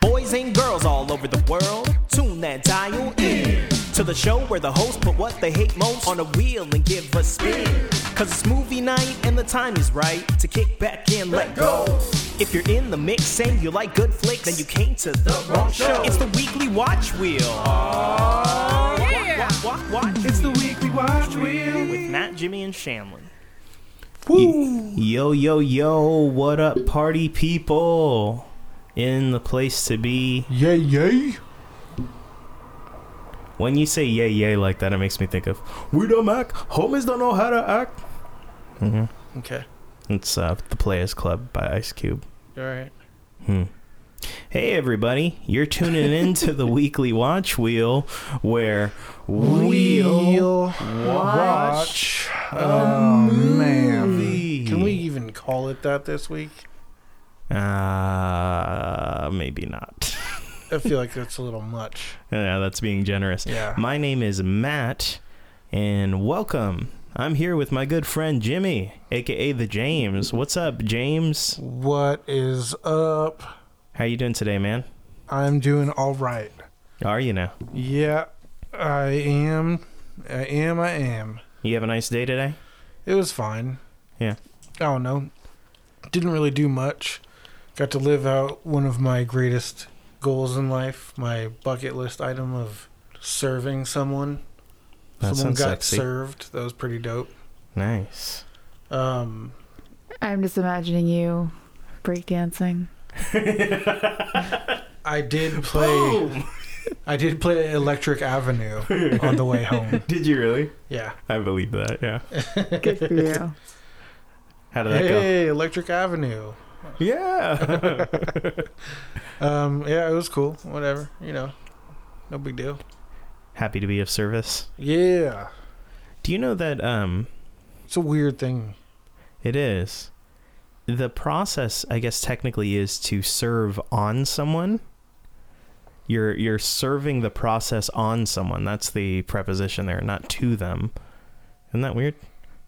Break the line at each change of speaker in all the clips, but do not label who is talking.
Boys and girls all over the world, tune that dial in to the show where the hosts put what they hate most on a wheel and give a spin. Cause it's movie night and the time is right to kick back and let go. If you're in the mix and you like good flicks, then you came to the wrong show. It's the weekly watch wheel. Watch, watch, watch. It's the weekly watch wheel with Matt, Jimmy, and Shamlin. Yo, yo, yo, what up, party people? In the place to be.
Yay, yay.
When you say yay, yay like that, it makes me think of We don't act, homies don't know how to act.
Okay.
It's uh, The Players Club by Ice Cube.
All right.
Hey, everybody, you're tuning in to the weekly watch wheel where we'll
watch a
movie.
man. Can we even call it that this week?
Uh, maybe not.
I feel like that's a little much.
yeah, that's being generous.
Yeah.
My name is Matt, and welcome. I'm here with my good friend Jimmy, aka the James. What's up, James?
What is up?
How you doing today, man?
I'm doing all right.
How are you now?
Yeah, I am. I am. I am.
You have a nice day today?
It was fine.
Yeah.
I don't know. Didn't really do much. Got to live out one of my greatest goals in life, my bucket list item of serving someone.
That
someone
sounds
got
sexy.
served. That was pretty dope.
Nice.
Um,
I'm just imagining you breakdancing.
I did play. I did play Electric Avenue on the way home.
Did you really?
Yeah.
I believe that, yeah.
Good for you.
How did that go?
Hey, Electric Avenue.
Yeah.
Um, yeah, it was cool. Whatever, you know, no big deal.
Happy to be of service.
Yeah,
Do you know that um
it's a weird thing.
It is. The process, I guess, technically is to serve on someone. You're you're serving the process on someone. That's the preposition there, not to them. Isn't that weird?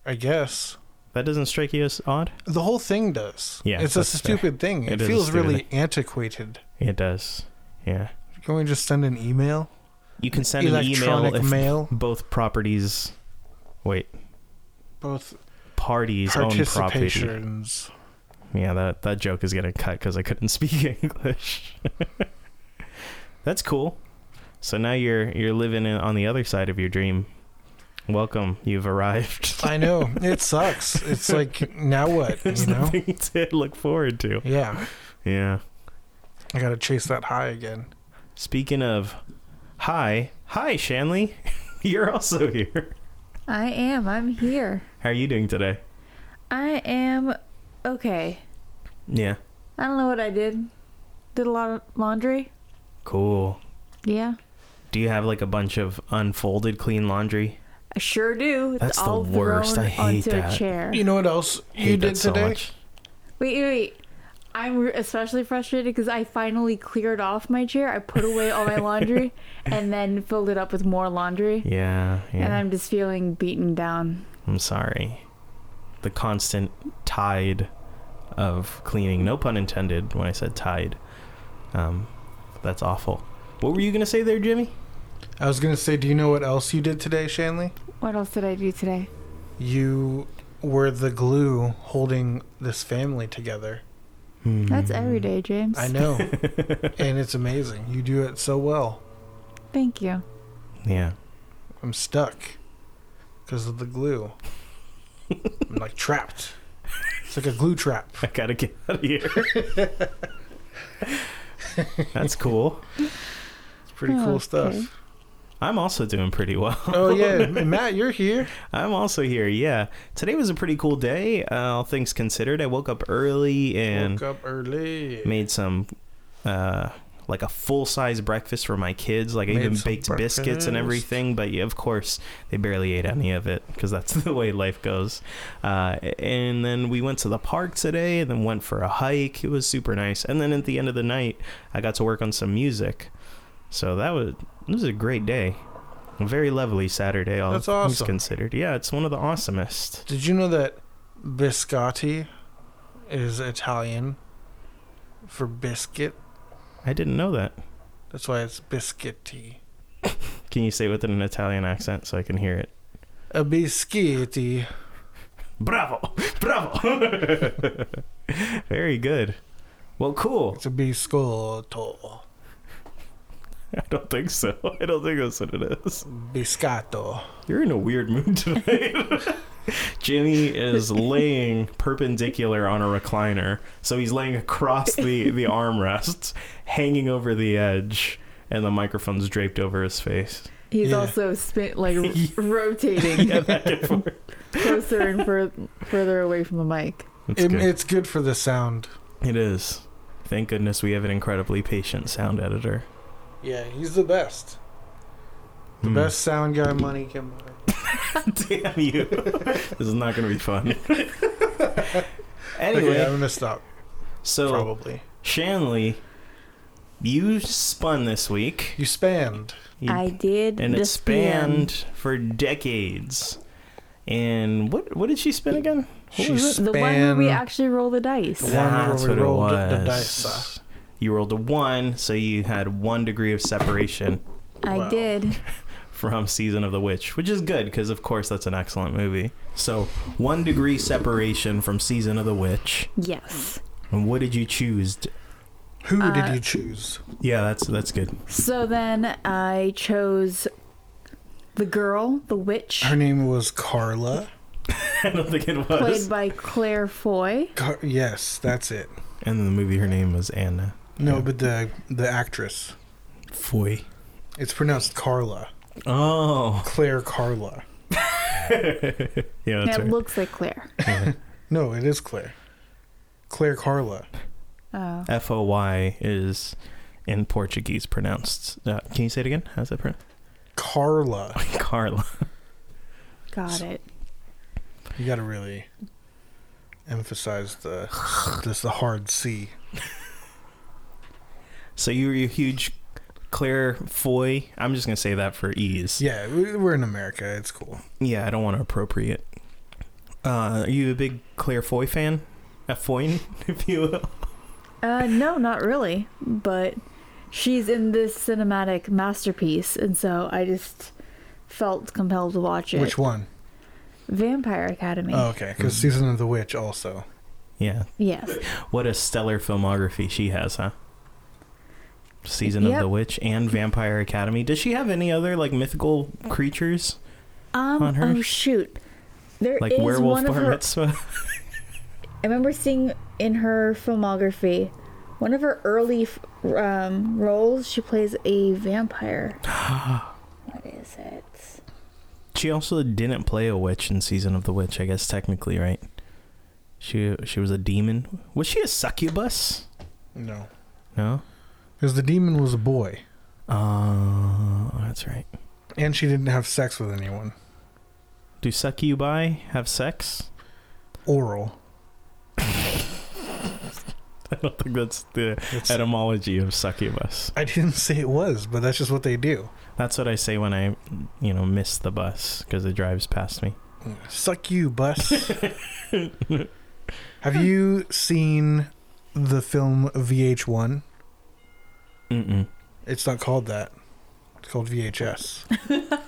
I guess
That doesn't strike you as odd?
the whole thing does.
Yeah,
it's a
that's fair.
stupid thing.
It
It,
is a
feels
stupid
really antiquated.
It does. Yeah.
Can we just send an email?
You can send an email
Electronic
if
mail.
both properties wait,
Both
parties own property.
participations.
Yeah, that that joke is getting cut because I couldn't speak English. That's cool. So now you're you're living in, on the other side of your dream. Welcome, you've arrived.
I know it sucks. It's like now what?
There's
You know?
nothing to look forward to.
Yeah,
Yeah.
I gotta chase that high again.
Speaking of, hi, hi, Shanley, you're also here.
I am. I'm here.
How are you doing today?
I am okay.
Yeah.
I don't know what I did. Did a lot of laundry.
Cool.
Yeah.
Do you have like a bunch of unfolded clean laundry?
I sure do. It's
That's the
all
worst.
thrown
I hate
onto
that.
a chair.
You know what else you
Hate that
did
so
today?
much.
Wait, wait, wait. I'm re- especially frustrated because I finally cleared off my chair. I put away all my laundry and then filled it up with more laundry.
Yeah. Yeah.
And I'm just feeling beaten down.
I'm sorry. The constant tide of cleaning. No pun intended when I said tide. Um, that's awful. What were you going to say there, Jimmy?
I was gonna say, do you know what else you did today, Shanley?
What else did I do today?
You were the glue holding this family together.
That's
Mm.
every day, James.
I know. and it's amazing. You do it so well.
Thank you.
Yeah.
I'm stuck because of the glue. I'm like trapped. It's like a glue trap.
I got to get out of here. that's cool.
It's pretty cool
Okay.
stuff.
I'm also doing pretty well.
Oh, yeah. Matt, you're here.
I'm also here. Yeah. Today was a pretty cool day, uh, all things considered. I woke up early and
Woke up early.
made some uh like a full size breakfast for my kids. Like I
Made
even
some
baked biscuits and
breakfast.
everything, but yeah, of course they barely ate any of it because that's the way life goes. Uh, and then we went to the park today, and then went for a hike. It was super nice. And then at the end of the night, I got to work on some music. So that was this was a great day. A very lovely Saturday. All
That's
things
awesome.
considered. Yeah, it's one of the awesomest.
Did you know that biscotti is Italian for biscuit.
I didn't know that.
That's why it's biscuity.
Can you say it with an Italian accent so I can hear it?
A biscuity.
Bravo! Bravo! Very good. Well, cool.
It's a biscotto.
I don't think so. I don't think that's what it is.
Biscotto.
You're in a weird mood tonight. Jimmy is laying perpendicular on a recliner, so he's laying across the the armrests, hanging over the edge, and the microphone's draped over his face.
He's
Yeah.
also spin like r- rotating
Yeah, back and forth.
closer and fur- further away from the mic.
It's
It,
good.
it's good for the sound.
It is. Thank goodness we have an incredibly patient sound editor.
Yeah, he's the best. The
Hmm.
best sound guy money can buy.
Damn you. this is not going to be fun. anyway,
Okay, I'm gonna stop.
so
probably
Shanley, you spun this week.
you spanned.
You-
I did.
and
the
it
span.
spanned for decades. And what what did she spin again? What
She
was it?
spanned.
The one where we actually roll the dice.
The one where we rolled the dice.
You rolled a one, so you had one degree of separation
Wow.
I did.
from Season of the Witch, which is good because, of course, that's an excellent movie. So, one degree separation from Season of the Witch.
Yes.
And what did you choose? t-
Who
Uh,
did you choose?
Yeah, that's that's good.
So then I chose the girl, the witch,
Her name was Carla.
I don't think it
played
was.
by Claire Foy.
Car- yes, that's it.
And in the movie, her name was Anna
No,
Yeah.
but the the actress.
Foy.
It's pronounced Carla.
Oh,
Claire Carla.
yeah,
Yeah, it
that's right.
looks like Claire.
No, it is Claire. Claire Carla.
Oh.
F O Y is in Portuguese pronounced. Uh, can you say it again? How's that pronounced?
Carla.
Carla.
Got it.
You gotta really emphasize the this the hard C.
So you were a huge Claire Foy. I'm just gonna say that for ease.
Yeah, we- we're in America. It's cool.
Yeah, I don't want to appropriate. Uh, are you a big Claire Foy fan? A Foyn, if you will.
Uh, no, not really. But she's in this cinematic masterpiece, and so I just felt compelled to watch it.
Which one?
Vampire Academy.
Oh, okay. Because season of the witch also.
Yeah.
Yes.
What a stellar filmography she has, huh? Season of
Yep.
the Witch and Vampire Academy. Does she have any other like mythical creatures
Um.
On her?
Oh shoot. There is
like werewolf
one of
bar
her.
mitzvah?
I remember seeing in her filmography, one of her early f- um, roles, she plays a vampire. what is it?
She also didn't play a witch in season of the witch, I guess technically, right? She she was a demon. Was she a succubus?
No.
No.
Because the demon was a boy,
Oh, that's right.
and she didn't have sex with anyone.
Do succubi have sex?
Oral.
I don't think that's the
It's, I,
etymology of succubus.
didn't say it was, but that's just what they do.
That's what I say when I, you know, miss the bus because it drives past me.
Suck you, bus. have you seen the film VH1?
Mm-mm.
It's not called that. It's called VHS.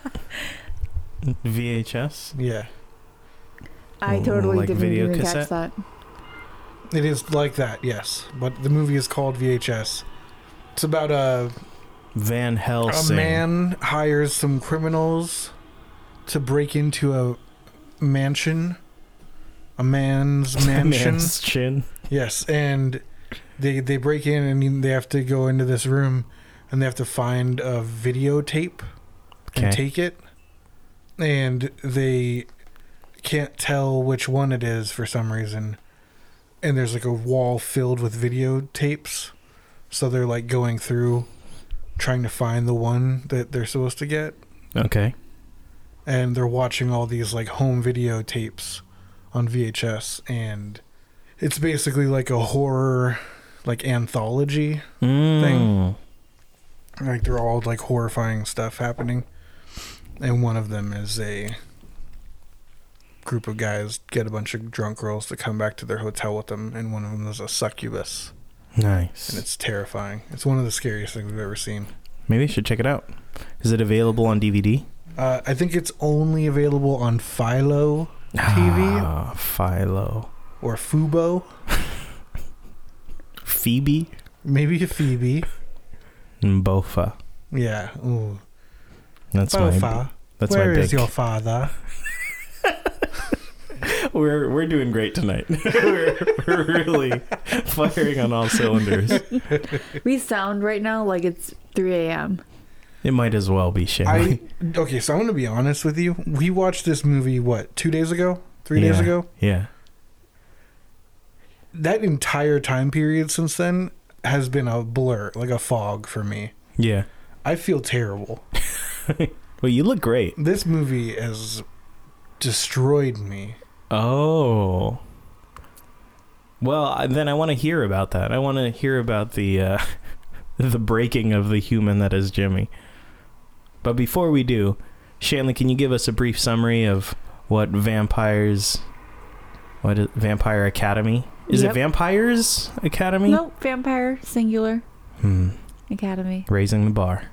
VHS.
Yeah.
I
Oh,
totally
like
didn't
video
even
cassette?
catch that.
It is like that, yes. But the movie is called VHS. It's about a
Van
a
Helsing.
man hires some criminals to break into a mansion, a man's mansion.
Man's chin.
Yes, and they they break in and they have to go into this room and they have to find a videotape and
Okay.
take it. And they can't tell which one it is for some reason. And there's like a wall filled with videotapes. So they're like going through trying to find the one that they're supposed to get
Okay.
and they're watching all these like home videotapes on VHS and it's basically like a horror like anthology
Mm.
like they're all like horrifying stuff happening and one of them is a group of guys get a bunch of drunk girls to come back to their hotel with them, and one of them is a succubus, and
Nice.
it's terrifying. It's one of the scariest things we've ever seen.
Maybe I should check it out. Is it available on DVD?
Uh, I think it's only available on Philo TV
Ah, Philo.
or Fubo,
Phoebe
maybe a Phoebe.
and Bofa.
Yeah, ooh,
That's my
Bofa.
that's
Where
my
is
big.
your father?
We're we're doing great tonight. we're, we're really firing on all cylinders.
We sound right now like it's 3 a.m.
It might as well be Shanley.
I okay, so I'm gonna be honest with you. We watched this movie what two days ago, three days
Yeah.
ago.
Yeah.
That entire time period since then has been a blur, like a fog for me.
Yeah.
I feel terrible.
Well, you look great.
This movie has destroyed me.
Oh. Well, I- then I want to hear about that. I want to hear about the uh, the breaking of the human that is Jimmy. But before we do, Shanley, can you give us a brief summary of what vampires? What is, Vampire Academy? Is it
Yep.
Vampires Academy?
Nope, vampire, singular,
Hmm.
academy.
Raising the bar.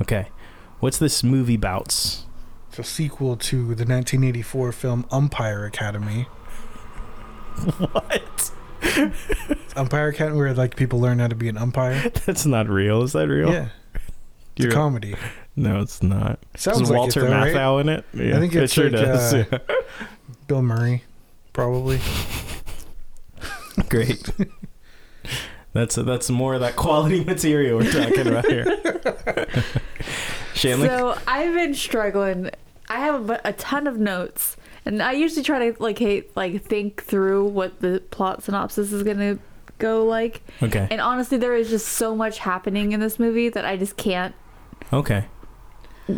Okay. What's this movie bouts?
It's a sequel to the 1984 film Umpire Academy.
What?
It's Umpire Academy, where like people learn how to be an umpire.
That's not real. Is that real?
Yeah, it's a
You're-
comedy.
no, it's not.
Sounds
is
like
Walter
it, though, right?
Matthau in it? Yeah,
I think
it
it's
sure
like,
does.
uh, Bill Murray, probably.
Great. That's that's more of that quality material we're talking about here. Shanley,
So I've been struggling. I have a, bu- a ton of notes, and I usually try to like hey, like think through what the plot synopsis is gonna go like.
okay,
And honestly, there is just so much happening in this movie that I just can't
okay,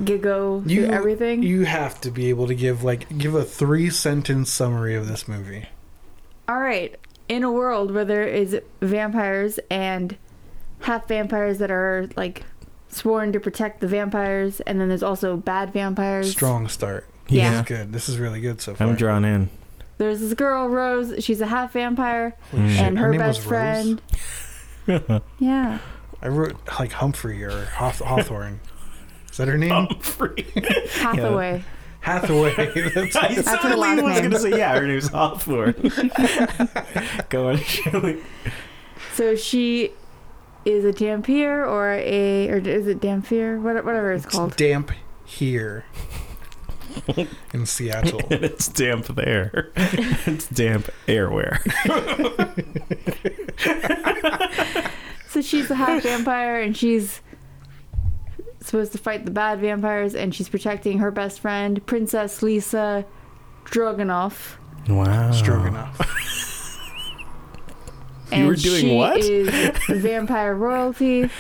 g- go through everything.
You have to be able to give like give a three sentence summary of this movie.
All right, in a world where there is vampires and half vampires that are like sworn to protect the vampires, and then there's also bad vampires.
Strong start.
Yeah.
This is good. This is really good so far.
I'm drawn in.
There's this girl Rose. She's a half vampire,
Holy shit,
and her,
name
best
was Rose?
friend. yeah.
I wrote like Humphrey or Hawth- Hawthorne. Is that her name?
Free.
Hathaway.
Hathaway. That's,
I
her
totally
last
was
name.
gonna say yeah. Her name's Hawthorne. Go on, Shanley.
So she is a Dampier or a or is it Dampier? What- Whatever it's
it's
called.
damp here in Seattle.
And it's damp there. It's damp airware.
So she's a half vampire, and she's supposed to fight the bad vampires, and she's protecting her best friend, Princess Lisa Drogonoff.
Wow.
Stroganoff.
And
were doing
she
what?
is vampire royalty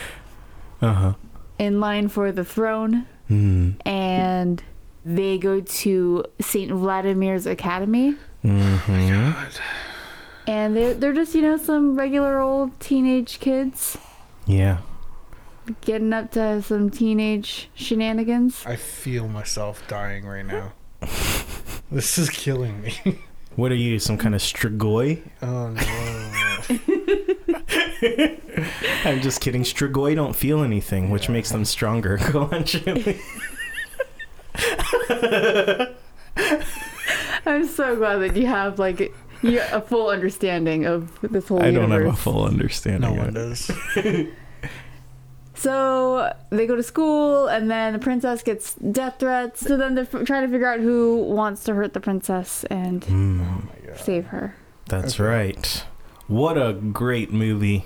Uh huh.
in line for the throne,
Mm.
and they go to Saint Vladimir's academy.
hmm
And they're, they're just, you know, some regular old teenage kids
Yeah.
getting up to some teenage shenanigans.
I feel myself dying right now. This is killing me.
What are you? Some kind of strigoi?
Oh no.
I'm just kidding. Strigoi don't feel anything, which
Yeah.
makes them stronger. Go on, Shirley.
I'm so glad that you have, like, you a full understanding of this whole
I don't have a
universe.
full understanding.
No
of
one
it.
does.
So they go to school, and then the princess gets death threats. So then they're f- trying to figure out who wants to hurt the princess and
Mm,
save her.
that's
Okay.
right. What a great movie.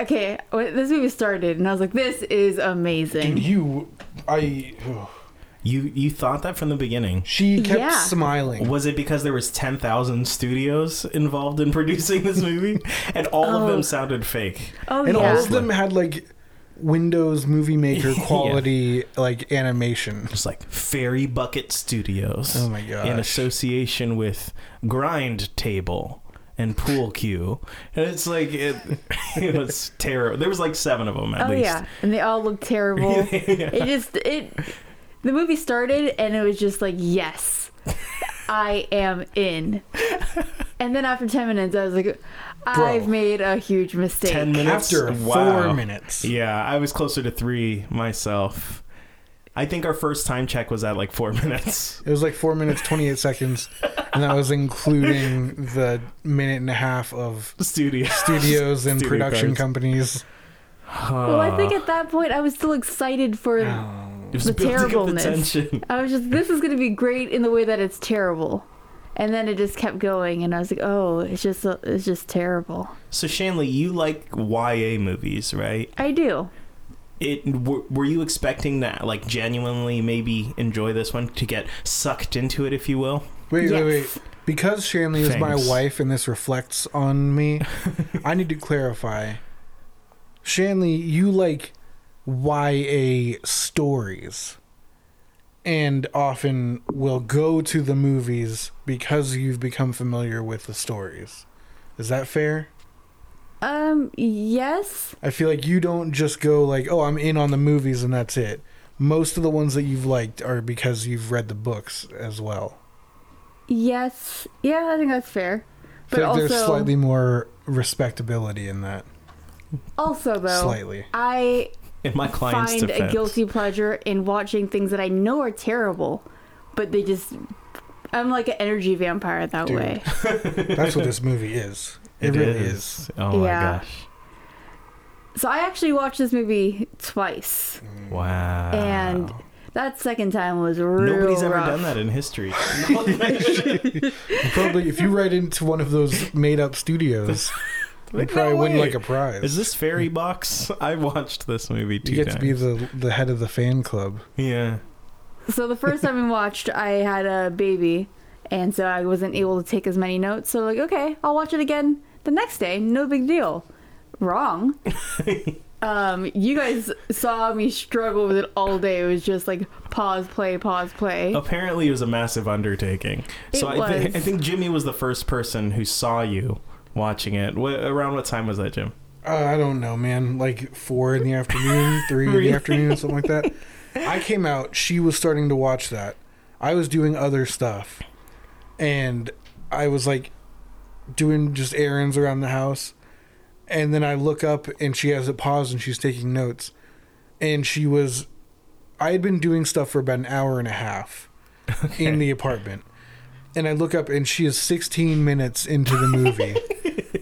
Okay, when this movie started, and I was like, this is
Dude,
amazing.
you, I. ugh.
You you thought that from the beginning.
She kept
Yeah.
smiling.
Was it because there was 10,000 studios involved in producing this movie and all of them
Oh.
sounded fake?
Oh,
and all
yeah.
of them had like Windows Movie Maker
Yeah.
quality like animation.
Just like Fairy Bucket Studios.
Oh my
in
gosh!
association with grind table and pool cue and it's like it, it was terrible there was like seven of them at
Oh
least
yeah, and they all look terrible. It just it the movie started and it was just like yes. I am in. And then after 10 minutes, I was like, I've made a huge mistake.
10 minutes.
After
Wow.
four minutes.
Yeah, I was closer to three myself. I think our first time check was at like four minutes.
It was like four minutes, 28 seconds. And that was including the minute and a half of
Studio.
studios and
Studio
production
cards.
companies.
Well, I think at that point, I was still excited for.
It was
the
building up
terribleness.
the tension.
I was just, this is going to be great in the way that it's terrible. And then it just kept going, and I was like, oh, it's just, it's just terrible.
So Shanley, you like YA movies, right?
I do.
It were, were you expecting that, like, genuinely maybe enjoy this one to get sucked into it, if you will?
Wait, wait,
yes.
wait. Because Shanley is my
Thanks.
wife and this reflects on me, I need to clarify. Shanley, you like YA stories and often will go to the movies because you've become familiar with the stories. Is that fair?
Um, yes.
I feel like you don't just go like, "Oh, I'm in on the movies and that's it." Most of the ones that you've liked are because you've read the books as well.
Yes. Yeah, I think that's fair.
I feel
But
like there's
also-
slightly more respectability in that.
Also, though,
Slightly.
I
In my client's
find a
defense.
guilty pleasure in watching things that I know are terrible, but they just. I'm like an energy vampire that
Dude.
way.
That's what this movie is. It, really is.
Oh my
Yeah.
gosh.
So I actually watched this movie twice,
Wow.
and that second time was real
Nobody's ever
rough.
done that in history.
Probably if you write into one of those made up studios, you
Like,
probably
no
win
way.
like a prize.
Is this Fairy Box? I watched this movie two
you get
times.
to be the the head of the fan club.
yeah.
So the first time we watched, I had a baby, and so I wasn't able to take as many notes. So like, okay, I'll watch it again the next day. No big deal. Wrong. um, you guys saw me struggle with it all day. It was just like pause, play, pause, play.
Oh.
Apparently, it was a massive undertaking. so
It
I, thi-
was.
I think Jimmy was the first person who saw you watching it. Wh- around what time was that, Jim?
Uh, I don't know, man. Like four in the afternoon, three in
Really?
the afternoon, something like that. I came out. She was starting to watch that. I was doing other stuff, and I was like doing just errands around the house. And then I look up, and she has it paused, and she's taking notes. And she was, I had been doing stuff for about an hour and a half in the apartment. And I look up, and she is 16 minutes into the movie.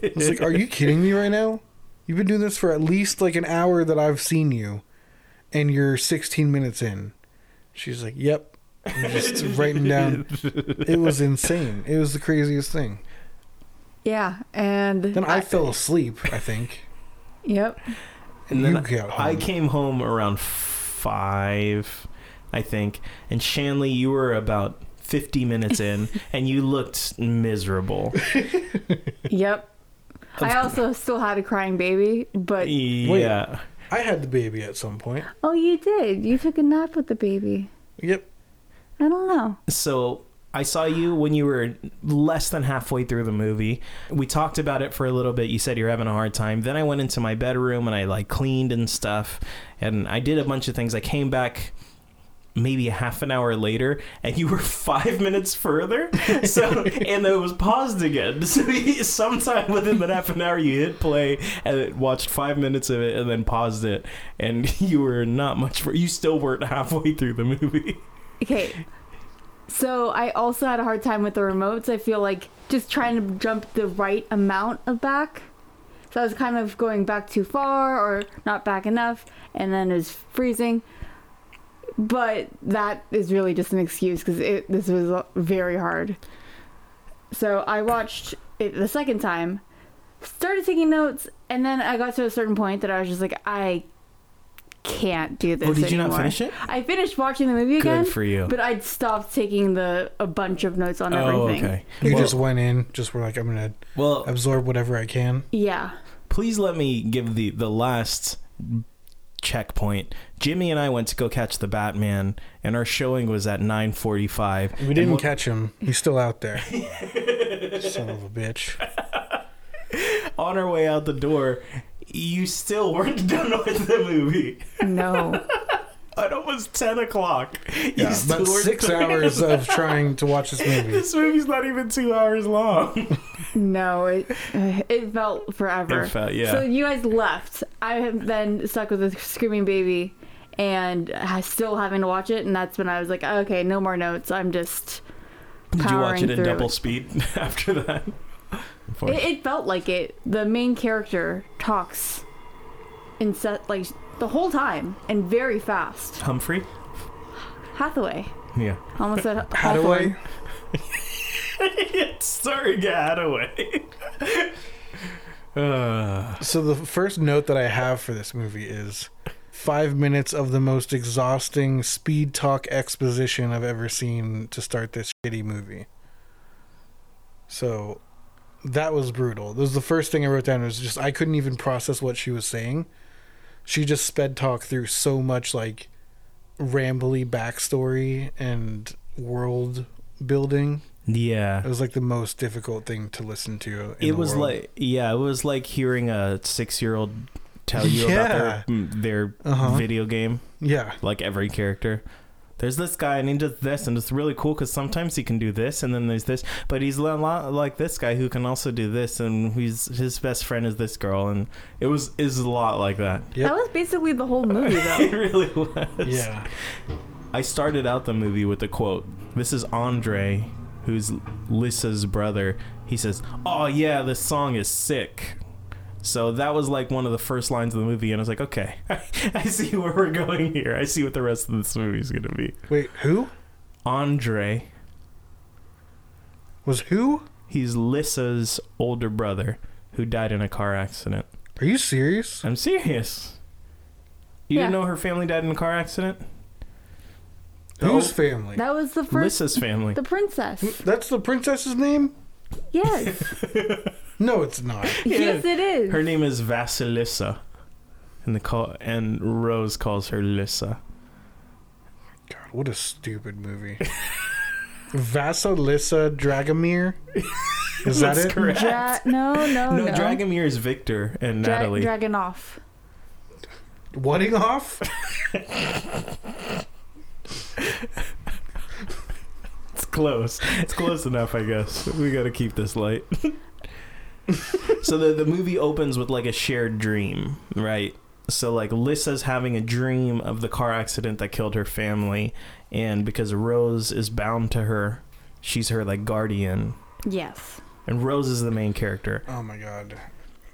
I was like, "Are you kidding me right now? You've been doing this for at least like an hour that I've seen you, and you're 16 minutes in." She's like, "Yep." I'm just writing down. It was insane. It was the craziest thing.
Yeah, and
Then I fell asleep. I think.
Yep.
And
You
then
got
I
home.
came home around five, I think. And Shanley, you were about 50 minutes in, and you looked miserable.
Yep. I also still had a crying baby, but
yeah.
I had the baby at some point.
oh, you did. You took a nap with the baby.
Yep.
I don't know.
So I saw you when you were less than halfway through the movie. We talked about it for a little bit. You said you're having a hard time. Then I went into my bedroom and I like cleaned and stuff, and I did a bunch of things. I came back maybe a half an hour later and you were five minutes further so and it was paused again so you- sometime within that half an hour you hit play and it watched five minutes of it and then paused it and you were not much for you still weren't halfway through the movie
Okay. So I also had a hard time with the remotes. I feel like just trying to jump the right amount of back. So I was kind of going back too far or not back enough, and then it was freezing. But that is really just an excuse because this was uh, very hard. So I watched it the second time, started taking notes, and then I got to a certain point that I was just like, I can't do this.
Oh, did you not
anymore.
finish it?
I finished watching the movie
Good
again.
for you.
But I'd stopped taking the a bunch of notes on
Oh,
everything.
You
well,
just went in. Just were like, I'm gonna
well,
absorb whatever I can.
Yeah.
please let me give the the last checkpoint. Jimmy and I went to go catch the Batman, and our showing was at nine forty five.
We didn't catch him. He's still out there. Son of a bitch.
On our way out the door, you still weren't done with the movie.
No.
It was ten o'clock. You
Yeah,
still
about
were
six
tired.
hours of trying to watch this movie.
This movie's not even two hours long.
No, it uh, it felt forever.
It felt- yeah.
So you guys left. I have been stuck with a screaming baby, and I still having to watch it. And that's when I was like, okay, no more notes. I'm just.
Did you watch
powering
it in
through
double speed after that? Or-
It, it felt like it. The main character talks, in set like the whole time and very fast.
Humphrey?
Hathaway.
Yeah.
I Almost said
Hadaway?
Hawthorne.
it's Sorry, Gadaway. uh,
So the first note that I have for this movie is five minutes of the most exhausting speed talk exposition I've ever seen to start this shitty movie. So that was brutal. That was the first thing I wrote down. It was just I couldn't even process what she was saying. She just sped talk through so much like rambly backstory and world building.
yeah.
It was like the most difficult thing to listen to. in
it
the
was
world.
like yeah it was like hearing a six-year-old tell you
Yeah.
about their mm, their
Uh-huh.
video game
yeah,
like every character there's this guy and he does this and it's really cool because sometimes he can do this and then there's this but he's a lot like this guy who can also do this and he's his best friend is this girl and it was is a lot like that
Yep.
That was basically the whole movie,
it
though.
really was
yeah.
I started out the movie with a quote. This is Andre, who's Lissa's brother. He says, "Oh yeah, this song is sick." So that was like one of the first lines of the movie, and I was like, "Okay, I see where we're going here. I see what the rest of this movie is gonna be."
Wait, who?
Andre,
Was who?
he's Lissa's older brother who died in a car accident.
Are you serious?
I'm serious. You didn't
Yeah.
know her family died in a car accident?
Whose family?
That was the first.
Lissa's family.
The princess.
That's the princess's name?
Yes.
No, it's not.
Yes, it is.
Her name is Vasilissa, and the call and Rose calls her Lissa.
God, what a stupid movie. Vasilisa Dragomir? Is that
That's
it?
correct.
Dra- no, no,
no,
no.
Dragomir is Victor and
Dra-
Natalie.
Dragonoff.
Wedding off?
it's close. It's close enough, I guess. We got to keep this light. so the the movie opens with like a shared dream, right? So like Lissa's having a dream of the car accident that killed her family, and because Rose is bound to her, she's her like guardian,
Yes.
and Rose is the main character.
Oh my god.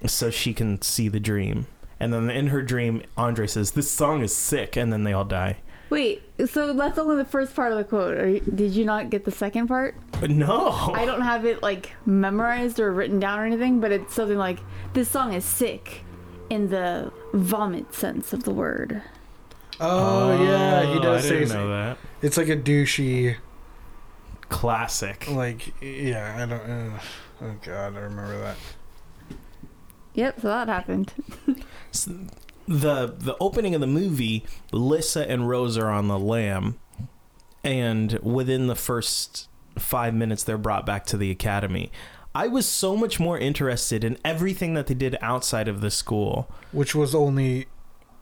so she can see the dream. And then in her dream, Andre says, "This song is sick," and then they all die.
Wait. So that's only the first part of the quote. Are you, did you not get the second part?
But no,
I don't have it like memorized or written down or anything, but it's something like this song is sick in the vomit sense of the word.
Oh, yeah, he does
I
say
didn't know that.
It's like a douchey,
Classic.
like, yeah, I don't. Uh, oh god, I remember that.
Yep, so that happened.
S- the the opening of the movie, Lissa and Rose are on the lam, and within the first five minutes, they're brought back to the academy. I was so much more interested in everything that they did outside of the school
Which was only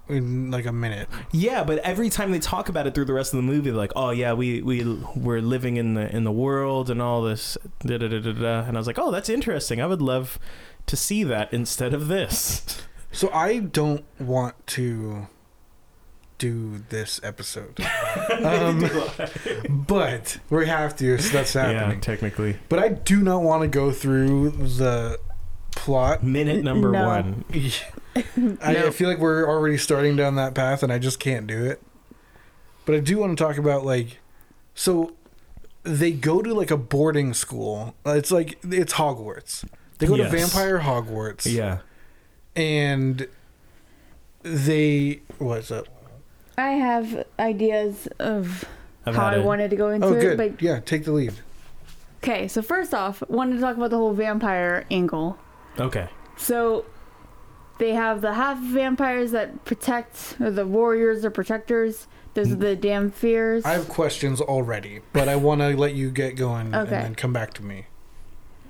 in like a minute.
Yeah, but every time they talk about it through the rest of the movie, they're like, oh yeah, we we we're living in the in the world and all this da da da da da. And I was like, oh, that's interesting. I would love to see that instead of this.
So I don't want to do this episode. um, but we have to, so that's happening.
technically,
But I do not want to go through the plot.
minute number
No.
one.
I, I feel like we're already starting down that path, and I just can't do it. But I do want to talk about like, so they go to like a boarding school. It's like it's Hogwarts. They go
Yes.
to Vampire Hogwarts
Yeah,
and they what's up?
I have ideas of
I've
how
had
I
it.
wanted to go into
Oh,
it,
good.
but
yeah, take the lead.
okay. So first off, wanted to talk about the whole vampire angle.
Okay,
So they have the half vampires that protect, or the warriors or protectors. Those are the damn fears.
I have questions already, but I want to let you get going and
Okay.
then come back to me.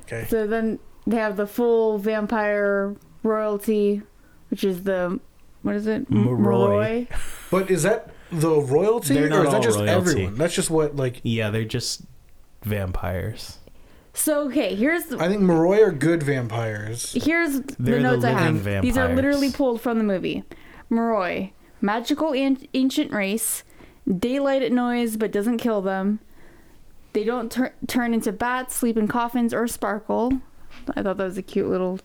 Okay.
So then they have the full vampire royalty, which is the what is it? M-
Moroi.
But is that the royalty,
They're
or
not
is that
all
just
royalty.
everyone? That's just what like
Yeah, they're just vampires.
So okay, here's the,
I think Maroi are good vampires.
here's the
They're the
notes I have.
living
These are
vampires.
literally pulled from the movie. Moroi, magical an- ancient race, daylight at noise but doesn't kill them. They don't tur- turn into bats, sleep in coffins, or sparkle. I thought that was a cute little.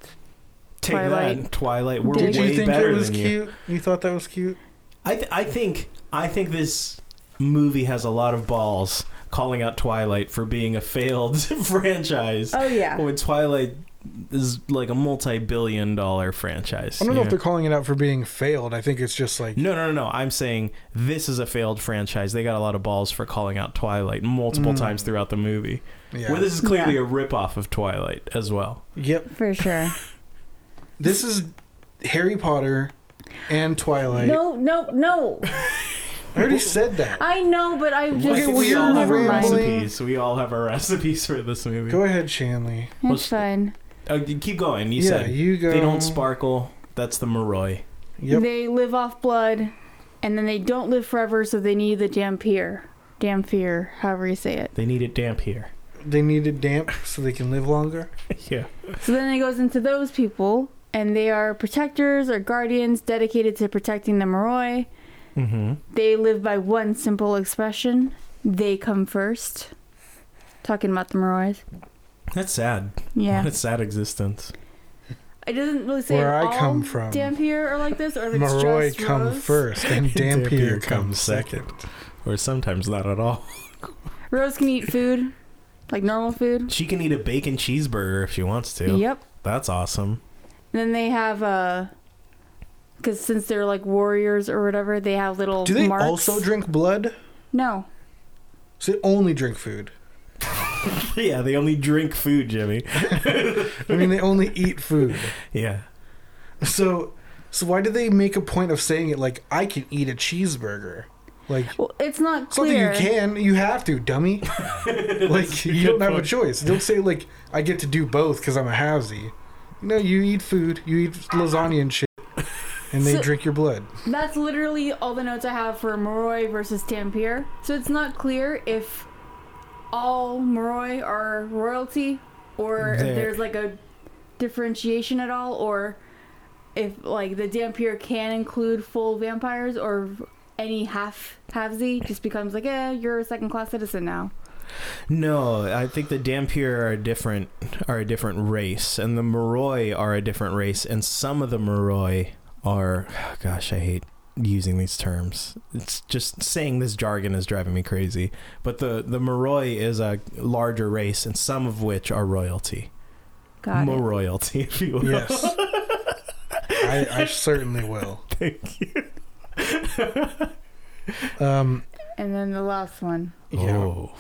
Take
Twilight.
that, Twilight. We're
Did
way
you think
better
it was
than you.
cute? You. thought that was cute?
I, th- I think I think this movie has a lot of balls calling out Twilight for being a failed franchise.
Oh yeah.
When Twilight is like a multi-billion-dollar franchise.
I don't know
you
if they're calling it out for being failed. I think it's just like
No, no, no, no. I'm saying this is a failed franchise. They got a lot of balls for calling out Twilight multiple
Mm.
times throughout the movie.
yeah.
Where this is clearly
Yeah.
a ripoff of Twilight as well.
yep.
For sure.
This is Harry Potter and Twilight.
No, no, no.
I already said that.
I know, but I
Like,
just
well,
we
you're
all have
never
our
rambling.
mind.
recipes. We all have our recipes for this movie.
Go ahead, Shanley.
It's fine.
Uh, you keep going. You
yeah,
said
you go.
they don't sparkle. That's the Maroi.
Yep.
They live off blood, and then they don't live forever, so they need the dampier. Dampier, however you say it.
They need it damp here.
They need it damp so they can live longer.
yeah.
So then it goes into those people, and they are protectors or guardians dedicated to protecting the Moroi.
Mm-hmm.
They live by one simple expression they come first. Talking about the Morois.
That's sad.
Yeah.
What a sad existence.
It doesn't really say
Where
if
I
all
come from.
Dampier or like this, or if it's
Maroi
just
come
Rose.
first and Dampier
Dampier
comes
comes
second.
Or sometimes not at all.
Rose can eat food, like normal food.
She can eat a bacon cheeseburger if she wants to.
Yep.
That's awesome.
And then they have uh because since they're like warriors or whatever, they have little
Do they
marks.
also drink blood?
No.
So they only drink food.
yeah, they only drink food, Jimmy.
I mean, they only eat food.
Yeah.
So, so why did they make a point of saying it like I can eat a cheeseaburger? Like
Well, it's not
something
clear.
you can, you have to, dummy. like you don't have a choice. Don't say like I get to do both because I'm a housie. No, you eat food. You eat lasagna and shit, and they
So-
drink your blood.
That's literally all the notes I have for Moroi versus Dampier. So it's not clear if all Moroi are royalty or
They're-
if there's like a differentiation at all or if like the Dampier can include full vampires or any half halfsy just becomes like, eh, you're a second class citizen now.
No, I think the Dampier are a different are a different race, and the Moroi are a different race, and some of the Moroi are. Gosh, I hate using these terms. It's just saying this jargon is driving me crazy. But the the Moroi is a larger race, and some of which are royalty,
Got it.
Moroyalty, if you will.
Yes, I, I certainly will.
Thank you.
Um,
And then the last one.
yeah,
Oh.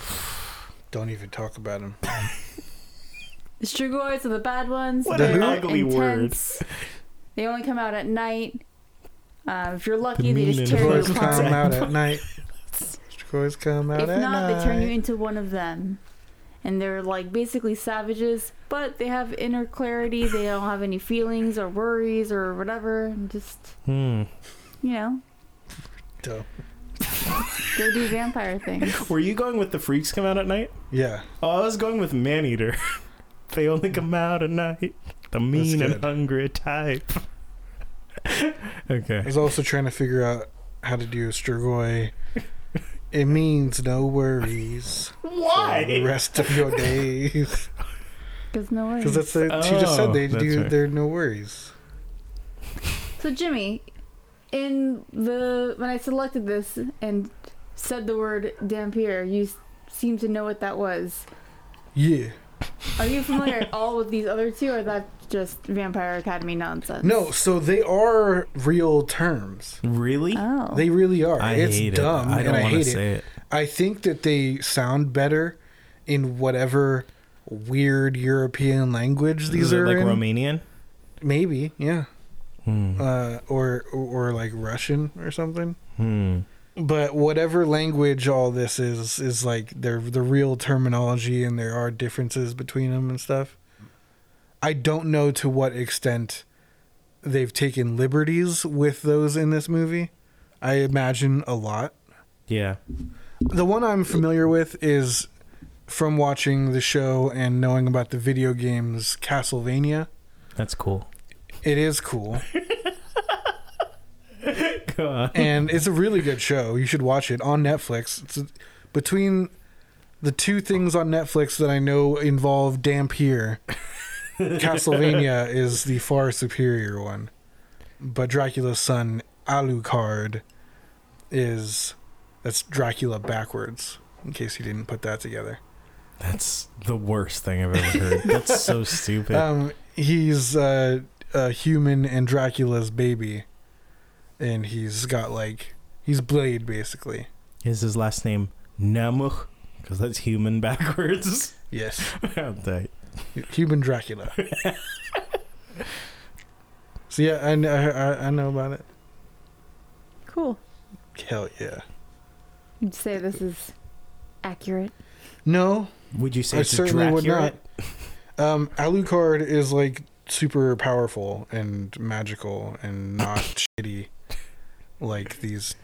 don't even talk about him.
The Strigoi, so the bad ones.
What
an
they're
ugly word.
intense. They only come out at night. Uh, if you're lucky,
The
they
mean
just
and
tear you
Boys
ugly
apart.
come out at night. Boys come out
If
at
not,
night.
they turn you into one of them. And they're like basically savages, but they have inner clarity. They don't have any feelings or worries or whatever. And just,
Hmm.
you know,
Duh.
go do vampire things.
Were you going with the freaks come out at night?
Yeah.
Oh, I was going with Maneater. they only come out at night. The mean
good.
and hungry type.
I
okay.
was also trying to figure out how to do Strigoi. It means no worries for the
Why?
rest of your days.
Because no
Because
worries.
that's the, she just said
Oh,
they
that's
do
right.
their no worries.
So Jimmy, in the when I selected this and said the word Dampier, you s- seem to know what that was.
Yeah.
Are you familiar at all with these other two, or that just Vampire Academy nonsense?
No, so they are real terms.
Really?
Oh.
They really are.
I
it's
hate
dumb
it. I
and
don't
I
want to
hate it.
say it.
I think that they sound better in whatever weird European language these
Is it
are
like
in.
Romanian?
Maybe, yeah.
Hmm.
Uh, or or like Russian or something.
Hmm.
but whatever language all this is is like they're the real terminology and there are differences between them and stuff i don't know to what extent they've taken liberties with those in this movie I imagine a lot.
Yeah.
The one I'm familiar with is from watching the show and knowing about the video games Castlevania.
That's cool.
It is cool.
Go on.
and it's a really good show. You should watch it on Netflix. It's between the two things on Netflix that I know involve Dampier. Castlevania is the far superior one, but Dracula's son Alucard is that's Dracula backwards. In case you didn't put that together,
That's the worst thing I've ever heard. That's so stupid.
um, he's uh, a human and Dracula's baby, and he's got like he's Blade basically.
Is his last name Namuch? Because that's human backwards.
Yes.
How tight.
Human Dracula. so yeah, I, kn- I I I know about it.
Cool.
Hell yeah.
You'd say this is accurate.
No,
Would you say
I
it's
certainly
a
would not.
Dracula?
Um, Alucard is like super powerful and magical and not shitty, like these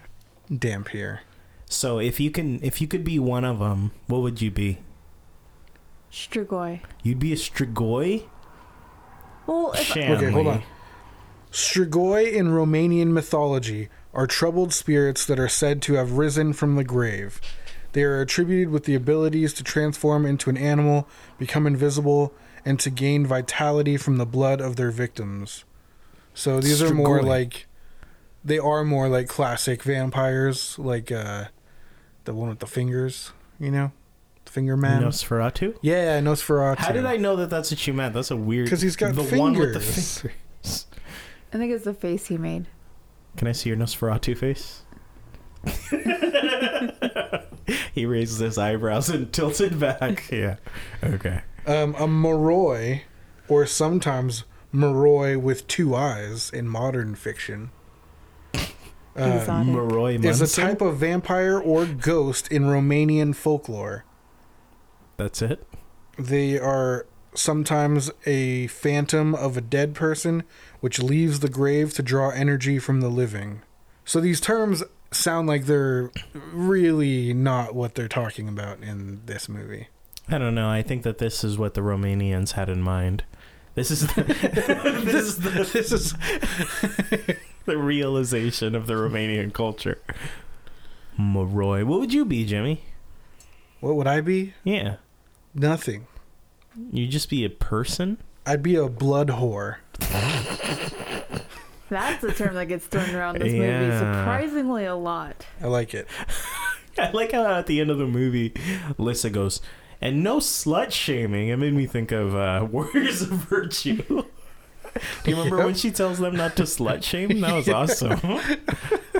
Dampier.
So if you can, if you could be one of them, what would you be?
Strigoi.
You'd be a Strigoi.
Well, if,
Shanley.
Okay, hold on. Strigoi in Romanian mythology are troubled spirits that are said to have risen from the grave. They are attributed with the abilities to transform into an animal, become invisible, and to gain vitality from the blood of their victims. So these are more
Strigoi.
like they are more like classic vampires, like uh the one with the fingers, you know? Finger man.
Nosferatu.
yeah, Nosferatu.
How did I know that that's what you meant? That's a weird.
Because he's got
the
fingers.
one with the fingers.
I think it's the face he made.
Can I see your Nosferatu face? he raises his eyebrows and tilts it back. Yeah. Okay.
um, a Moroi, or sometimes Moroi with two eyes in modern fiction, Uh,
Exotic.
Maroy
is a
Munson?
type of vampire or ghost in Romanian folklore.
That's it.
They are sometimes a phantom of a dead person, which leaves the grave to draw energy from the living. So these terms sound like they're really not what they're talking about in this movie.
I don't know. I think that this is what the Romanians had in mind. This is the, this is the,
This is
the realization of the Romanian culture. Maroy, what would you be, Jimmy?
what would I be?
Yeah,
Nothing.
you'd just be a person.
I'd be a blood whore.
That's a term that gets thrown around this movie
Yeah.
surprisingly a lot.
I like it.
I like how at the end of the movie, Lissa goes, and no slut shaming. It made me think of uh, Warriors of Virtue. Do you remember
Yep.
when she tells them not to slut shame? That was awesome.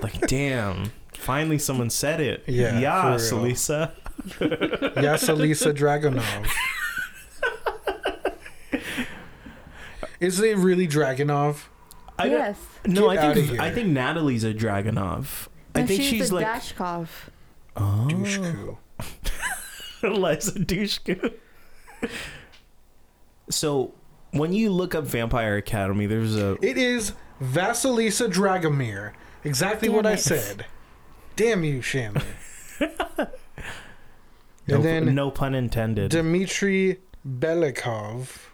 like, damn. Finally, someone said it.
Yeah,
Yeah,
for real.
Lisa.
Yasalisa Dragonov. Is it really Dragonov?
I don't-
yes.
Get
No, I
outta
think
here.
I think Natalie's a Dragonov. I
No,
think
she's,
she's,
a
like
Dashkov.
Oh.
Dushku.
Liza Dushku. so when you look up Vampire Academy, there's a
It is Vasilisa Dragomir. Exactly what I
Damn it.
said. Damn you, Shanley.
no,
and then
no pun intended.
Dmitry Belikov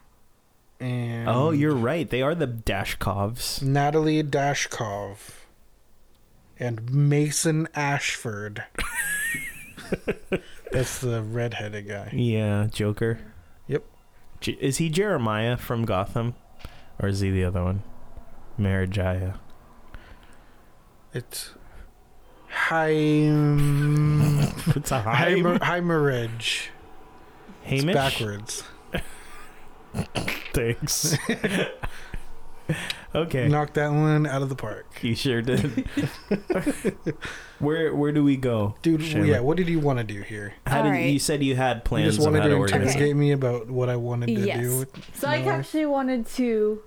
and
oh, you're right. They are the Dashkovs.
Natalie Dashkov and Mason Ashford. That's the redheaded guy.
Yeah, Joker.
Yep.
J- is he Jeremiah from Gotham, or is he the other one? Marajaya.
It's Haim
It's a high
Heimerage. It's
Hamish.
backwards.
Thanks. okay.
Knock that one out of the park.
You sure did. where where do we go,
Dude,
Shayla?
yeah, what did you want to do here?
How did,
Alright.
You said you had
You
plans
just
on
wanted
how to
to
organize.
interrogate me about what I wanted to
Yes.
do. With
So I
Miller.
actually wanted to.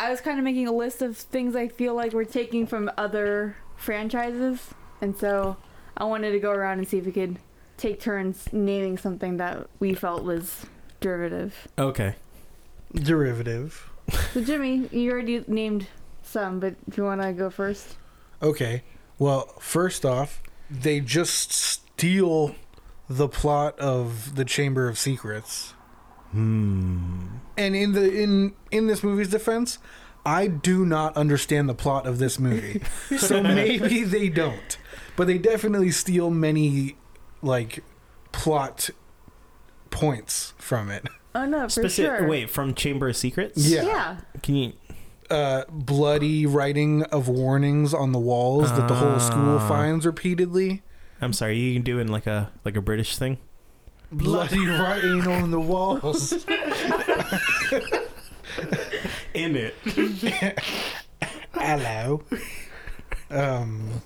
I was kind of making a list of things I feel like we're taking from other franchises, and so I wanted to go around and see if we could take turns naming something that we felt was derivative.
Okay.
Derivative.
So Jimmy, you already named some, but if you want to go first,
Okay. Well, first off, they just steal the plot of the Chamber of Secrets. Hmm. And in the in in this movie's defense, I do not understand the plot of this movie. so maybe they don't. But they definitely steal many like plot points from it.
Oh no, for
Specific,
sure.
Wait, from Chamber of Secrets?
Yeah.
Yeah.
Can you?
uh, bloody writing of warnings on the walls that the whole school
Ah.
finds repeatedly.
I'm sorry. You can do in like a like a British thing.
Bloody writing on the walls.
In it.
Hello. Um,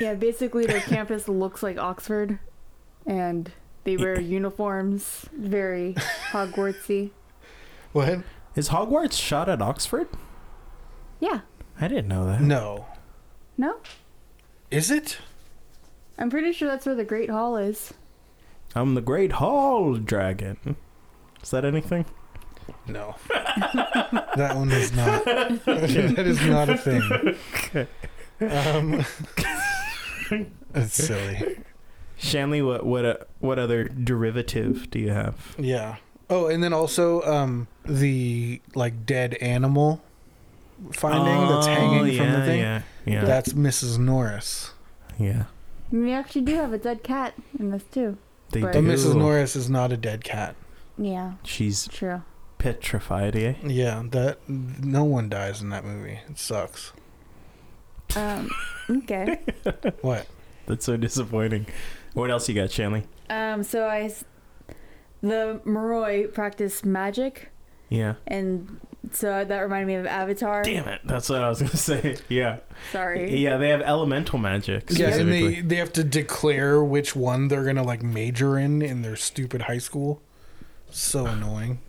Yeah, basically their campus looks like Oxford, and they wear uniforms, very Hogwartsy.
what?
Is Hogwarts shot at Oxford?
Yeah.
I didn't know that.
No.
No,
Is it?
I'm pretty sure that's where the Great Hall is.
I'm the Great Hall Dragon. Is that anything?
No. that one is not. that is not a thing. Um, that's silly.
Shanley, what what uh, what other derivative do you have?
Yeah. Oh, and then also um, the like dead animal finding that's hanging from the thing.
Oh, Yeah, yeah,
That's Mrs. Norris.
yeah.
And we actually do have a dead cat in this too.
They
But-
But
do.
Mrs. Norris is not a dead cat.
Yeah,
She's
true.
petrified. Eh?
Yeah, that no one dies in that movie. It sucks.
Um, okay.
What?
That's so disappointing. What else you got, Shanley?
Um, so I, s- the Moroi practice magic,
Yeah.
and so that reminded me of Avatar.
Damn it! That's what I was gonna say. Yeah.
Sorry.
Yeah, they have elemental magic.
Yeah, and
specifically.
they they have to declare which one they're gonna like major in in their stupid high school. So annoying.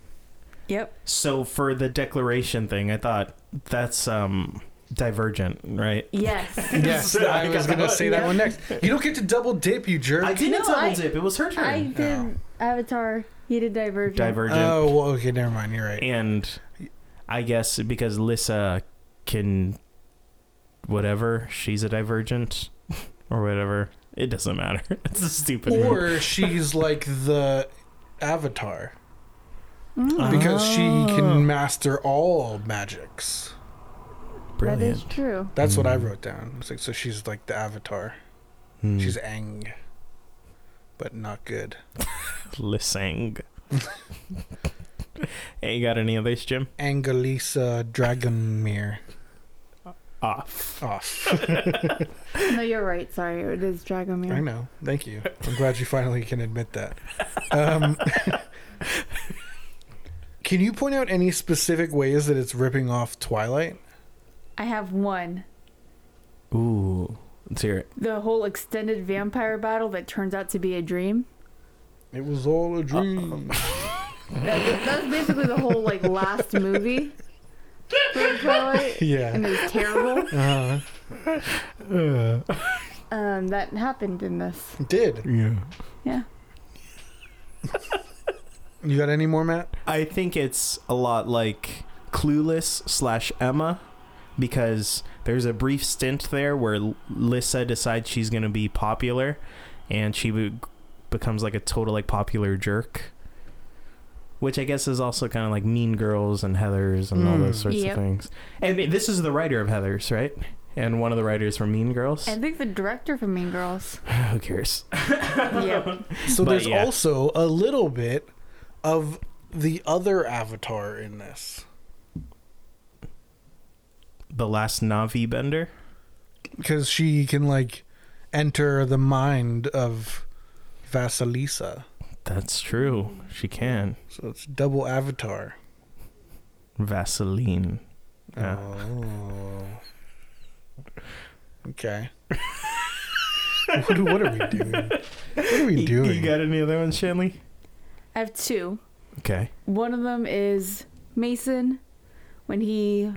Yep.
So for the declaration thing, I thought that's um divergent, right?
Yes.
Yes, I was gonna say that one next. You don't get to double dip, you jerk.
I didn't
No,
double
I-
dip. It was her turn.
I did Avatar. You did Divergent.
divergent.
oh, well, okay, never mind. You're right.
and I guess because Lissa can whatever, she's a divergent or whatever. It doesn't matter. It's a stupid movie.
Or she's like the avatar because she can master all magics.
that is
brilliant.
true.
That's what I wrote down. It's like, so she's like the avatar.
Hmm.
She's Aang, but not good.
Lissang. hey, you got any of these, Jim?
Angelisa Dragomir.
Off.
Off.
No, you're right. Sorry, it is Dragomir.
I know. Thank you. I'm glad you finally can admit that. Um, can you point out any specific ways that it's ripping off Twilight?
I have one.
Ooh. Let's hear it.
The whole extended vampire battle that turns out to be a dream.
It was all a dream.
That, that was basically the whole like last movie. for Twilight, and
yeah.
it was terrible.
Uh,
Um, that happened in this.
it did.
Yeah.
Yeah.
You got any more, Matt?
I think it's a lot like Clueless slash Emma because there's a brief stint there where L- Lissa decides she's going to be popular and she be- becomes like a total like popular jerk. Which I guess is also kind of like Mean Girls and Heathers and all
Mm.
those sorts
Yep.
of things. And this is the writer of Heathers, right? And one of the writers from Mean Girls.
I think the director from Mean Girls.
Who cares?
yep.
So
But
there's
yeah.
also a little bit of the other avatar in this.
The last Navi bender.
because she can like enter the mind of Vasilisa.
That's true. She can.
So it's double avatar.
Vaseline. Yeah.
Oh. Okay. what, what are we doing? What are we
You,
doing?
you got any other ones, Shanley?
I have two.
Okay.
One of them is Mason when he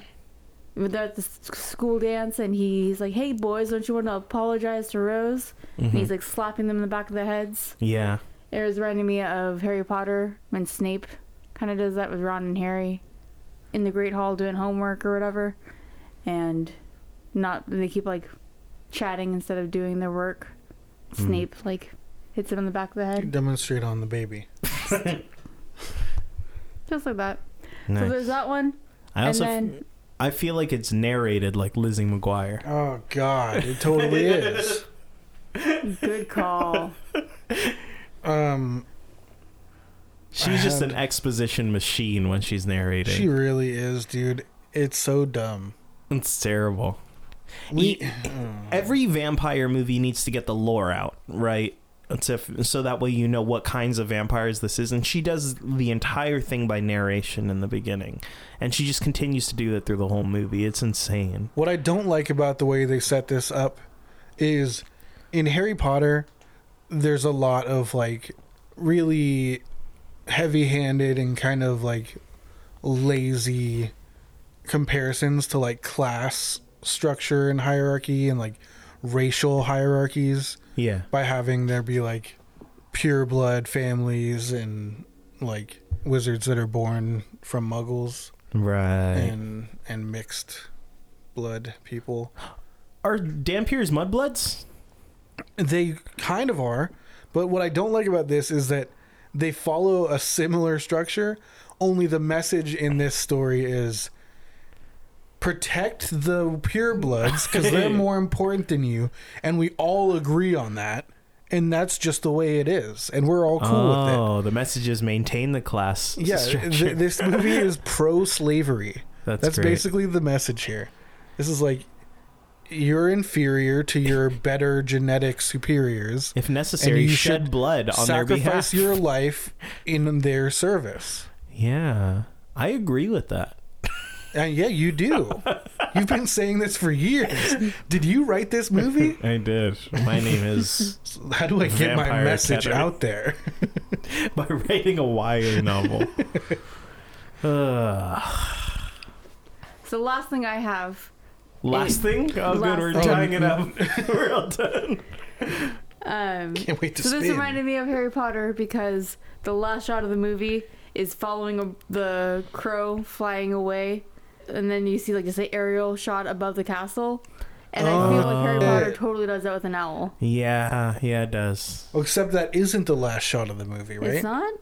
when they're at the s- school dance and he's like, "Hey boys, don't you want to apologize to Rose?" And he's like slapping them in the back of the heads.
Mm-hmm. Yeah.
It was reminding me of Harry Potter when Snape kind of does that with Ron and Harry in the Great Hall doing homework or whatever, and not and they keep like chatting instead of doing their work.
Mm-hmm.
Snape like hits him in the back of the head,
Demonstrate on the baby.
just like that. So
Nice.
there's that one.
I also,
and
f-
then-
I feel like it's narrated like Lizzie McGuire.
Oh God, it totally is.
Good call.
Um,
She's just
had-
an exposition machine when she's narrating.
she really is, dude. It's so dumb.
it's terrible.
We,
E- every vampire movie needs to get the lore out, right? To, so that way you know what kinds of vampires this is. And she does the entire thing by narration in the beginning. And she just continues to do that through the whole movie. It's insane.
What I don't like about the way they set this up is in Harry Potter, there's a lot of like really heavy handed and kind of like lazy comparisons to like class structure and hierarchy and like racial hierarchies
Yeah.
by having there be like pure blood families and like wizards that are born from muggles
Right.
and and mixed blood people.
Are Dampiers mudbloods?
They kind of are, but what I don't like about this is that they follow a similar structure. Only the message in this story is protect the purebloods because they're more important than you, and we all agree on that. And that's just the way it is, and we're all cool with it.
oh, the messages maintain the class.
Yeah,
structure.
th- this movie is pro slavery.
That's great.
basically the message here. This is like you're inferior to your better genetic superiors.
if necessary,
you
shed
should
blood on their
Sacrifice
behalf.
your life in their service.
yeah. I agree with that.
And Uh, yeah, you do. You've been saying this for years. Did you write this movie?
I did. My name is
How do I get my
Vampire
message
Academy.
out there?
by writing a YA novel. Ugh.
So last thing I have.
Last thing? Oh, good.
Last
We're
thing.
tying it up. we're all done.
Um,
Can't wait to
so this
spin.
reminded me of Harry Potter because the last shot of the movie is following a, the crow flying away, and then you see like just an aerial shot above the castle. And I feel like Harry
Oh.
Potter totally does that with an owl.
Yeah, yeah, it does.
Well, Except that isn't the last shot of the movie, right?
It's not.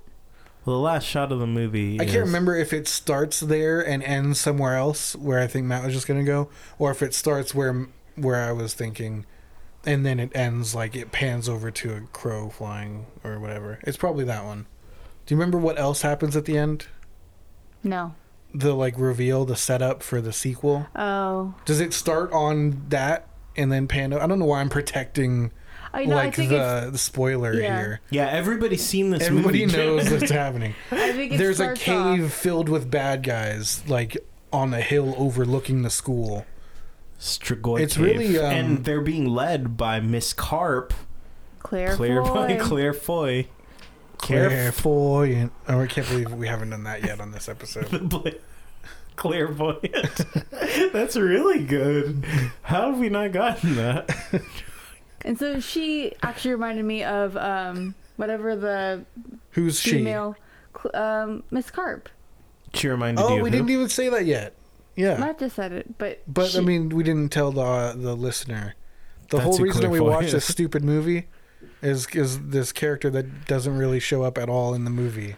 Well, the last shot of the movie.
I
is-
can't remember if it starts there and ends somewhere else where I think Matt was just gonna go, or if it starts where where I was thinking, and then it ends like it pans over to a crow flying or whatever. It's probably that one. Do you remember what else happens at the end?
No.
The like reveal, the setup for the sequel.
Oh.
Does it start on that and then pan? I don't know why I'm protecting
I know. I
like
think
the, the spoiler
Yeah.
here.
Yeah, everybody's seen this
Everybody
movie.
knows that's happening.
it's. I think it
there's a
starts
cave
off-
filled with bad guys like on a hill overlooking the school
Strigoi
It's
Cave.
really, um,
and they're being led by Miss Carp,
Claire.
Claire Foy,
Foy.
Claire Foy, Claire,
clairvoyant oh i can't believe we haven't done that yet on this episode
clairvoyant. That's really good. How have we not gotten that?
And so she actually reminded me of um whatever the
who's
female cl- um Miss Carp.
She reminded
she
you.
oh
of
we
who?
didn't even say that yet yeah
Matt just said it, but
but
she-
i mean we didn't tell the the listener the
That's
whole
who
reason that we
clairvoyant
watched this
is.
stupid movie is is this character that doesn't really show up at all in the movie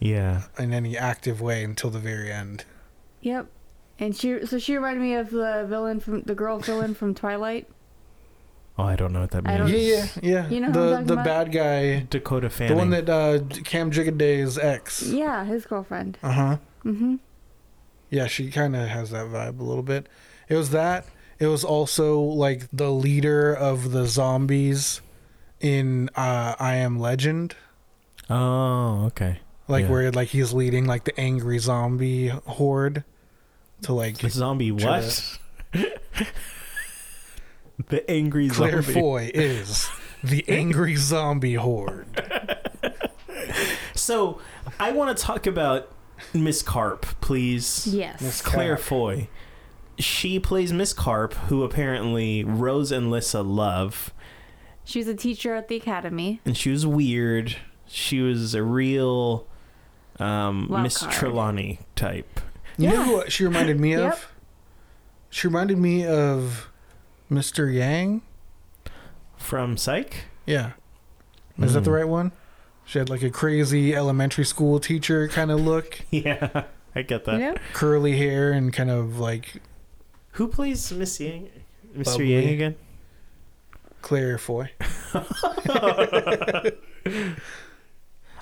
e-
Yeah.
in any active way until the very end
Yep. And she so she reminded me of the villain from the girl villain from Twilight.
Oh, I don't know what that
I
means.
don't-
yeah yeah yeah
You know who I'm
the
talking
the
about?
bad guy
Dakota Fanning.
the one that uh cam jigaday's ex
Yeah, his girlfriend.
Uh huh.
Mhm.
Yeah, she kind of has that vibe a little bit. It was that. It was also like the leader of the zombies in uh, I Am Legend,
Oh, okay.
like
Yeah.
where like he's leading like the angry zombie horde to like
The zombie
Sure.
what? the angry
Claire
zombie.
Foy is the angry zombie horde.
So, I want to talk about Miss Carp, please.
Yes.
Miss Carp.
Claire Foy. She plays Miss Carp, who apparently Rose and Lissa love,
She was a teacher at the academy.
and she was weird. She was a real um,
Wild
Miss
card.
Trelawney type.
You
Yeah.
know what she reminded me of?
Yep.
She reminded me of Mr. Yang.
From Psych?
Yeah. Is that the
Hmm.
right one? She had like a crazy elementary school teacher kind of look,
Yeah, I
Uh,
get that.
You know?
curly hair, and kind of like
Who plays Miss Yang? Mr.
Bubbly.
Yang again?
Claire Foy.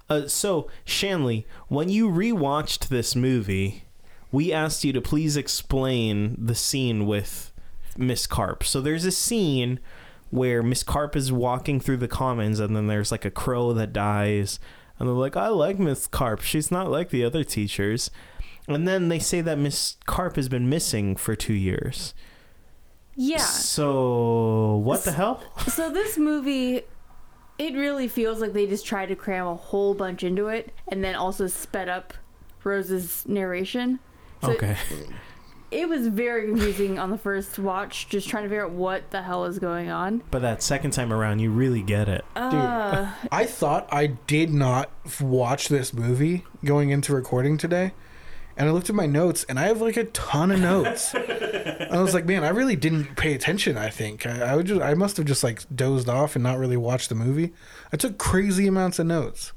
Uh, so, Shanley, when you rewatched this movie, we asked you to please explain the scene with Miss Carp. So, there's a scene where Miss Carp is walking through the commons, and then there's like a crow that dies. And they're like, I like Miss Carp. She's not like the other teachers. And then they say that Miss Carp has been missing for two years.
Yeah.
So, what the hell?
So this movie, it really feels like they just tried to cram a whole bunch into it, and then also sped up Rose's narration. So
okay.
It was very confusing on the first watch, just trying to figure out what the hell is going on.
But that second time around, you really get it.
Uh,
I thought I did not f- watch this movie going into recording today. And I looked at my notes and I have like a ton of notes. and I was like, man, I really didn't pay attention, I think. I, I would just I must have just like dozed off and not really watched the movie. I took crazy amounts of notes.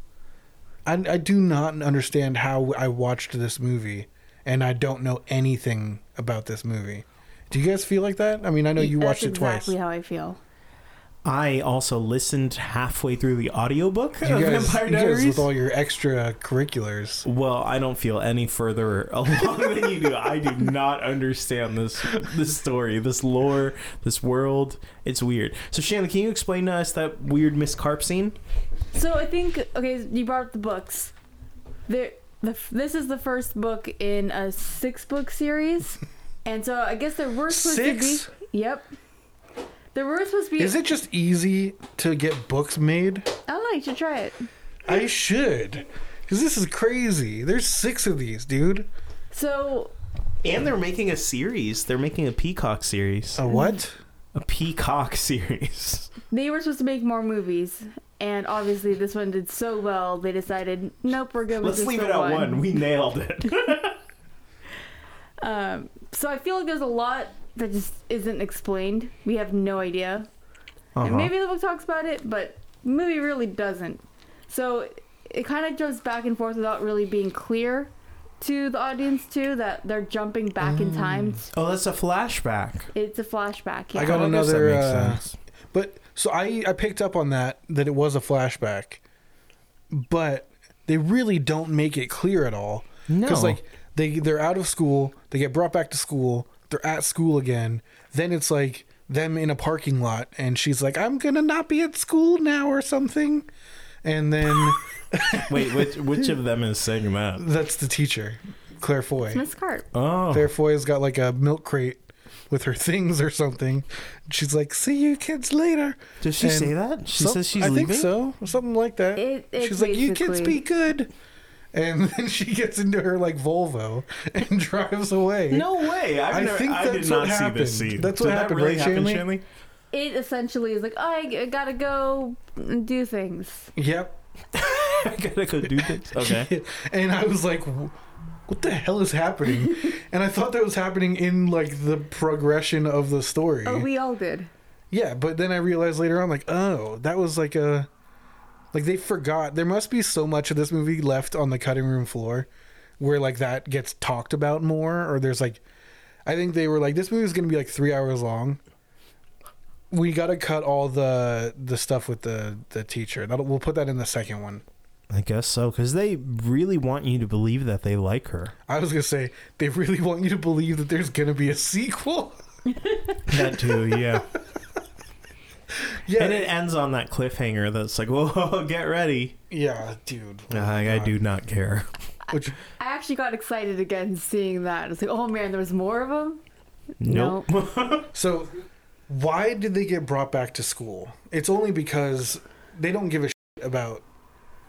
I, I do not understand how I watched this movie and I don't know anything about this movie. Do you guys feel like that? I mean, I know you watched
that's
it twice.
Exactly how I feel.
I also listened halfway through the audiobook of
you guys,
Vampire
you guys
Diaries.
with all your extracurriculars.
well, I don't feel any further along than you do. I do not understand this this story, this lore, this world. It's weird. So, Shannon, can you explain to us that weird Miss Carp scene?
So I think okay, you brought up the books. There, the, this is the first book in a six-book series, and so I guess there were supposed
Six?
to be. Yep. There were supposed to be.
Is it just easy to get books made?
I don't know. You should try it.
I should. Because this is crazy. There's six of these, dude.
So
And they're making a series. They're making a Peacock series.
A what?
A Peacock series.
they were supposed to make more movies, and obviously this one did so well they decided, nope, we're good with
Let's
this
leave it
the
at
one.
one. We nailed it.
Um, so I feel like there's a lot that just isn't explained. We have no idea.
Uh-huh.
And maybe the book talks about it, but the movie really doesn't. So it kind of jumps back and forth without really being clear to the audience too that they're jumping back in time.
Oh, that's a flashback.
It's a flashback. Yeah.
Mm. I got
it.
guess that
another.
makes
uh,
sense.
But so I I picked up on that that it was a flashback, but they really don't make it clear at all.
No.
like they they're out of school, they get brought back to school, they're at school again. Then it's like them in a parking lot, and she's like, "I'm gonna not be at school now" or something, and then.
Wait, which which of them is saying that?
That's the teacher, Claire Foy.
Miss Carp.
Oh,
Claire Foy's got like a milk crate with her things or something. She's like, "See you kids later."
Does she
And
say that? She
some-
says she's
I
leaving.
think so, something like that.
It- it
she's like, "You kids
basically-
be good," and then she gets into her like Volvo and drives away.
No way! I've
I
never,
think
I did
that's
not
what
see this
happened.
scene.
That's
Did
what
that
happened,
really
right,
happen,
Shanley?
Shanley?
It essentially is like, oh, I I gotta go and do things.
Yep.
I gotta go do this. Okay.
and I was like, "Wh- "What the hell is happening?" and I thought that was happening in like the progression of the story.
Oh, we all did.
Yeah, but then I realized later on, like, oh, that was like a, like they forgot. There must be so much of this movie left on the cutting room floor, where like that gets talked about more, or there's like, I think they were like, this movie is gonna be like three hours long. We gotta cut all the the stuff with the the teacher. That'll, we'll put that in the second one.
I guess so, because they really want you to believe that they like her.
I was gonna say they really want you to believe that there's gonna be a sequel.
That too, yeah.
yeah,
and it ends on that cliffhanger. That's like, whoa, get ready.
yeah, dude.
I, I do not care.
Which
I actually got excited again seeing that. It's like, oh man, there was more of them.
Nope.
So, why did they get brought back to school? It's only because they don't give a shit about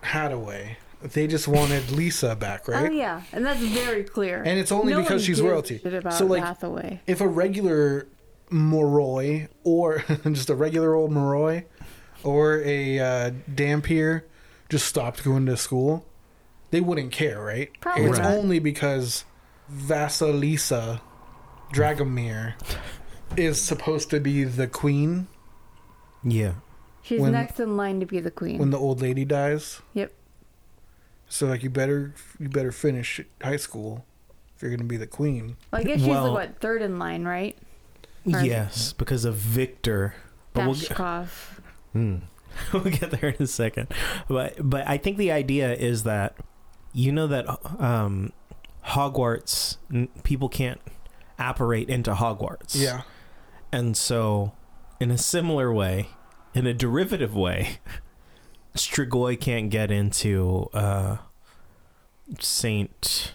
Hadaway. They just wanted Lisa back,
Oh
right?
yeah, and that's very clear.
And it's only
No
because
one
she's
gives a
royalty.
Shit about
So, like-
Hathaway.
If a regular Moroi or just a regular old Moroi or a uh, Dampier just stopped going to school, they wouldn't care, right?
Probably
it's
not.
only because Vasilisa Dragomir is supposed to be the queen
Yeah.
She's
When-
next in line to be the queen.
when the old lady dies.
Yep.
So like you better you better finish high school if you're gonna be the queen.
well, I guess she's
well-
the what third in line, right? Or-
Yes, because of Victor. But we'll get,
Dashkov.
Hmm. we'll get there in a second. But but I think the idea is that you know that um, Hogwarts n- people can't apparate into Hogwarts.
Yeah.
And so, in a similar way, in a derivative way, Strigoi can't get into uh, Saint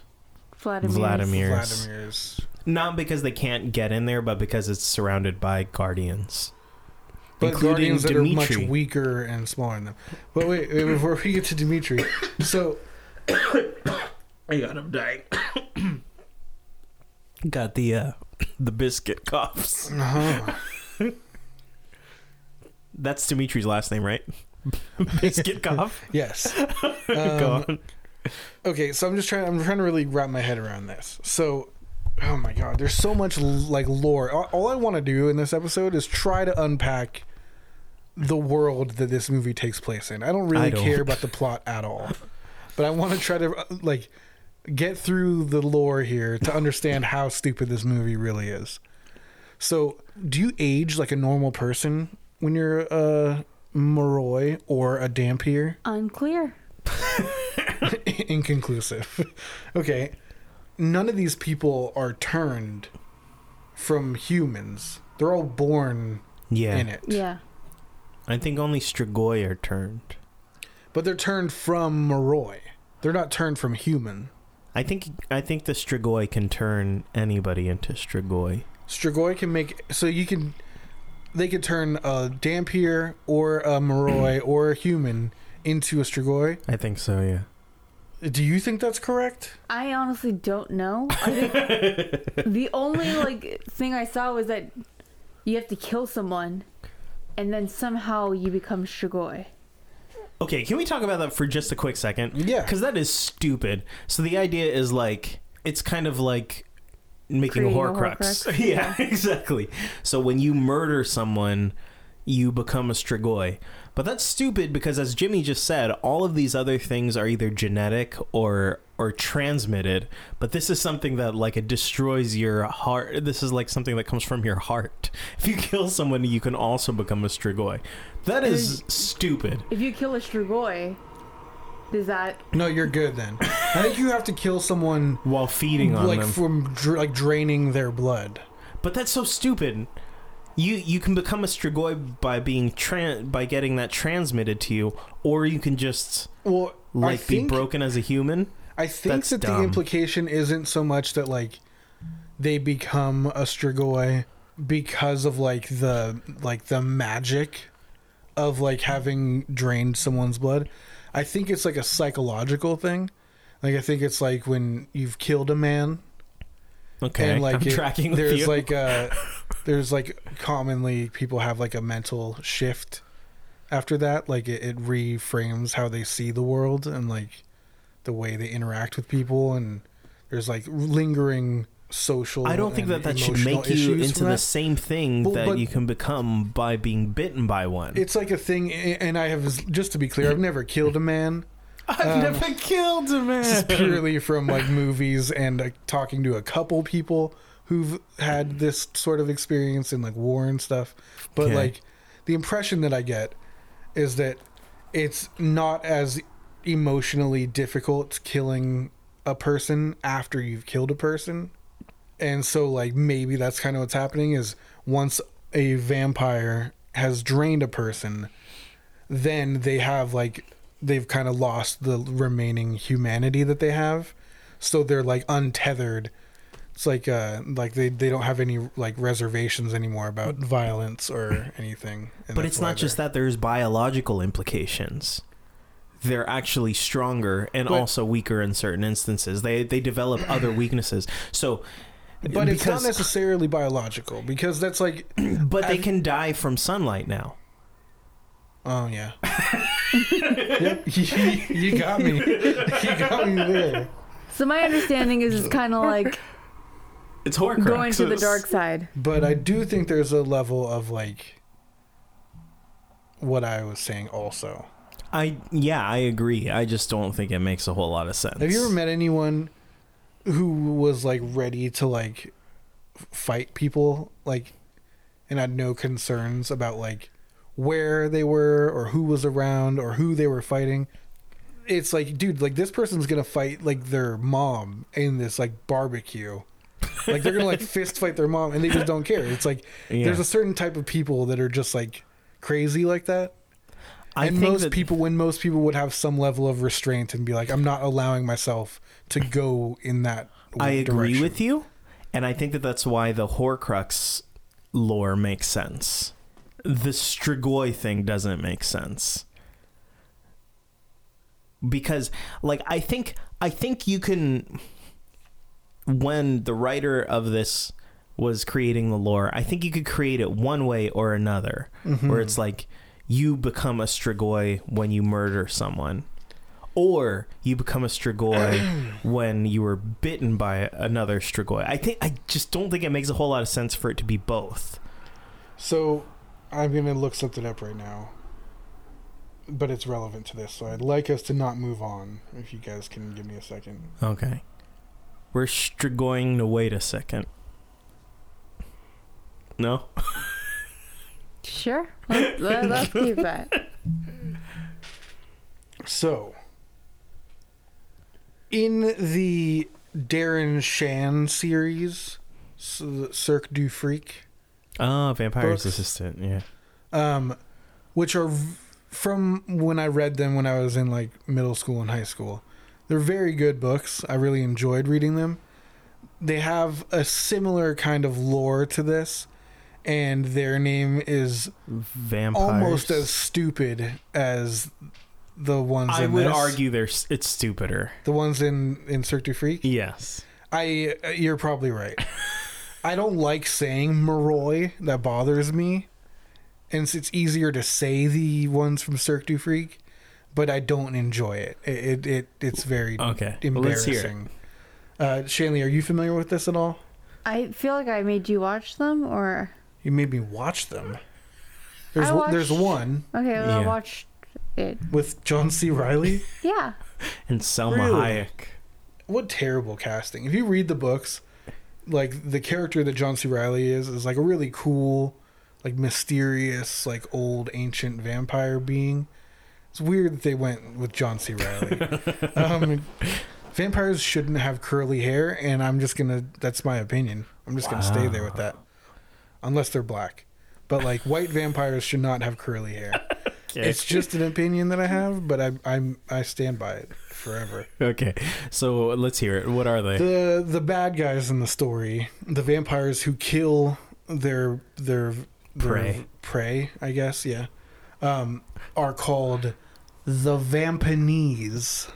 Vladimir.
Vladimir. Yes.
Vladimir's
not because they can't get in there, but because it's surrounded by guardians.
But
Including
Guardians that are
Dimitri.
much weaker and smaller than them. But wait, wait before we get to Dimitri. So I got him dying.
Got the uh, the biscuit coughs.
Uh-huh.
That's Dimitri's last name, right? biscuit cough.
Yes.
Go
Um,
on.
okay, so I'm just trying I'm trying to really wrap my head around this. So oh my god, there's so much l- like lore. All, all I want to do in this episode is try to unpack the world that this movie takes place in. I don't really
I don't.
care about the plot at all. But I want to try to uh, like get through the lore here to understand how stupid this movie really is. So, do you age like a normal person when you're a Moroi or a Dampier?
Unclear.
inconclusive. Okay. None of these people are turned from humans. They're all born
Yeah,
in it.
Yeah.
I think only Strigoi are turned.
But they're turned from Moroi. They're not turned from human.
I think I think the Strigoi can turn anybody into Strigoi.
Strigoi can make so you can they could turn a Dampier or a Moroi or a human into a Strigoi.
I think so. Yeah.
Do you think that's correct?
I honestly don't know. I think the only like thing I saw was that you have to kill someone, and then somehow you become Shigoi.
Okay, can we talk about that for just a quick second?
Yeah.
Because that is stupid. So the idea is like, it's kind of like making
Creating a
a Horcrux.
Horcrux,
Yeah, exactly. So when you murder someone, you become a Strigoi. But that's stupid because, as Jimmy just said, all of these other things are either genetic or or transmitted. But this is something that like it destroys your heart. This is like something that comes from your heart. If you kill someone, you can also become a Strigoi. That is stupid.
If you kill a Shigoi, does that?
No, you're good then. I think you have to kill someone
while feeding on
like
them.
from dr- like draining their blood.
but that's so stupid. You you can become a strigoi by being tran by getting that transmitted to you, or you can just
Well, I
like be
think
broken as a human.
I think
That's
that
dumb.
the implication isn't so much that like they become a Strigoi because of like the like the magic of like having drained someone's blood. I think it's like a psychological thing. Like I think it's like when you've killed a man
Okay,
and like
I'm
it-
tracking with
there's
you.
like a there's like commonly people have like a mental shift after that like it, it reframes how they see the world and like the way they interact with people and there's like lingering social
I don't think that
and
that should
emotional
make you
issues
into
from
the
that.
same thing
Well,
that
but-
you can become by being bitten by one.
it's like a thing and i have just to be clear i've never killed a man
I've never killed a
This
man.
is purely from like movies and like, talking to a couple people who've had this sort of experience in like war and stuff. But
Okay.
like the impression that I get is that it's not as emotionally difficult killing a person after you've killed a person. And so like maybe that's kind of what's happening is once a vampire has drained a person, then they have like they've kind of lost the remaining humanity that they have so they're like untethered it's like uh like they they don't have any like reservations anymore about violence or anything and
But
that's
it's
why
not just
they're-
that there's biological implications. They're actually stronger and
But-
also weaker in certain instances. They they develop other weaknesses. So
but it's not
because-
necessarily biological because that's like
but they can die from sunlight now.
oh yeah yep you, you got me you got me there
So my understanding is it's kind of like
It's Horcruxes.
going to the dark side.
But I do think there's a level of like what I was saying also.
I yeah, I agree. I just don't think it makes a whole lot of sense.
Have you ever met anyone who was like ready to like f- fight people like and had no concerns about like where they were or who was around or who they were fighting? It's like, dude, like this person's gonna fight like their mom in this like barbecue. Like they're gonna like fist fight their mom and they just don't care. It's like
Yeah.
there's a certain type of people that are just like crazy like that
I
and
think
most
that-
people, when most people would have some level of restraint and be like, "I'm not allowing myself to go in that."
I agree
direction."
with you, and I think that that's why the Horcrux lore makes sense. The Strigoi thing doesn't make sense because, like, I think I think you can. When the writer of this was creating the lore, I think you could create it one way or another,
Mm-hmm.
where it's like you become a Strigoi when you murder someone or you become a strigoi when you were bitten by another strigoi. I think I just don't think it makes a whole lot of sense for it to be both.
So, I'm gonna look something up right now, but it's relevant to this. So, I'd like us to not move on. If you guys can give me a second.
Okay. We're strigoing to wait a second. No?
Sure. Let, let, let's keep that.
So, in the Darren Shan series, s- the Cirque du Freak.
Oh, Vampire's
Books.
Assistant, yeah.
um, which are v- from when I read them when I was in like middle school and high school. They're very good books. I really enjoyed reading them. They have a similar kind of lore to this, and their name is
Vampires.
almost as stupid as the ones.
I
in
would
this-
argue there's it's stupider.
the ones in in Cirque du Freak.
Yes.
I uh, you're probably right. I don't like saying Maroi. That bothers me. And it's, it's easier to say the ones from Cirque du Freak, but I don't enjoy it. It it, it it's very
Okay. Well, let's hear it.
embarrassing. Uh, Shanley, are you familiar with this at all?
I feel like I made you watch them, or
You made me watch them. There's
I
one- there's
watched-
one
okay, well, I
Yeah.
watched it.
with John C. Riley.
Yeah.
And Selma
Really?
Hayek.
what terrible casting. If you read the books, like the character that John C. Riley is is like a really cool, like mysterious, like old ancient vampire being. It's weird that they went with John C. Riley. um, vampires shouldn't have curly hair, and I'm just gonna. That's my opinion. I'm just gonna stay there with that, unless they're black. But like white vampires should not have curly hair. It's just an opinion that I have, but I I'm, I stand by it forever
Okay. So let's hear it. What are they?
the the bad guys in the story, the vampires who kill their their, their
Prey.
prey, I guess, yeah, um, are called the Vampanese.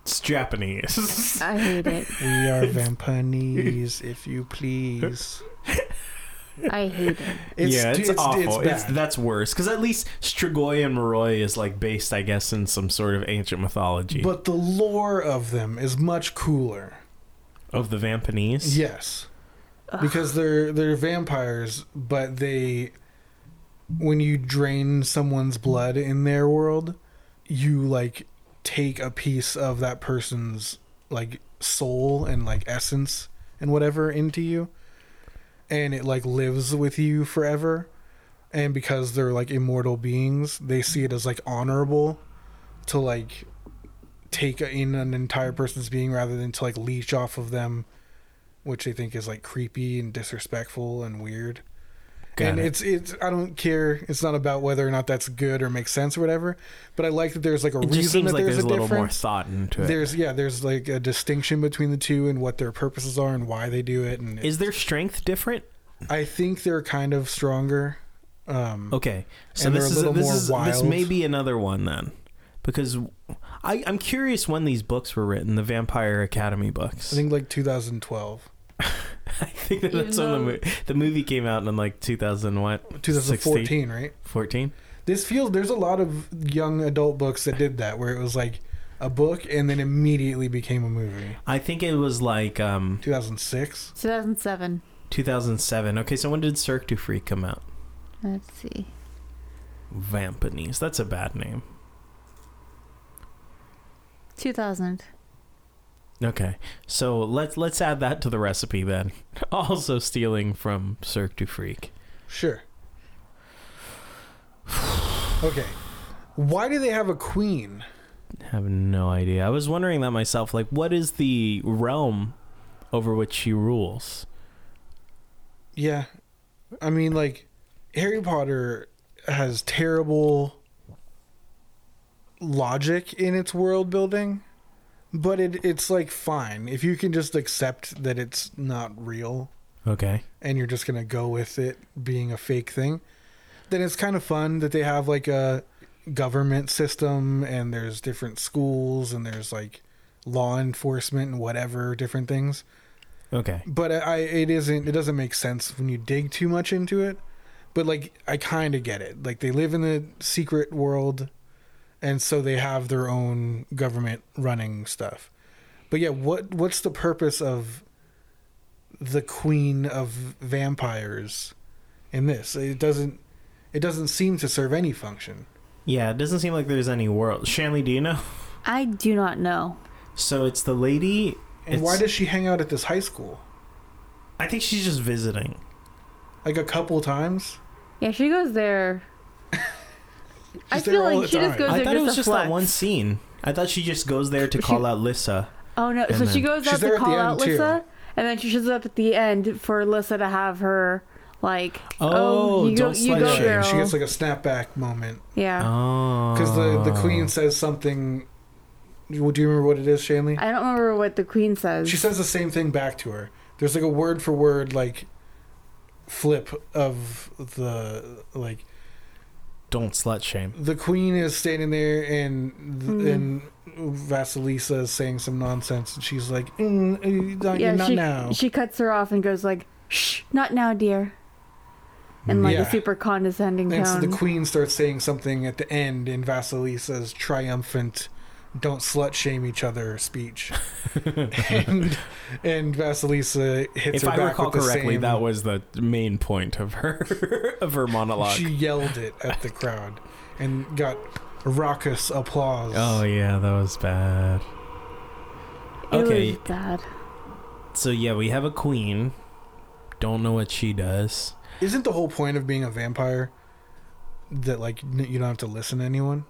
it's Japanese.
I hate it.
We are Vampanese, if you please.
I hate it.
yeah, it's, awful. It's,
bad.
that's worse because at least Strigoi and Moroi is like based, I guess, in some sort of ancient mythology
but the lore of them is much cooler.
of the Vampanese.
Yes, because they're they're vampires, but they when you drain someone's blood in their world, you like take a piece of that person's like soul and like essence and whatever into you, and it like lives with you forever. And because they're like immortal beings, they see it as like honorable to like take in an entire person's being rather than to like leech off of them which they think is like creepy and disrespectful and weird.
Got
and
it.
it's it's I don't care. It's not about whether or not that's good or makes sense or whatever. But I like that there's like a
It
reason
just seems
that
like
there's,
there's a little more
difference.
thought into it. Is
There's yeah, there's like a distinction between the two and what their purposes are and why they do it. And it-
their strength different?
I think they're kind of stronger. Um,
Okay, so
And they're
this
a
is
little
this
more
is this
wild.
may be another one then, because I, I'm curious when these books were written, the Vampire Academy books.
I think like 2012,
I think that
Even
that's when the
though-
movie, the movie came out in like 2000 what
2014,
16?
right?
14.
This feels there's a lot of young adult books that did that where it was like a book and then immediately became a movie.
I think it was like um,
2006.
2007.
2007. Okay, so when did Cirque du Freak come out?
Let's see.
Vampanese. That's a bad name.
2000.
Okay, so let's let's add that to the recipe then. Also stealing from Cirque du Freak.
Sure. Okay. Why do they have a queen?
Have no idea. I was wondering that myself. Like, what is the realm over which she rules?
Yeah. I mean, like, Harry Potter has terrible logic in its world building, but it, it's like fine. If you can just accept that it's not real
Okay.
and you're just going to go with it being a fake thing, then it's kind of fun that they have like a government system and there's different schools and there's like law enforcement and whatever different things
Okay.
but I- I it isn't it doesn't make sense when you dig too much into it. But like I kind of get it. Like they live in the secret world, and so they have their own government running stuff. But yeah, what what's the purpose of the queen of vampires in this? It doesn't it doesn't seem to serve any function.
Yeah, it doesn't seem like there's any world. Shanley, do you know?
I do not know.
So it's the lady.
And
it's-
why does she hang out at this high school?
I think she's just visiting.
Like a couple times.
Yeah, she goes there. I
She's there
feel
all
like
the
she just
time.
goes
I
there
thought it
just
was
to
just
flex.
that one scene. I thought she just goes there to
She-
call out Lissa.
Oh no! so
And
she
then-
goes
She's
out
there
to
at the
call out
end, too.
Lissa, and then she shows up at the end for Lissa to have her like,
Oh,
oh, you go,
don't
you
slut
go,
shame.
She-
girl.
she gets like a snapback moment.
yeah.
Oh,
Because the, the queen says something. Well, do you remember what it is,
Oh.
Shanley?
I don't remember what the queen says.
She says the same thing back to her. There's like a word for word like flip of the like
don't slut shame.
the queen is standing there and th-
Hmm.
and Vasilisa is saying some nonsense and she's like, mm, uh, not,
yeah,
not
she,
now.
she cuts her off and goes like, "Shh, not now, dear," in like
Yeah.
a super condescending
and so
tone.
the queen starts saying something at the end in Vasilisa's triumphant "Don't slut shame each other" speech, and and Vasilisa hits
if
her
I
back
recall
with the
correctly,
same.
that was the main point of her of her monologue.
She yelled it at the crowd and got raucous applause.
oh yeah, that was bad.
It
Okay.
was bad.
So yeah, we have a queen. Don't know what she does.
Isn't the whole point of being a vampire that like n- you don't have to listen to anyone?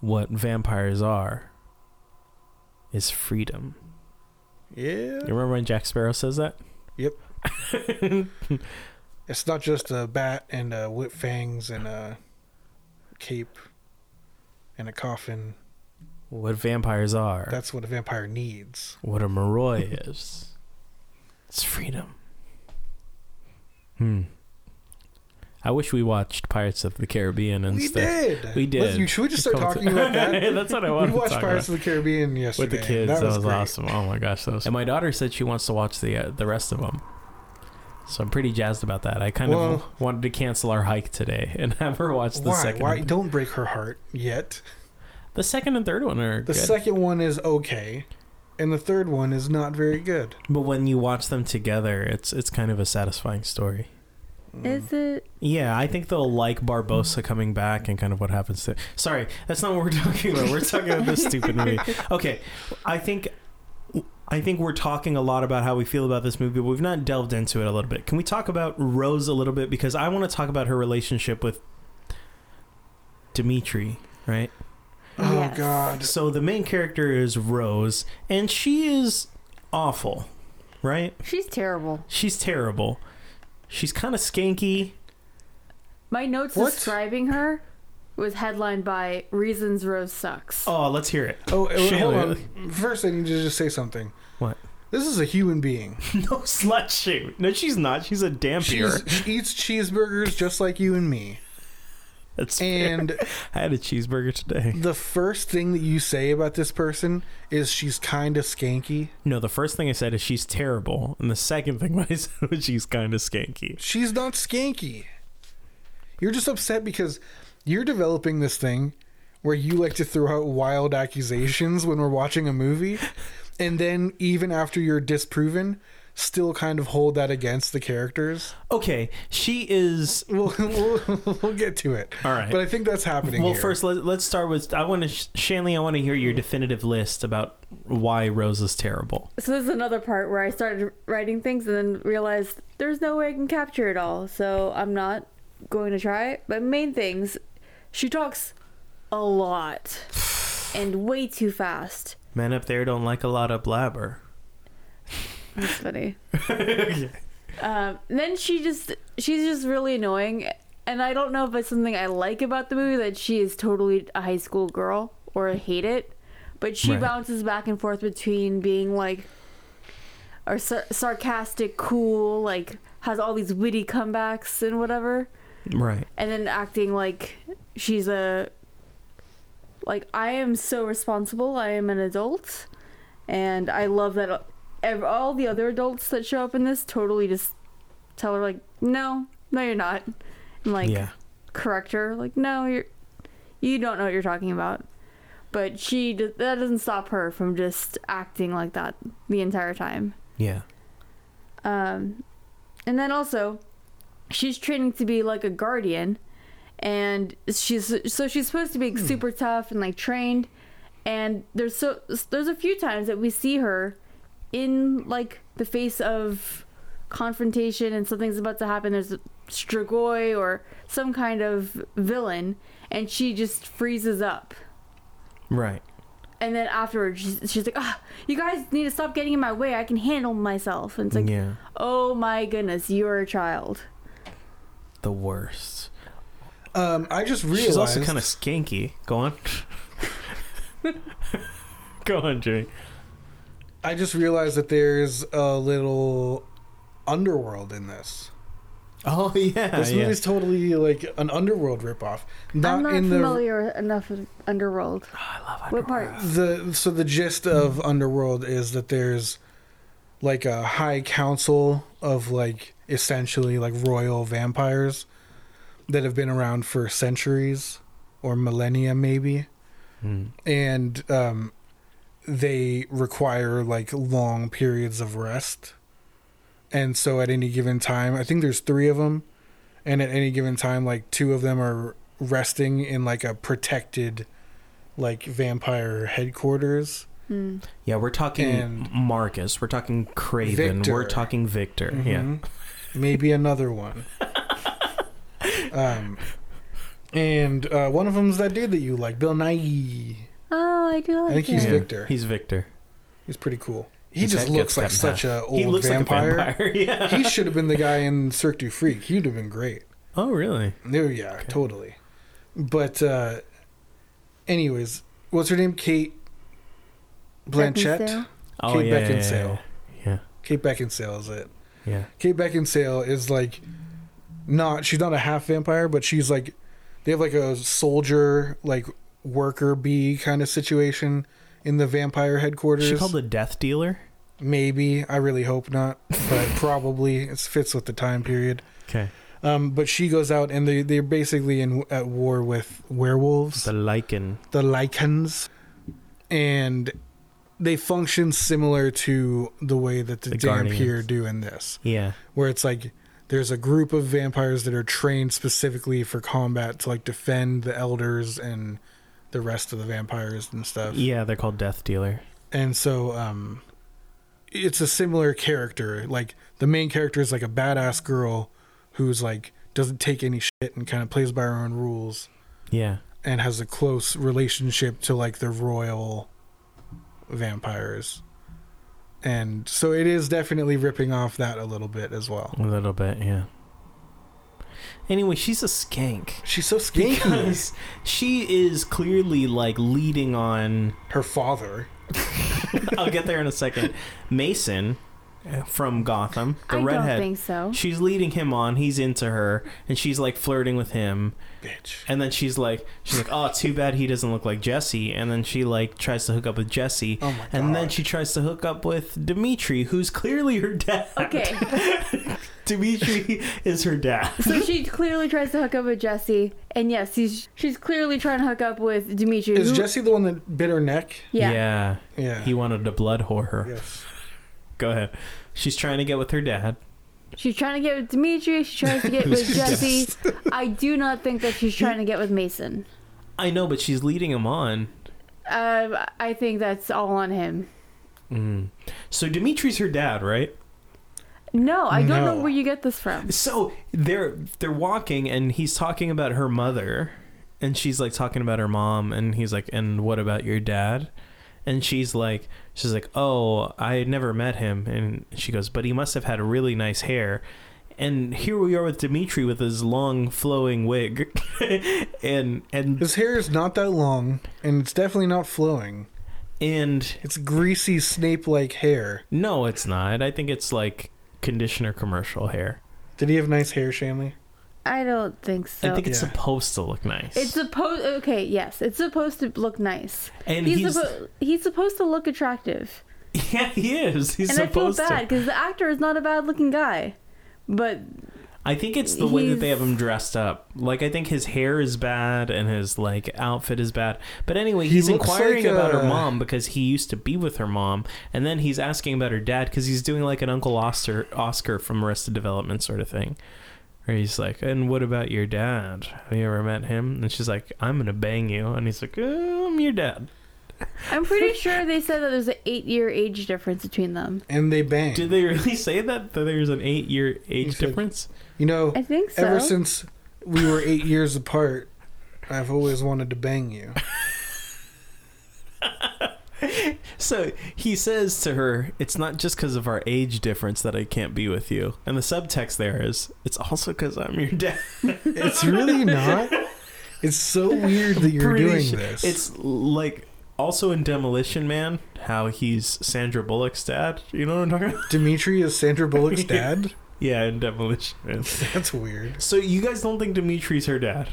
What vampires are is freedom.
Yeah.
You remember when Jack Sparrow says that?
Yep. it's not just a bat and a whip fangs and a cape and a coffin.
What vampires are?
That's what a vampire needs.
what a Maroi is. It's freedom. Hmm. I wish we watched Pirates of the Caribbean
We
instead.
did.
We did.
Let's- you- should we just start
Come to-
talking about that?
That's what I
we
wanted to
watched
talk
Pirates
about.
of the Caribbean yesterday.
With the kids,
That, was, great.
awesome. Oh my gosh, that was. And my daughter said she wants to watch the uh, the rest of them, so I'm pretty jazzed about that. I kind
Well-
of wanted to cancel our hike today and have her watch the
Why?
second.
Why?
and-
Don't break her heart yet.
The second and third one are
The
good,
second one is okay, and the third one is not very good.
but when you watch them together, it's it's kind of a satisfying story.
Is it?
Yeah, I think they'll like Barbosa coming back and kind of what happens to. Sorry, that's not what we're talking about. We're talking about this stupid movie. Okay, I think, I think we're talking a lot about how we feel about this movie, but we've not delved into it a little bit. Can we talk about Rose a little bit because I want to talk about her relationship with Dimitri, right?
Oh
Yes.
God.
So the main character is Rose, and she is awful, right?
She's terrible.
She's terrible. She's kind of skanky.
My notes
What?
describing her was headlined by "Reasons Rose Sucks."
Oh, let's hear it.
Oh, uh, hold
Shayla.
on. First, I need to just say something.
What?
This is a human being.
No slut shame. No, she's not. She's a dampier.
She's, she eats cheeseburgers just like you and me.
That's
And
I had a cheeseburger today.
the first thing that you say about this person is she's kind of skanky.
No, the first thing I said is she's terrible, and the second thing I said was she's kind of skanky.
She's not skanky. You're just upset because you're developing this thing where you like to throw out wild accusations when we're watching a movie, and then even after you're disproven, still kind of hold that against the characters.
Okay, she is.
We'll we'll, we'll get to it.
All right.
but I think that's happening.
Well,
here.
first let, let's start with. I want to, Shanley. I want to hear your definitive list about why Rose is terrible.
So this is another part where I started writing things and then realized there's no way I can capture it all. So I'm not going to try. But main things, she talks a lot and way too fast.
Men up there don't like a lot of blabber.
That's funny. um, then she just she's just really annoying, and I don't know if it's something I like about the movie that she is totally a high school girl or I hate it, but she
Right.
bounces back and forth between being like, or sar- sarcastic, cool, like has all these witty comebacks and whatever
Right.
and then acting like she's a like I am so responsible. I am an adult, and I love that ev- all the other adults that show up in this totally just tell her like, no, no, you're not, and like
yeah.
correct her like, no, you're you don't know what you're talking about. But she d- that doesn't stop her from just acting like that the entire time.
Yeah.
Um, and then also, she's training to be like a guardian, and she's so she's supposed to be like, super tough and like trained. And there's so there's a few times that we see her in like the face of confrontation and something's about to happen. There's a Strigoi or some kind of villain, and she just freezes up.
Right.
And then afterwards, she's, she's like, "Ah, you guys need to stop getting in my way. I can handle myself." And it's like,
yeah.
Oh my goodness, you're a child.
The worst.
um, I just realized
She's also kind of skanky. Go on. Go on, Jay.
I just realized that there's a little underworld in this.
Oh yeah.
This
yeah.
movie's totally like an underworld ripoff. Not,
I'm not
in the
familiar enough with Underworld.
Oh, I love
What part?
the so the gist of underworld is that there's like a high council of like essentially like royal vampires that have been around for centuries or millennia maybe and um they require like long periods of rest and so at any given time i think there's three of them and at any given time like two of them are resting in like a protected like vampire headquarters
Yeah, we're talking
And-
Marcus. We're talking Craven. We're
Victor. Mm-hmm.
talking Victor. Yeah.
maybe another one um and uh, one of them's that dude that you like bill nye
Oh, I do
i
like
think he's
Yeah.
it.
victor he's,
He's Victor.
pretty cool he
His
just
head
looks
gets
like
cut in
such
half.
a old
He looks like a
vampire,
vampire. Yeah.
he should have been the guy in cirque du freak he'd have been great
Oh really?
No, yeah, totally. But uh anyways, what's her name? Kate Blanchett.
Beckinsale?
Oh
Kate
yeah, yeah,
Beckinsale.
Yeah. yeah.
Kate Beckinsale is it.
Yeah.
Kate Beckinsale is like not she's not a half vampire, but she's like they have like a soldier like worker bee kind of situation in the vampire headquarters.
Is she called the Death Dealer?
Maybe. I really hope not, but probably it fits with the time period.
Okay.
Um, but she goes out and they they're basically in at war with werewolves.
The Lycan.
the lichens and they function similar to the way that the,
The
dampier
Guardians.
do in this
Yeah.
where it's like there's a group of vampires that are trained specifically for combat to like defend the elders and the rest of the vampires and stuff
Yeah, they're called Death Dealer.
and so um it's a similar character like the main character is like a badass girl who's like doesn't take any shit and kind of plays by her own rules
Yeah.
and has a close relationship to like the royal vampires. And so it is definitely ripping off that a little bit as well.
A little bit, yeah. Anyway, she's a skank.
She's so skinny.
Because she is clearly like leading on
Her father.
I'll get there in a second. Mason, from Gotham, the
I
redhead.
don't think so.
She's leading him on. He's into her, and she's like flirting with him.
Bitch.
And then she's like, she's like, oh, too bad he doesn't look like Jesse. And then she like tries to hook up with Jesse.
Oh my
And then
God.
she tries to hook up with Dimitri, who's clearly her dad.
Okay.
Dimitri is her dad.
So she clearly tries to hook up with Jesse, and yes, she's she's clearly trying to hook up with Dimitri.
Is
who-
Jesse the one that bit her neck?
Yeah.
yeah.
Yeah.
He wanted to blood whore her.
yes.
Go ahead. She's trying to get with her dad.
She's trying to get with Dimitri. She tries to get with Jesse. I do not think that she's trying to get with Mason.
I know, but she's leading him on.
Uh, I think that's all on him.
Mm. So Dimitri's her dad, right?
No, I don't know
No.
where you get this from.
So they're they're walking and he's talking about her mother and she's like talking about her mom and he's like and what about your dad? And she's like she's like, "Oh, I had never met him." And she goes, "But he must have had really nice hair." And here we are with Dimitri with his long flowing wig. and and
His hair is not that long, and it's definitely not flowing.
and
It's greasy Snape-like hair.
no, it's not. I think it's like conditioner commercial hair.
Did he have nice hair, Shanley?
I don't think so.
I think it's
Yeah.
supposed to look nice.
it's supposed. Okay, yes, it's supposed to look nice.
and
he's
he's,
suppo- he's supposed to look attractive,
yeah, he is. He's
and I feel
supposed to.
bad because the actor is not a bad looking guy, but
I think it's the way that they
He's-
have him dressed up. Like I think his hair is bad and his like outfit is bad. But anyway,
He
he's
looks
inquiring
like
about her
a-
mom because he used to be with her mom, and then he's asking about her dad because he's doing like an Uncle Oscar Oscar from Arrested Development sort of thing. Where he's like, "And what about your dad? Have you ever met him?" And she's like, "I'm gonna bang you," and he's like, "Uh, "I'm your dad."
I'm pretty sure they said that there's an eight year age difference between them.
And they bang.
Did they really say that that there's an eight year age
said-
difference?
you know,
I think so.
ever since we were eight years apart, I've always wanted to bang you.
So he says to her, "It's not just because of our age difference that I can't be with you." And the subtext there is, "It's also because I'm your dad."
It's really not. It's so weird that you're
Pretty
doing
sure-
this.
It's like also in Demolition Man, how he's Sandra Bullock's dad. You know what I'm talking about?
Dimitri is Sandra Bullock's dad.
Yeah, in Demolition Man.
That's weird.
So you guys don't think Dimitri's her dad?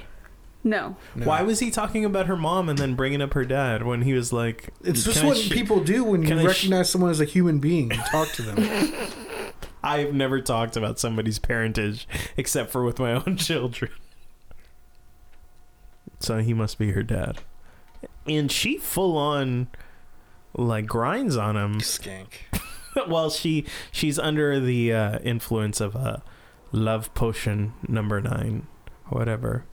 no.
No.
Why was he talking about her mom and then bringing up her dad when he was like,
It's just
"Can I
what
sh-
people do when you
can I sh-
recognize someone as a human being and talk to them.
I've never talked about somebody's parentage except for with my own children. So he must be her dad. And she full on like grinds on him
Skank.
while she she's under the uh, influence of a love potion number 9 whatever.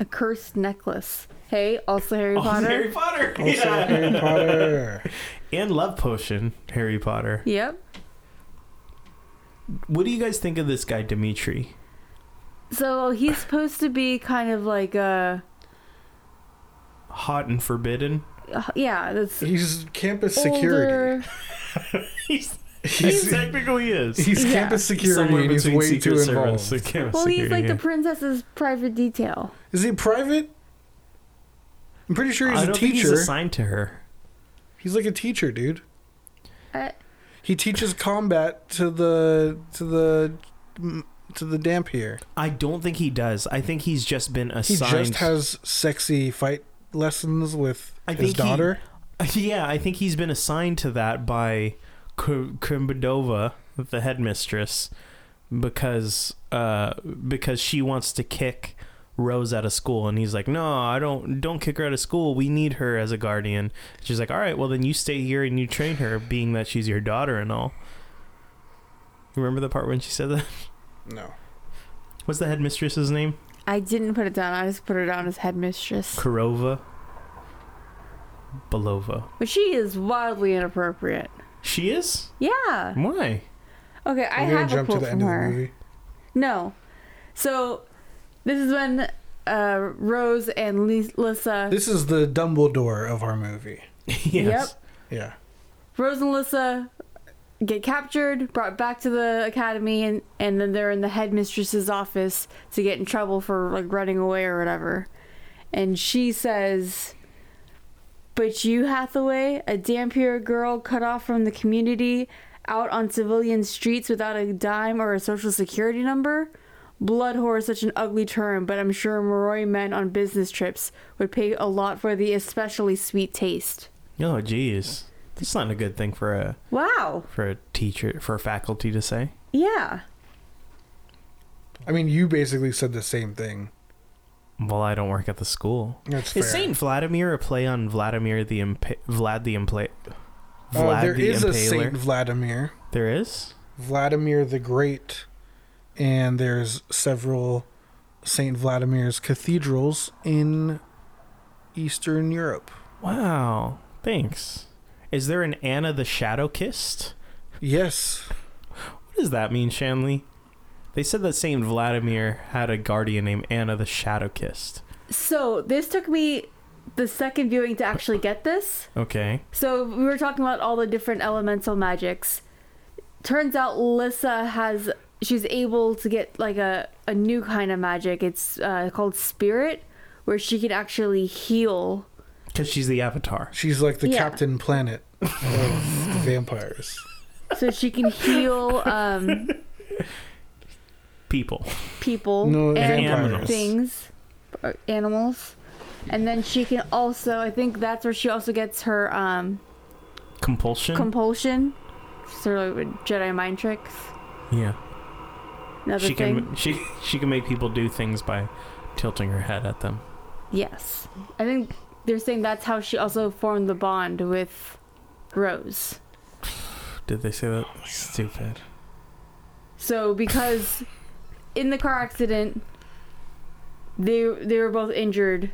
A cursed necklace. Hey, also Harry
Oh,
Potter.
Harry Potter.
Also,
Yeah.
Harry Potter.
And love potion Harry Potter.
Yep.
What do you guys think of this guy Dimitri?
So he's supposed to be kind of like a
Hot and forbidden.
yeah, that's
He's campus security.
older.
He's, he
He's,
technically is.
he's
Yeah.
campus security
Somewhere
and he's
between
way
Secret
too
Service
involved.
and campus
Well, he's like
security.
the princess's private detail.
Is he private? I'm pretty sure he's
I
a
don't
teacher.
think he's assigned to her.
he's like a teacher, dude.
Uh,
He teaches combat to the to the to the damp here.
I don't think he does. I think he's just been
He
assigned.
just has sexy fight lessons with
I
his
think he-
daughter.
yeah, I think he's been assigned to that by Kr- Krimbadova, the headmistress, because uh, because she wants to kick Rose out of school, and he's like, "No, I don't. Don't kick her out of school. We need her as a guardian." She's like, "All right, well then you stay here and you train her, being that she's your daughter and all." Remember the part when she said that?
no.
What's the headmistress's name?
I didn't put it down. I just put her down as headmistress.
Kurova. Belova.
But she is wildly inappropriate.
She is?
Yeah.
Why?
Okay, I
We're gonna
have a
jump to
quote
the
from
end of
her.
the movie.
No. So this is when uh, Rose and Lis- Lissa,
This is the Dumbledore of our movie.
yes.
Yeah.
Rose and Lissa get captured, brought back to the academy, and, and then they're in the headmistress's office to get in trouble for like running away or whatever. And she says, "But you, Hathaway, a damn pure girl cut off from the community." out on civilian streets without a dime or a social security number? Blood whore is such an ugly term, but I'm sure Moroi men on business trips would pay a lot for the especially sweet taste.
Oh, geez. That's not a good thing for a
Wow.
for a teacher for a faculty to say.
Yeah.
I mean, you basically said the same thing.
Well, I don't work at the school.
That's fair.
Is Saint Vladimir a play on Vladimir the Impa- Vlad the Impla- Vlad
Uh, there
the
is
Impaler?
a Saint Vladimir,
There is.
Vladimir the Great, and there's several Saint Vladimir's cathedrals in Eastern Europe.
Wow. Thanks. Is there an Anna the Shadow Kissed?
Yes,
What does that mean, Shanley? They said that Saint Vladimir had a guardian named Anna the Shadow Kissed.
So this took me the second viewing to actually get this.
Okay.
So we were talking about all the different elemental magics. Turns out Lissa has she's able to get like a, a new kind of magic. It's uh, called spirit, where she can actually heal.
Because she's the Avatar.
she's like the
Yeah.
Captain Planet of the vampires.
So she can heal um,
People.
people
No,
and
vampires.
things, or animals, and then she can also. I think that's where she also gets her um,
Compulsion.
compulsion, sort of like Jedi mind tricks.
yeah.
Another
she
thing.
can she she can make people do things by tilting her head at them.
Yes. I think they're saying that's how she also formed the bond with Rose.
Did they say that? Stupid.
So because in the car accident they they were both injured.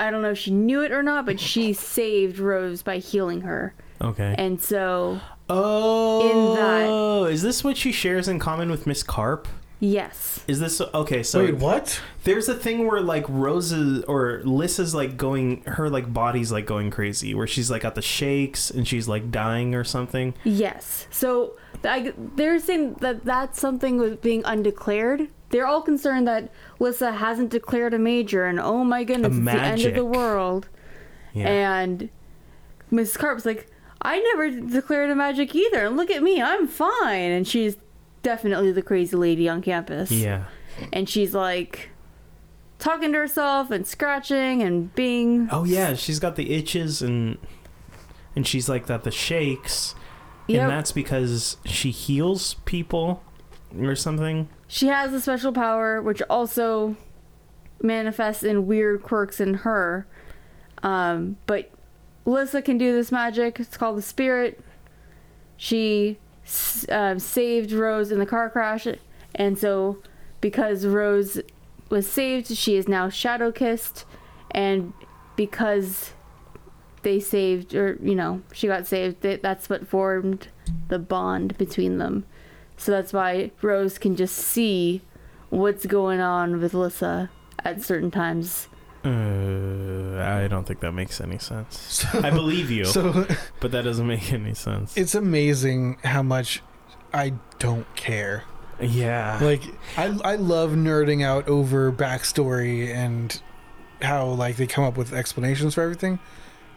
I don't know if she knew it or not, but she saved Rose by healing her.
Okay.
And so,
Oh, is this what she shares in common with Miss Carp?
yes.
Is this okay? So
Wait, what?
there's a thing where like Rose's or Liz is like going, her like body's like going crazy, where she's like got the shakes and she's like dying or something.
Yes. So I, they're saying that that's something with being undeclared. They're all concerned that Lissa hasn't declared a major, and oh my goodness, it's the end of
magic.
the world.
Yeah.
And Miss Carp's like, I never declared a magic either. Look at me, I'm fine. And she's definitely the crazy lady on campus.
yeah.
And she's like talking to herself and scratching and being.
Oh yeah, she's got the itches and and she's like got the shakes,
Yep.
and that's because she heals people or something.
She has a special power which also manifests in weird quirks in her. Um, but Lissa can do this magic. It's called the spirit. She s- um saved Rose in the car crash, and so because Rose was saved, she is now shadow kissed, and because they saved, or you know, she got saved. That that's what formed the bond between them. So that's why Rose can just see what's going on with Lissa at certain times.
Uh, I don't think that makes any sense. I believe you,
So
but that doesn't make any sense.
it's amazing how much I don't care.
yeah.
like I, I love nerding out over backstory and how like they come up with explanations for everything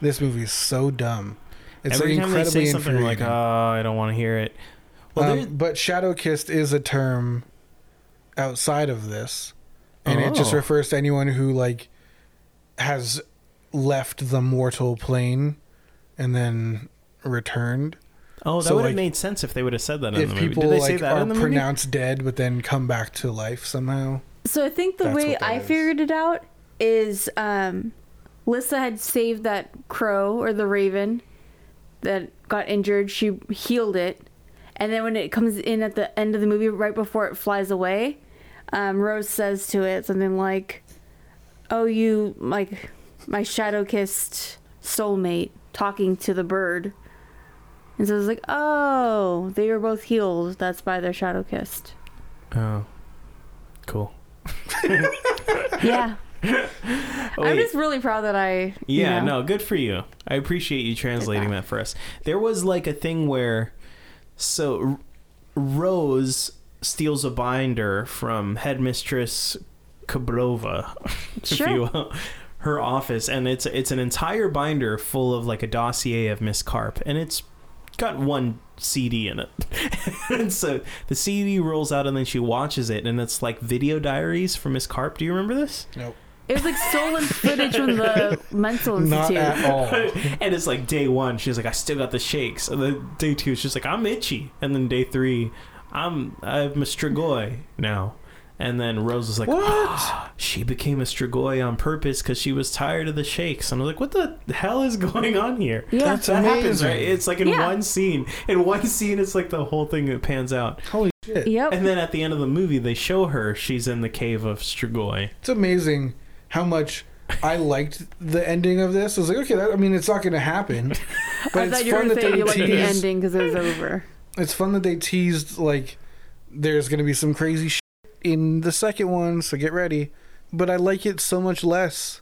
this movie is so dumb it's
Every
like,
time they
incredibly
say something like, "Oh,
infuriating.
I don't want to hear it," well,
Um,
there-
but shadow kissed is a term outside of this and it just
Oh.
refers to anyone who like has left the mortal plane and then returned
oh, that
so,
would have
like,
made sense if they would have said that in
if
the movie.
people
Did they say
like
that
are
in the movie?
pronounced dead but then come back to life somehow
So I think the
That's
way
what that
I
is.
figured it out is um, Lissa had saved that crow or the raven that got injured. She healed it. And then when it comes in at the end of the movie, right before it flies away, um, Rose says to it something like, Oh, you, like, my shadow kissed soulmate talking to the bird. And so it's like, Oh, they were both healed. That's by their shadow kissed.
Oh, cool.
Yeah.
Oh,
I'm
wait.
just really proud that I. you
Yeah,
know.
no, good for you. I appreciate you translating that for us. There was like a thing where, so R- Rose steals a binder from headmistress Kabrova, if you
Sure.
will, her office, and it's it's an entire binder full of like a dossier of Miss Carp, and it's got one CD in it. and so the CD rolls out and then she watches it and it's like video diaries from Miss Carp. Do you remember this?
Nope.
It was like stolen footage from the mental
Not
institute.
at all.
and it's like day one, she's like, I still got the shakes. And then day two, she's like, I'm itchy. And then day three, I'm I'm a Strigoi now. And then Rose was like,
What?
"Ah, she became a Strigoi on purpose because she was tired of the shakes. And I was like, what the hell is going on here?
Yeah.
That's
That happens,
amazing.
right? It's like in
Yeah.
one scene. In one scene, it's like the whole thing that pans out.
Holy shit.
Yep.
And then at the end of the movie, they show her she's in the cave of Strigoi.
It's amazing how much I liked the ending of this. I was like, okay, that, I mean, it's not going to happen. But
I thought
it's
you were
fun
gonna
that
say
they
you like the
teased.
ending because it was over.
It's fun that they teased like there's going to be some crazy shit in the second one, so get ready. But I like it so much less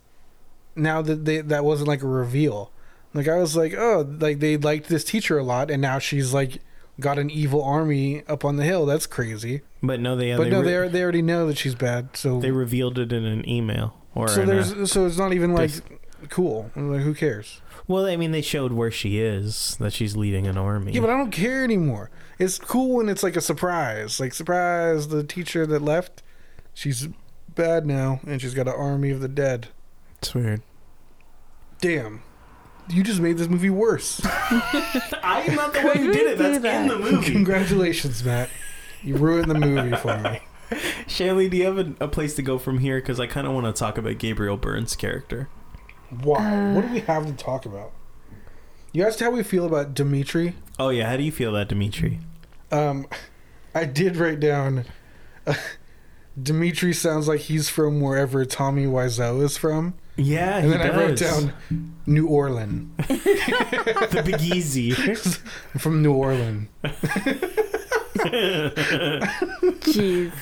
now that they that wasn't like a reveal. Like I was like, oh, like they liked this teacher a lot, and now she's like got an evil army up on the hill. That's crazy.
But no, they
but
they,
no,
re-
they are, they already know that she's bad. So
they revealed it in an email or
so
in a-
there's so it's not even like
this-
cool. Like who cares?
Well, I mean, they showed where she is, that she's leading an army.
Yeah, but I don't care anymore. It's cool when it's like a surprise. Like surprise, the teacher that left, she's bad now, and she's got an army of the dead.
it's weird.
Damn, you just made this movie worse.
I'm not the
Could we do that?
movie.
Congratulations, Matt. You ruined the movie for me.
Shanley, do you have a, a place to go from here? Because I kind of want to talk about Gabriel Byrne's character.
Wow. what do we have to talk about? You asked how we feel about Dimitri.
Oh, yeah. How do you feel that, Dimitri?
Um, I did write down. Uh, Dimitri sounds like he's from wherever Tommy Wiseau is from,
Yeah,
and
he
then I wrote
does.
down New Orleans.
the Big Easy.
I'm from New Orleans.
Jeez.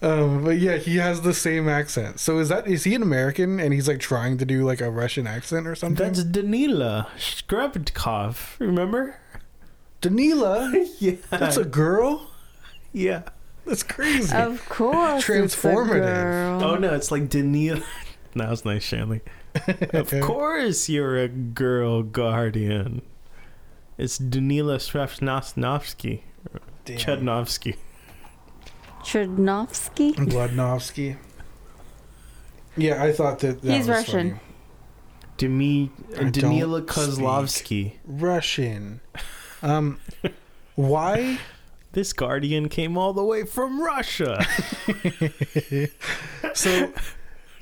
Um, but yeah, he has the same accent. So is that is he an American and he's like trying to do like a Russian accent or something?
That's Danila Shkrabkov. Remember?
Danila.
Yeah.
That's a girl.
yeah.
That's crazy.
Of course.
Transformative.
It's a girl.
Oh no, it's like Danila. that was nice, Shanley. of course, you're a girl guardian. It's Danila Strafnovsky.
Damn.
Chudnovsky.
Chudnovsky?
Bludnovsky. Yeah, I thought that, that
He's
was
Russian.
funny.
Demi- uh,
I don't
Danila
speak.
Kozlovsky.
Russian. Um, why?
This guardian came all the way from Russia.
So,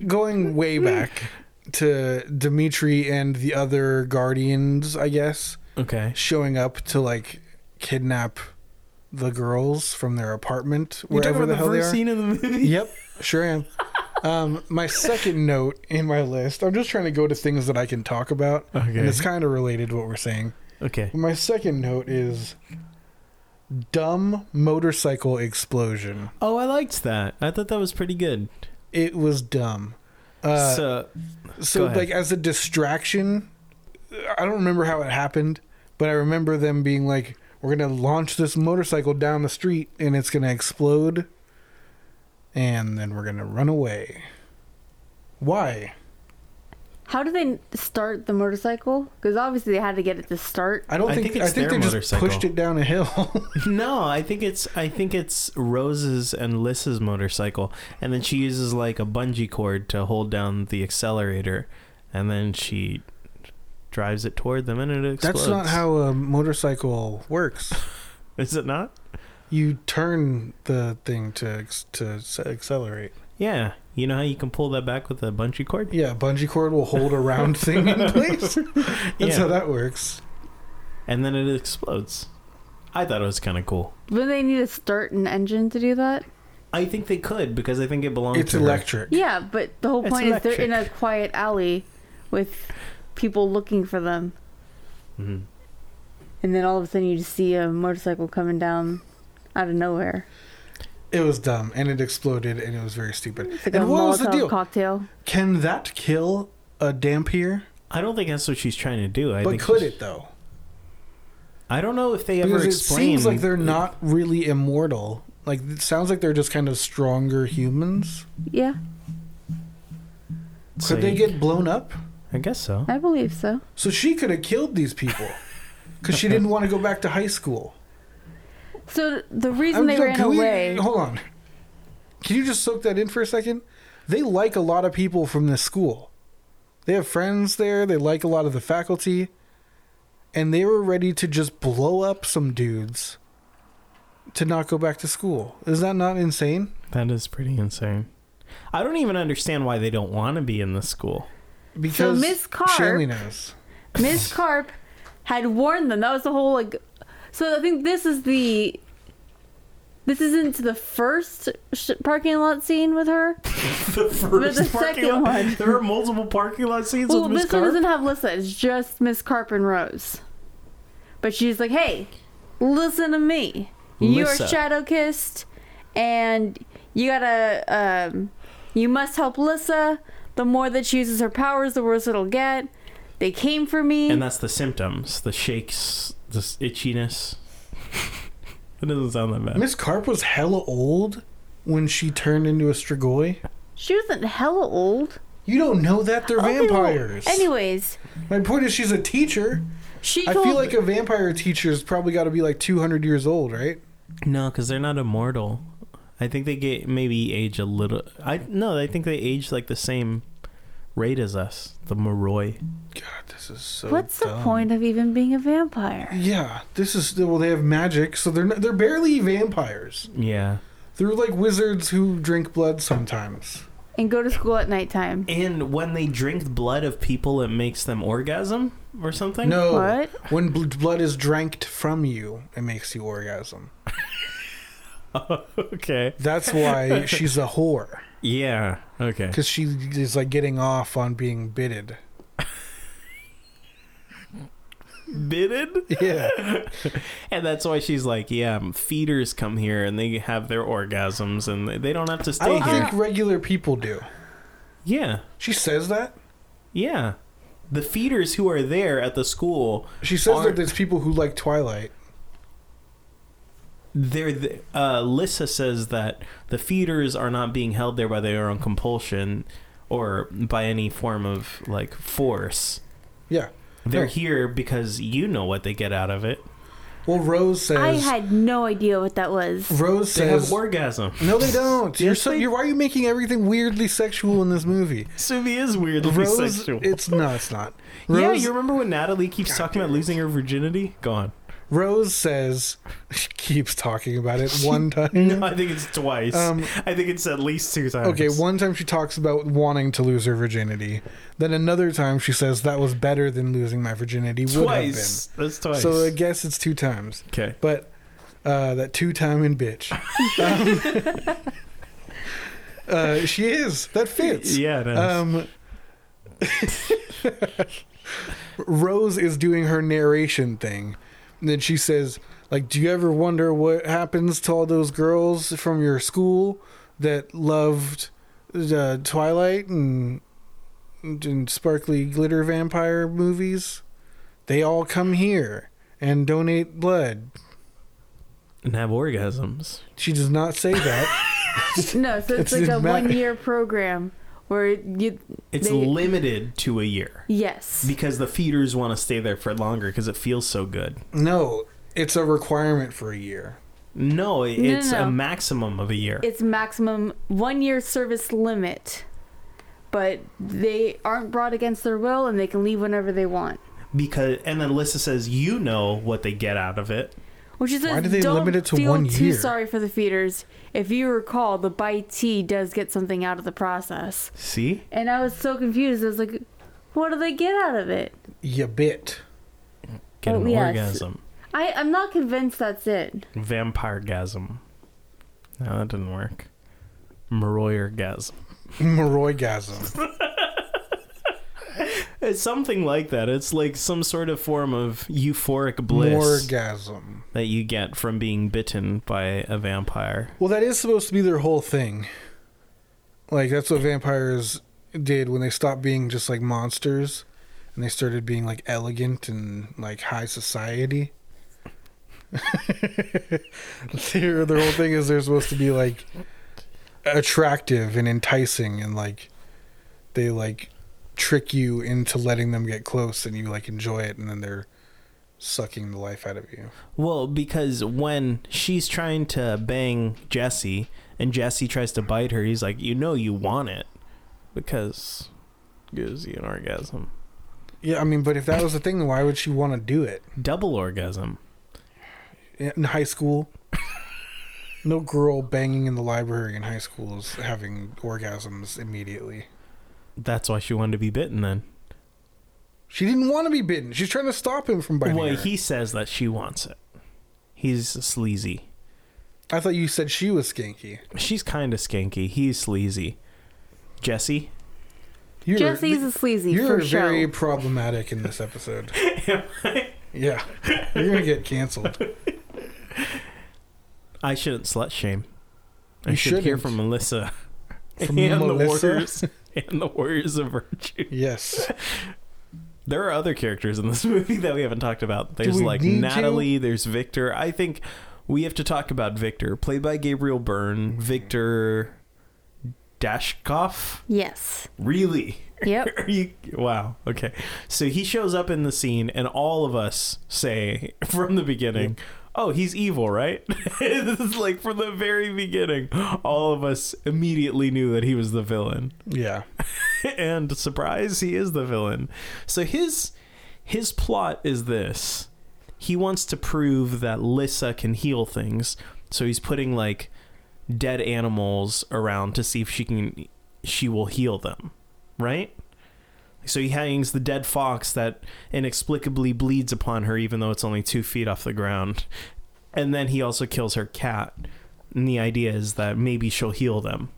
going way back to Dimitri and the other guardians, I guess.
okay.
showing up to like kidnap the girls from their apartment
You're talking
wherever
about
the
the,
hell they
first
are.
scene of the movie?
Yep, sure am. um, my second note in my list. I'm just trying to go to things that I can talk about,
Okay.
and it's kind of related to what we're saying.
Okay.
But my second note is dumb motorcycle explosion.
Oh, I liked that. I thought that was pretty good.
It was dumb. Uh,
so,
so
Go ahead.
like as a distraction i don't remember how it happened but i remember them being like we're gonna launch this motorcycle down the street and it's gonna explode and then we're gonna run away why
How do they start the motorcycle? Because obviously they had to get it to start.
i don't
I
think,
think
i
it's
think they
their
just
motorcycle.
pushed it down a hill
no, I think it's I think it's Rose's and Lissa's motorcycle, and then she uses like a bungee cord to hold down the accelerator, and then she drives it toward them, and it explodes.
that's not how a motorcycle works
Is it not?
you turn the thing to ex- to s- accelerate
Yeah. You know how you can pull that back with a bungee cord?
yeah bungee cord will hold a round thing in place that's
Yeah.
how that works
and then it explodes. I thought it was kind of cool.
Wouldn't they need to start an engine to do that?
I think they could because I think it belongs
it's
to her.
electric
Yeah, but the whole
It's
point is they're in a
electric.
quiet alley with people looking for them.
Mhm.
And then all of a sudden you just see a motorcycle coming down out of nowhere.
It was dumb, and it exploded, and it was very stupid.
It's like a
and what was the
Molotov
deal?
cocktail.
Can that kill a dampier?
I don't think that's what she's trying to do. I
But
think
could
she's-
it though?
I don't know if they
Because
ever
it
explain.
seems like they're not really immortal. Like it sounds like they're just kind of stronger humans.
Yeah,
It's
Could they
like-
get blown up?
I guess so.
I believe so.
So she could have killed these people. because she didn't want to go back to high school.
So the reason
I'm-
they
no,
ran
can we-
away.
hold on. Can you just soak that in for a second? They like a lot of people from this school. They have friends there. They like a lot of the faculty, and they were ready to just blow up some dudes to not go back to school. Is that not insane?
That is pretty insane. I don't even understand why they don't want to be in this school.
Because
Miss Carr-
Shanley knows.
Ms. Carp had warned them. That was the whole like. So I think this is the. This isn't the first sh- parking lot scene with her.
The first
the second one.
There are multiple parking lot scenes
Well,
with Miss
this one
Carp.
doesn't have Lissa. It's just Miss Carp and Rose. But she's like, "Hey, listen to me. You
Lissa.
are shadow kissed, and you gotta. Um, you must help Lissa. The more that she uses her powers, the worse it'll get. They came for me.
and that's the symptoms: the shakes, the s- itchiness. that doesn't sound that bad.
Miss Carp was hella old when she turned into a Strigoi.
she wasn't hella old.
You don't know that they're
Okay, well,
vampires.
anyways,
My point is, she's a teacher.
she
I
told.
feel like a vampire teacher's probably got to be like 200 years old, right?
No, because they're not immortal. I think they get maybe age a little. I no, I think they age like the same rate as us. The Moroi.
God, this is so.
What's the
dumb.
point of even being a vampire?
Yeah, this is well. They have magic, so they're not, they're barely vampires.
Yeah.
They're like wizards who drink blood sometimes.
And go to school at nighttime.
And when they drink the blood of people, it makes them orgasm or something.
No,
What?
when bl- blood is drank from you, it makes you orgasm.
Okay.
That's why she's a whore
Yeah. Okay.
because she is like getting off on being bitted.
Bitted.
Yeah,
And that's why she's like, yeah, feeders come here and they have their orgasms and they- they don't have to
I
stay
don't
here.
think regular people do.
Yeah.
She says that.
Yeah. The feeders who are there at the school,
She says that
Aren't-
there's people who like Twilight.
they're the, uh, Lissa says that the feeders are not being held there by their own compulsion or by any form of like force.
Yeah.
They're
No.
here because you know what they get out of it.
Well, Rose says.
I had no idea what that was.
Rose
They
says.
have orgasm.
No, they don't. You're
Yes,
so.
they-
You're, why are you making everything weirdly sexual in this movie?
Suvi is weirdly
Rose,
sexual.
it's no, it's not. Rose,
yeah, you remember when Natalie keeps talking about losing her virginity? Go on.
Rose says she keeps talking about it one time.
No, I think it's twice.
Um,
I think it's at least two times.
Okay, one time she talks about wanting to lose her virginity. Then another time she says that was better than losing my virginity would
twice. That's
have been.
twice.
So I guess it's two times.
okay.
But uh, that two time and bitch. Um, uh, she is. That fits.
Yeah. It is.
Um, Rose is doing her narration thing. And then she says, like, do you ever wonder what happens to all those girls from your school that loved the Twilight and, and sparkly glitter vampire movies? They all come here and donate blood.
and have orgasms.
She does not say that.
No, so
It
it's like a
didn't matter.
one year program where you.
It's
They-
limited to a year
Yes.
because the feeders want to stay there for longer because it feels so good.
no, it's a requirement for a year.
No, it-
No, no,
it's a
no.
maximum of a year.
It's maximum one year service limit, but they aren't brought against their will and they can leave whenever they want.
because and then Lissa says you know what they get out of it.
Which is
Why do they
don't
limit it to
feel
one
too
year?
sorry for the feeders. If you recall, the bitee does get something out of the process,
See?
and I was so confused. I was like, "What do they get out of it?"
You bit.
Get
Oh,
an
yes.
orgasm.
I I'm not convinced that's it.
Vampiregasm. No, that didn't work. Maroyergasm.
Moroygasm.
It's something like that. It's like some sort of form of euphoric bliss
Orgasm.
that you get from being bitten by a vampire.
Well, that is supposed to be their whole thing. Like that's what vampires did when they stopped being just like monsters, and they started being like elegant and like high society. their their whole thing is they're supposed to be like attractive and enticing, and like they like trick you into letting them get close, and you like enjoy it, and then they're sucking the life out of you.
Well, because when she's trying to bang Jesse and Jesse tries to bite her, he's like, "You know, you want it," because gives you an orgasm,
Yeah, I mean, but if that was the thing, then why would she want to do it
double orgasm.
in high school? No girl banging in the library in high school is having orgasms immediately.
That's why she wanted to be bitten. Then,
She didn't want to be bitten. She's trying to stop him from biting
well,
her.
he says that she wants it. He's sleazy.
I thought you said she was skanky.
She's kind of skanky. He's sleazy. Jesse,
You're,
Jesse's a sleazy
You're
for
very
sure.
problematic in this episode. Yeah, you're gonna get canceled.
I shouldn't slut shame. I
You
should hear
shouldn't.
from Melissa
From
and
Melissa?
the warriors and the warriors of virtue.
Yes,
There are other characters in this movie that we haven't talked about. There's
we
like
need to?
Natalie, there's Victor. I think we have to talk about Victor, played by Gabriel
Mm-hmm.
Byrne, Victor Dashkoff.
Yes.
Really?
Yep.
Are you wow. Okay. So he shows up in the scene and all of us say from the beginning, "Oh, he's evil, right?" this is like from the very beginning. All of us immediately knew that he was the villain
yeah.
and surprise he is the villain so his his plot is this he wants to prove that lissa can heal things so he's putting like dead animals around to see if she can she will heal them right so he hangs the dead fox that inexplicably bleeds upon her even though it's only two feet off the ground and then he also kills her cat and the idea is that maybe she'll heal them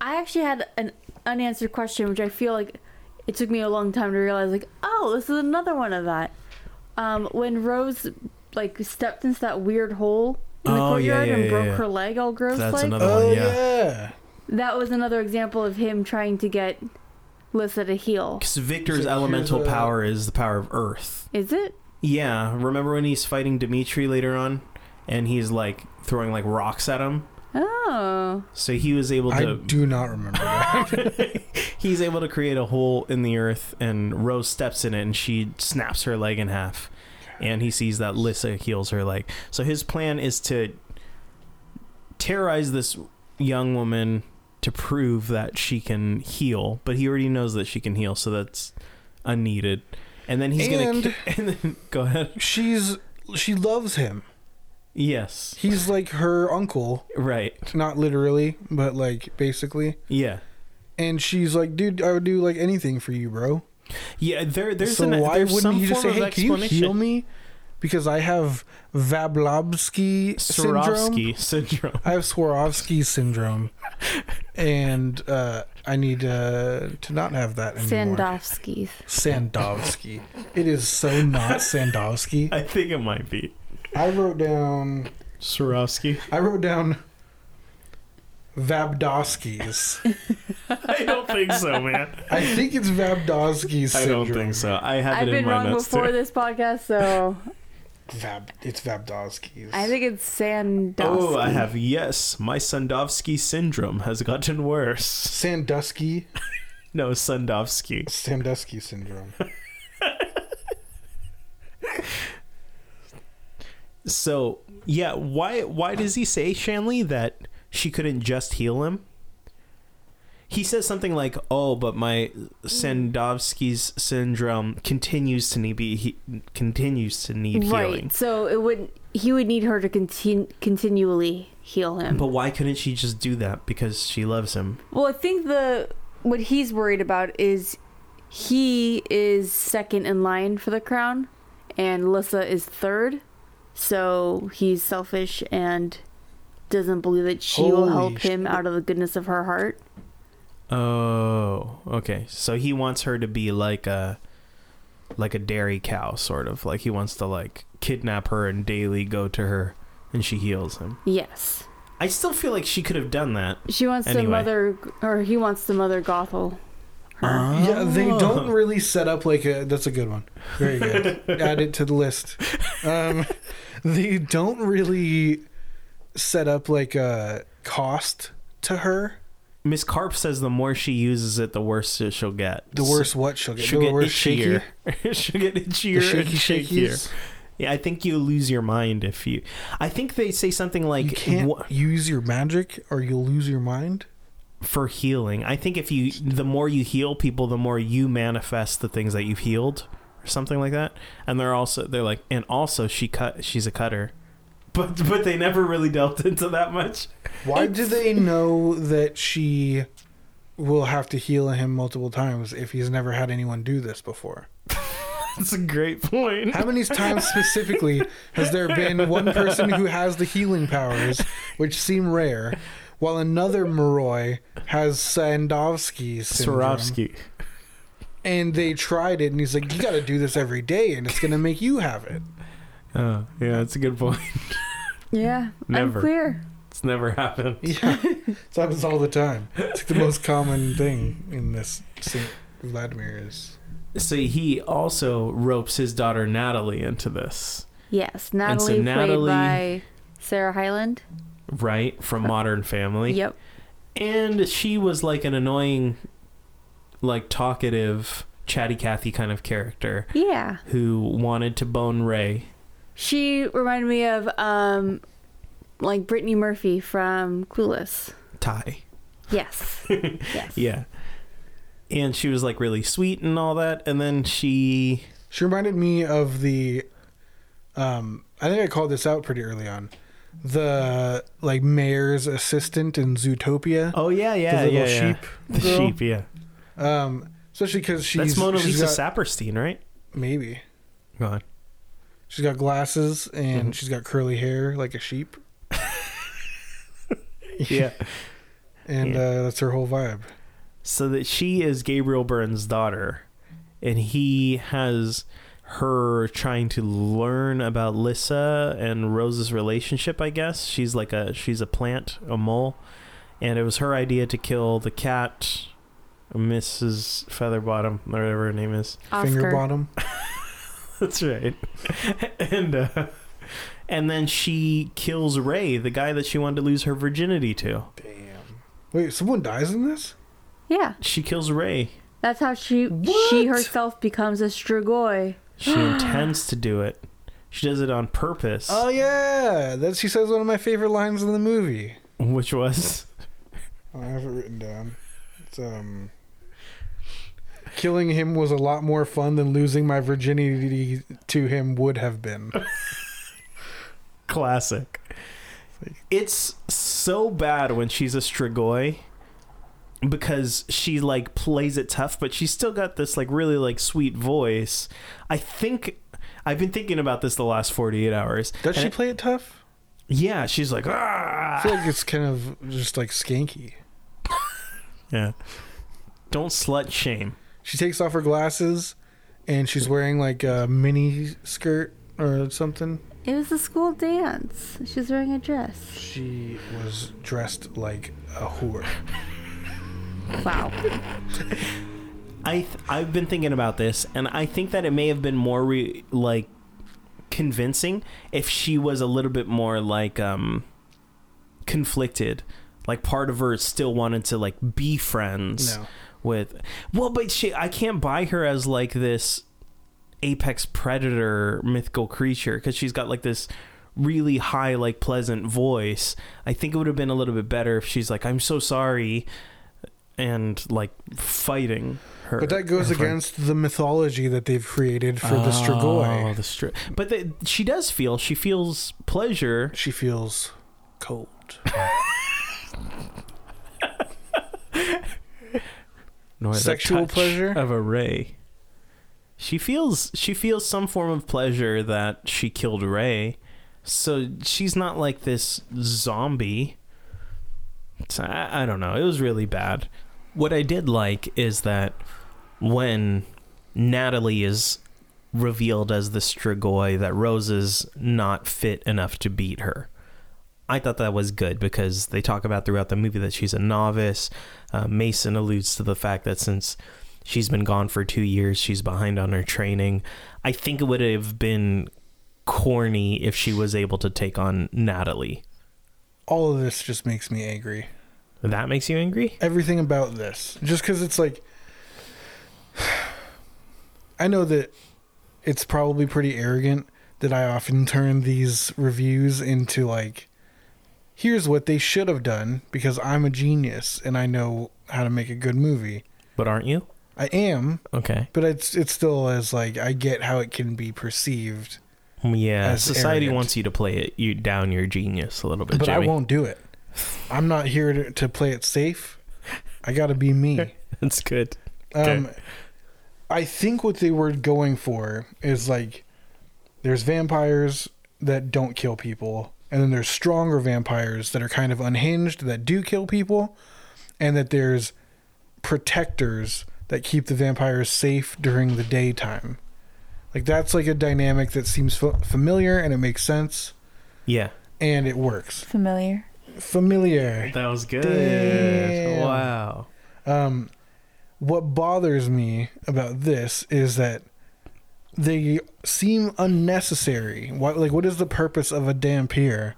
I actually had an unanswered question, which I feel like it took me a long time to realize. Like, oh, this is another one of that. Um, when Rose like stepped into that weird hole in the
Oh, yeah,
courtyard
yeah,
and
yeah,
broke
yeah.
her leg all gross
That's
like,
another- Oh,
Oh
yeah.
yeah.
that was another example of him trying to get Lissa to heal.
Because Victor's
Is it
elemental
Cusa?
power is the power of Earth.
Is it?
Yeah, remember when he's fighting Dimitri later on, and he's like throwing like rocks at him.
Oh,
So he was able
I
to
do not remember that.
he's able to create a hole in the earth, and Rose steps in it, and she snaps her leg in half. And he sees that Lissa heals her leg. So his plan is to terrorize this young woman to prove that she can heal, but he already knows that she can heal, so that's unneeded. And then he's gonna
And-
ki- and then go ahead.
She's she loves him.
Yes.
He's like her uncle,
Right.
not literally, but like basically.
Yeah.
And she's like, dude, I would do like anything for you, bro.
Yeah. There. There's
so
an.
why
there's
wouldn't
some
he just say,
form
hey,
of
can you
explanation.
heal me? Because I have Vablobsky syndrome.
Swarovski syndrome.
I have Swarovski syndrome, and uh, I need uh, to not have that anymore.
Sandowski's.
Sandovsky. It is so not Sandovsky.
I think it might be
I wrote down.
Swarovski.
I wrote down. Vabdoskis.
I don't think so, man.
I think it's Vabdoskis
I
syndrome.
don't think so. I have
I've
it in
been
my
wrong
notes
before
too.
this podcast, so
Vab. It's Vabdoskis.
I think it's Sandowski.
Oh, I have yes. My Sandovsky syndrome has gotten worse.
Sandusky.
No, Sandovsky.
Sandusky syndrome.
So yeah, why why does he say Shanley that she couldn't just heal him? He says something like, "Oh, but my Sandovsky's syndrome continues to need be, he, continues to need
right.
healing."
So it would he would need her to continue continually heal him.
But why couldn't she just do that? Because she loves him.
Well, I think the what he's worried about is he is second in line for the crown, and Lissa is third. So he's selfish and doesn't believe that she will
Holy
help him
shit.
out of the goodness of her heart.
Oh, okay. So he wants her to be like a like a dairy cow, sort of. Like he wants to like kidnap her and daily go to her, and she heals him.
Yes,
I still feel like she could have done that.
she wants to
Anyway.
mother, or he wants to mother Gothel.
Yeah, they don't really set up like a. That's a good one. Very good. Add it to the list. Um, they don't really set up like a cost to her
Miss Carp says the more she uses it, the worse it- she'll get.
The worse what she'll get.
she'll
the
get
worse
itchier. she'll get itchier
The
and
shaky
shakier.
shakies.
Yeah, I think you lose your mind if you. I think they say something like
You can't
"Wha-
use your magic or you'll lose your mind.
for healing. I think if you, the more you heal people, the more you manifest the things that you've healed, or something like that. And they're also they're like, and also she cut, she's a cutter, but but they never really delved into that much.
Why do they know that she will have to heal him multiple times if he's never had anyone do this before?
That's a great point.
How many times specifically has there been one person who has the healing powers, which seem rare, while another Moroi has Sandovsky syndrome?
Swarovski.
And they tried it, and he's like, "You got to do this every day, and it's gonna make you have it."
Oh, yeah, that's a good point.
Yeah.
Never.
Unclear.
It's never happened.
Yeah, it happens all the time. It's like the most common thing in this Saint Vladimir is.
So he also ropes his daughter Natalie into this,
Yes.
And so
Natalie,
Natalie-
played by Sarah Hyland.
right? From Modern Family.
Yep.
and she was like an annoying like talkative chatty cathy kind of character
Yeah.
who wanted to bone ray
She reminded me of um like Brittany Murphy from Clueless.
ty
Yes. yes.
yeah and she was like really sweet and all that and then she
She reminded me of the. Um, I think I called this out pretty early on. The like mayor's assistant in Zootopia.
oh yeah yeah
little
yeah, yeah.
sheep
the
girl?
sheep yeah
Um, especially because she's
that's mona
she's
lisa
got-
saperstein right
maybe
go on
she's got glasses and
Mm-hmm.
she's got curly hair like a sheep,
yeah
and
Yeah.
uh, that's her whole vibe.
so that she is Gabriel Byrne's daughter, and he has her trying to learn about Lissa and Rose's relationship. I guess she's like a she's a plant, a mole, and it was her idea to kill the cat, Mrs. Featherbottom, or whatever her name is.
Finger
Oscar.
bottom.
That's right, and uh, and then she kills Ray, the guy that she wanted to lose her virginity to.
Damn. Wait, someone dies in this?
Yeah.
She kills Ray.
That's how she she herself becomes a Strigoi.
She intends to do it. She does it on purpose.
Oh yeah, that she says one of my favorite lines in the movie.
which was
I have it written down. It's um. Killing him was a lot more fun than losing my virginity to him would have been.
classic. It's so bad when she's a Strigoi because she like plays it tough, but she's still got this like really like sweet voice. I think I've been thinking about this the last forty eight hours.
Does
And
she
it-
play it tough?
yeah, she's like
I
ah,
feel like it's kind of just like skanky.
yeah. Don't slut shame.
She takes off her glasses, and she's wearing like a mini skirt or something.
It was the school dance. She's wearing a dress.
She was dressed like a whore.
Wow.
I th- I've been thinking about this, and I think that it may have been more re- like convincing if she was a little bit more like um conflicted. Like part of her still wanted to like be friends
No.
with. Well, but she I can't buy her as like this apex predator mythical creature because she's got like this really high like pleasant voice i think it would have been a little bit better if she's like i'm so sorry and like fighting her
But that goes
her friend.
against the mythology that they've created for the Strigoi.
oh, the Stri- but the, she does feel she feels pleasure
She feels cold.
nor the
Sexual
touch
pleasure?
of a ray she feels she feels some form of pleasure that she killed ray so she's not like this zombie so I, I don't know it was really bad what i did like is that when natalie is revealed as the strigoi that rose is not fit enough to beat her I thought that was good because they talk about throughout the movie that she's a novice. Uh, Mason alludes to the fact that since she's been gone for two years, she's behind on her training. I think it would have been corny if she was able to take on Natalie.
All of this just makes me angry.
That makes you angry?
everything about this just because it's like i know that it's probably pretty arrogant that i often turn these reviews into like here's what they should have done because i'm a genius and i know how to make a good movie
But aren't you?
i am
Okay.
but it's it's still as like i get how it can be perceived
Mm,
Yeah.
That's
society
arrogant.
wants you to play it you down your genius a little bit.
but i
Jimmy.
won't do it i'm not here to, to play it safe i gotta be me
That's good.
Um, I think what they were going for is like there's vampires that don't kill people, and then there's stronger vampires that are kind of unhinged that do kill people, and that there's protectors that keep the vampires safe during the daytime. Like that's like a dynamic that seems fa- familiar and it makes sense
Yeah.
and it works.
Familiar.
Familiar.
That was good.
Damn.
Wow.
Um, what bothers me about this is that they seem unnecessary. What like what is the purpose of a damn peer?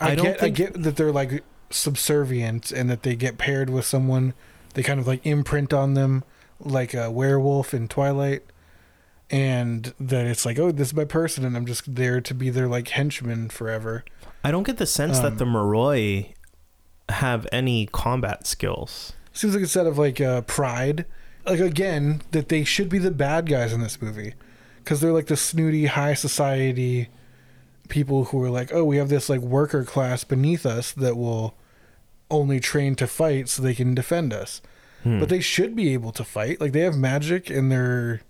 I,
I don't
get
think-
I get that they're like subservient and that they get paired with someone. They kind of like imprint on them like a werewolf in Twilight. And that it's like, oh, this is my person, and I'm just there to be their like henchman forever.
I don't get the sense that the
Um,
Maroi have any combat skills.
seems like instead of like uh, pride like again that they should be the bad guys in this movie because they're like the snooty high society people who are like oh we have this like worker class beneath us that will only train to fight so they can defend us but they should be able to fight like they have magic and they're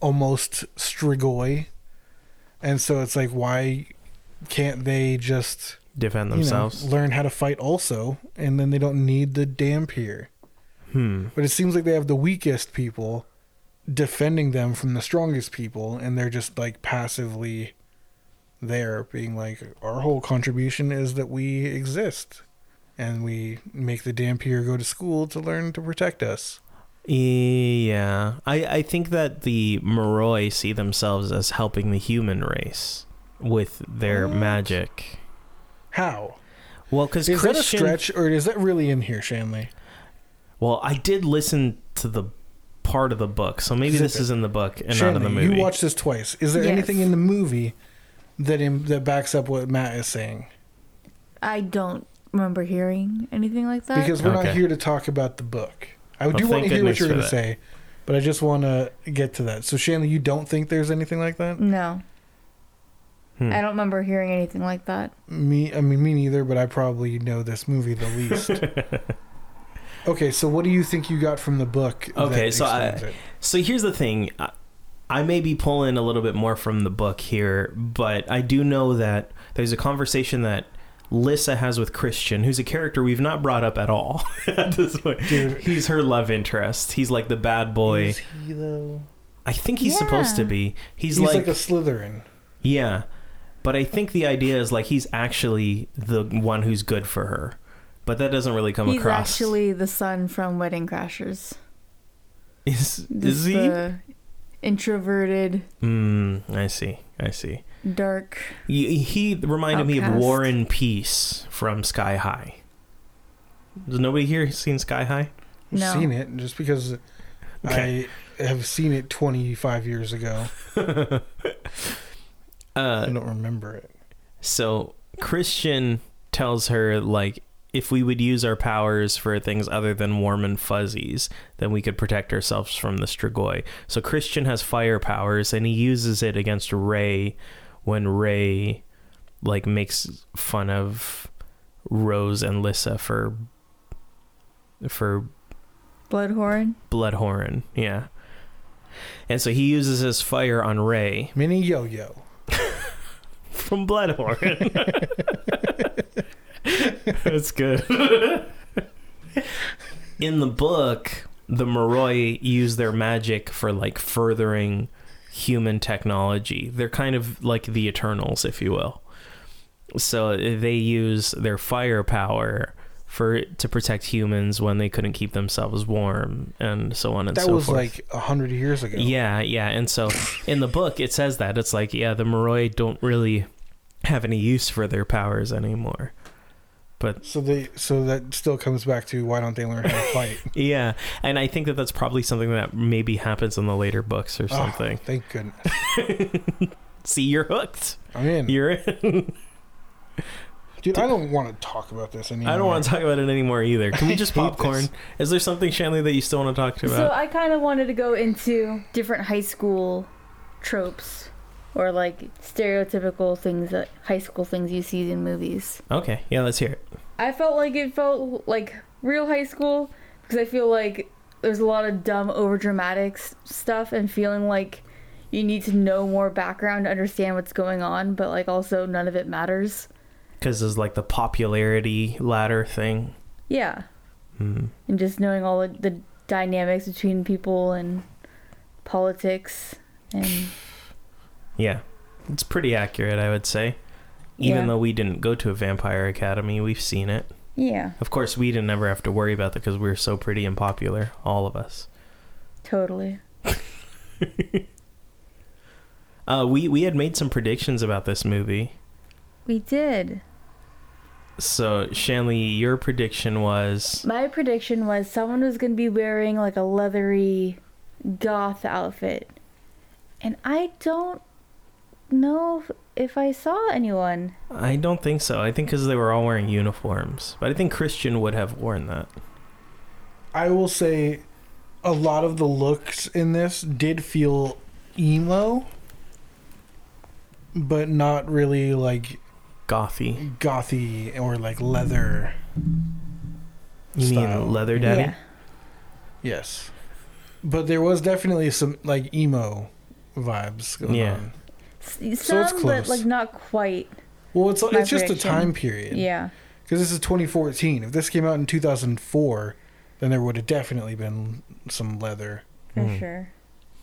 almost strigoi and so it's like why can't they just
Defend
you know,
themselves.
learn how to fight also, and then they don't need the damn peer. Hmm. But it seems like they have the weakest people defending them from the strongest people, and they're just like passively there, being like, our whole contribution is that we exist, and we make the damn peer go to school to learn to protect us.
Yeah. I, I think that the Moroi see themselves as helping the human race with their magic.
How
Well, because
is
Christian.
that a stretch, or is that really in here, Shanley?
Well, I did listen to the part of the book, so maybe
Zip
this
it.
is in the book and
Shanley,
not in the movie.
you watched this twice. Is there
Yes.
anything in the movie that Im- that backs up what Matt is saying?
I don't remember hearing anything like that.
because we're
Okay.
not here to talk about the book. I do
thank
want to hear what
goodness
you're
for
going to
that.
say, but I just want to get to that. So, Shanley, you don't think there's anything like that?
no.
Hmm.
I don't remember hearing anything like that.
Me, I mean, me neither. But I probably know this movie the least. okay, so what do you think you got from the book? that
Okay, so I-
explains it?
So here's the thing. I, I may be pulling a little bit more from the book here, but I do know that there's a conversation that Lissa has with Christian, who's a character we've not brought up at all at this point.
Dude.
He's her love interest. He's like the bad boy.
Is he though?
I think he's supposed to
Yeah.
be. He's,
He's,
like,
like, a Slytherin.
yeah. But I think the idea is like he's actually the one who's good for her. But that doesn't really come
He's
across.
actually the son from Wedding Crashers.
is,
This
is he?
The introverted,
Mm, I see. I see.
dark.
He, he reminded me of
Outcast.
Warren Peace from Sky High. Does nobody here seen Sky High?
I've
No.
seen it just because
Okay.
I have seen it 25 years ago. I
Uh,
don't remember it.
so Christian tells her like if we would use our powers for things other than warm and fuzzies, then we could protect ourselves from the Strigoi. So Christian has fire powers and he uses it against Ray when Ray like makes fun of Rose and Lissa for for
Bloodhorn.
Bloodhorn, yeah. And so he uses his fire on Ray
Mini Yo-Yo.
from Bloodhorn. That's good. In the book, the Moroi use their magic for like furthering human technology. They're kind of like the Eternals, if you will. So they use their firepower for to protect humans when they couldn't keep themselves warm and so on and
That
so
was
forth.
like a hundred years ago.
Yeah, yeah. And so in the book, it says that. It's like, yeah, the Moroi don't really have any use for their powers anymore.
But
So they so that still comes back to why don't they learn how to fight?
yeah, and I think that that's probably something that maybe happens in the later books or
Oh,
something.
thank goodness.
See, you're hooked.
I mean,
You're in.
dude, I don't want to talk about this anymore.
I don't want to talk about it anymore either. Can we
I
just
Mm. hate
popcorn?
this.
Is there something, Shanley, that you still want to talk about?
So I kind of wanted to go into different high school tropes or like stereotypical things that high school things you see in movies.
okay, yeah, let's hear it.
I felt like it felt like real high school because I feel like there's a lot of dumb overdramatic s- stuff and feeling like you need to know more background to understand what's going on, but like also none of it matters.
Because there's like the popularity ladder thing. Hmm,
Yeah. And just knowing all the, the dynamics between people and politics and
Yeah, it's pretty accurate, I would say. Even
Yeah.
though we didn't go to a vampire academy, we've seen it.
yeah,
Of course, we didn't ever have to worry about that because we were so pretty and popular, all of us.
totally.
Uh, we we had made some predictions about this movie.
We did.
So, Shanley, your prediction was
My prediction was someone was going to be wearing like a leathery goth outfit. And I don't know if- if I saw anyone.
I don't think so. I think because they were all wearing uniforms, but I think Christian would have worn that.
I will say, a lot of the looks in this did feel emo, but not really like
Gothy.
gothy or like leather.
You
Style.
mean leather daddy?
Yeah.
Yes, but there was definitely some like emo vibes going
Yeah.
on.
S-
So
Some,
it's
but
close.
like not quite.
Well, it's
My
it's just a
prediction.
time period.
Yeah.
Because this is 2014. If this came out in 2004, then there would have definitely been some leather.
For
Mm.
sure.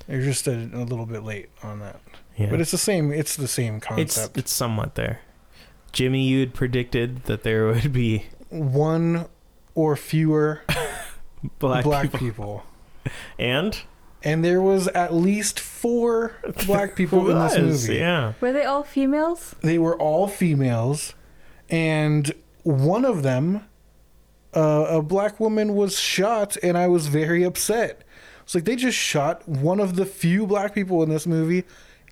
They're just a, a little bit late on that,
Yeah.
but it's the same. It's the same
it's
concept.
it's somewhat there. Jimmy, you'd predicted that there would be
One or fewer
black,
black, people.
people. and
and there was at least four black people in this
Was,
movie.
Yeah,
Were they all females?
They were all females, and one of them, uh, a black woman, was shot, and I was very upset. It's like they just shot one of the few black people in this movie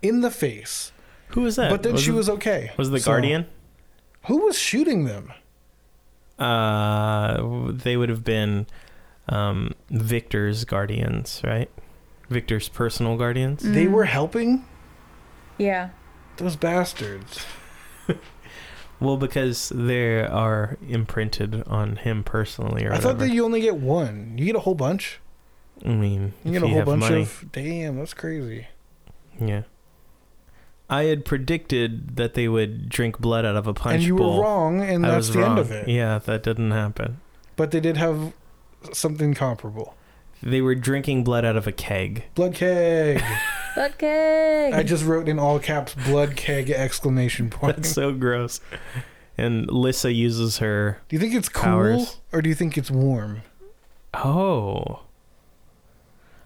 in the face.
who was that?
But then she
it-
was okay.
was the
So-
Guardian.
Who was shooting them?
Uh, they would have been um, Victor's guardians, right? Victor's personal guardians.
They were helping
Yeah.
those bastards.
Well, because they are imprinted on him personally, or
I thought
whatever.
that you only get one. You get a whole bunch.
I mean,
You
if
get a whole
have
bunch
money,
of. Damn, that's crazy.
yeah. I had predicted that they would drink blood out of a punch
and you
bowl.
were wrong, and
I
that's
was
the
wrong.
end of it.
Yeah, that didn't happen.
But they did have something comparable.
They were drinking blood out of a keg.
Blood keg.
Blood cake.
I just wrote in all caps blood keg exclamation point.
That's so gross. And Lissa uses her.
do you think it's cool
Powers.
or do you think it's warm?
Oh.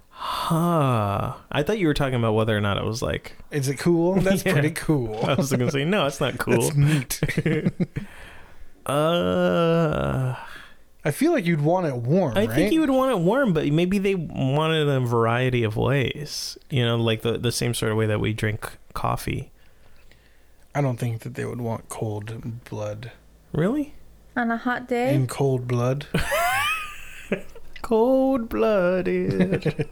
Huh. I thought you were talking about whether or not it was like.
Is it cool? That's
Yeah.
pretty cool.
I was going to say, no, it's not cool.
That's neat.
uh.
I feel like you'd want it warm,
I
right?
think you would want it warm, but maybe they want it a variety of ways. You know, like the, the same sort of way that we drink coffee.
I don't think that they would want cold blood.
Really?
On a hot day?
In cold blood.
Cold blooded.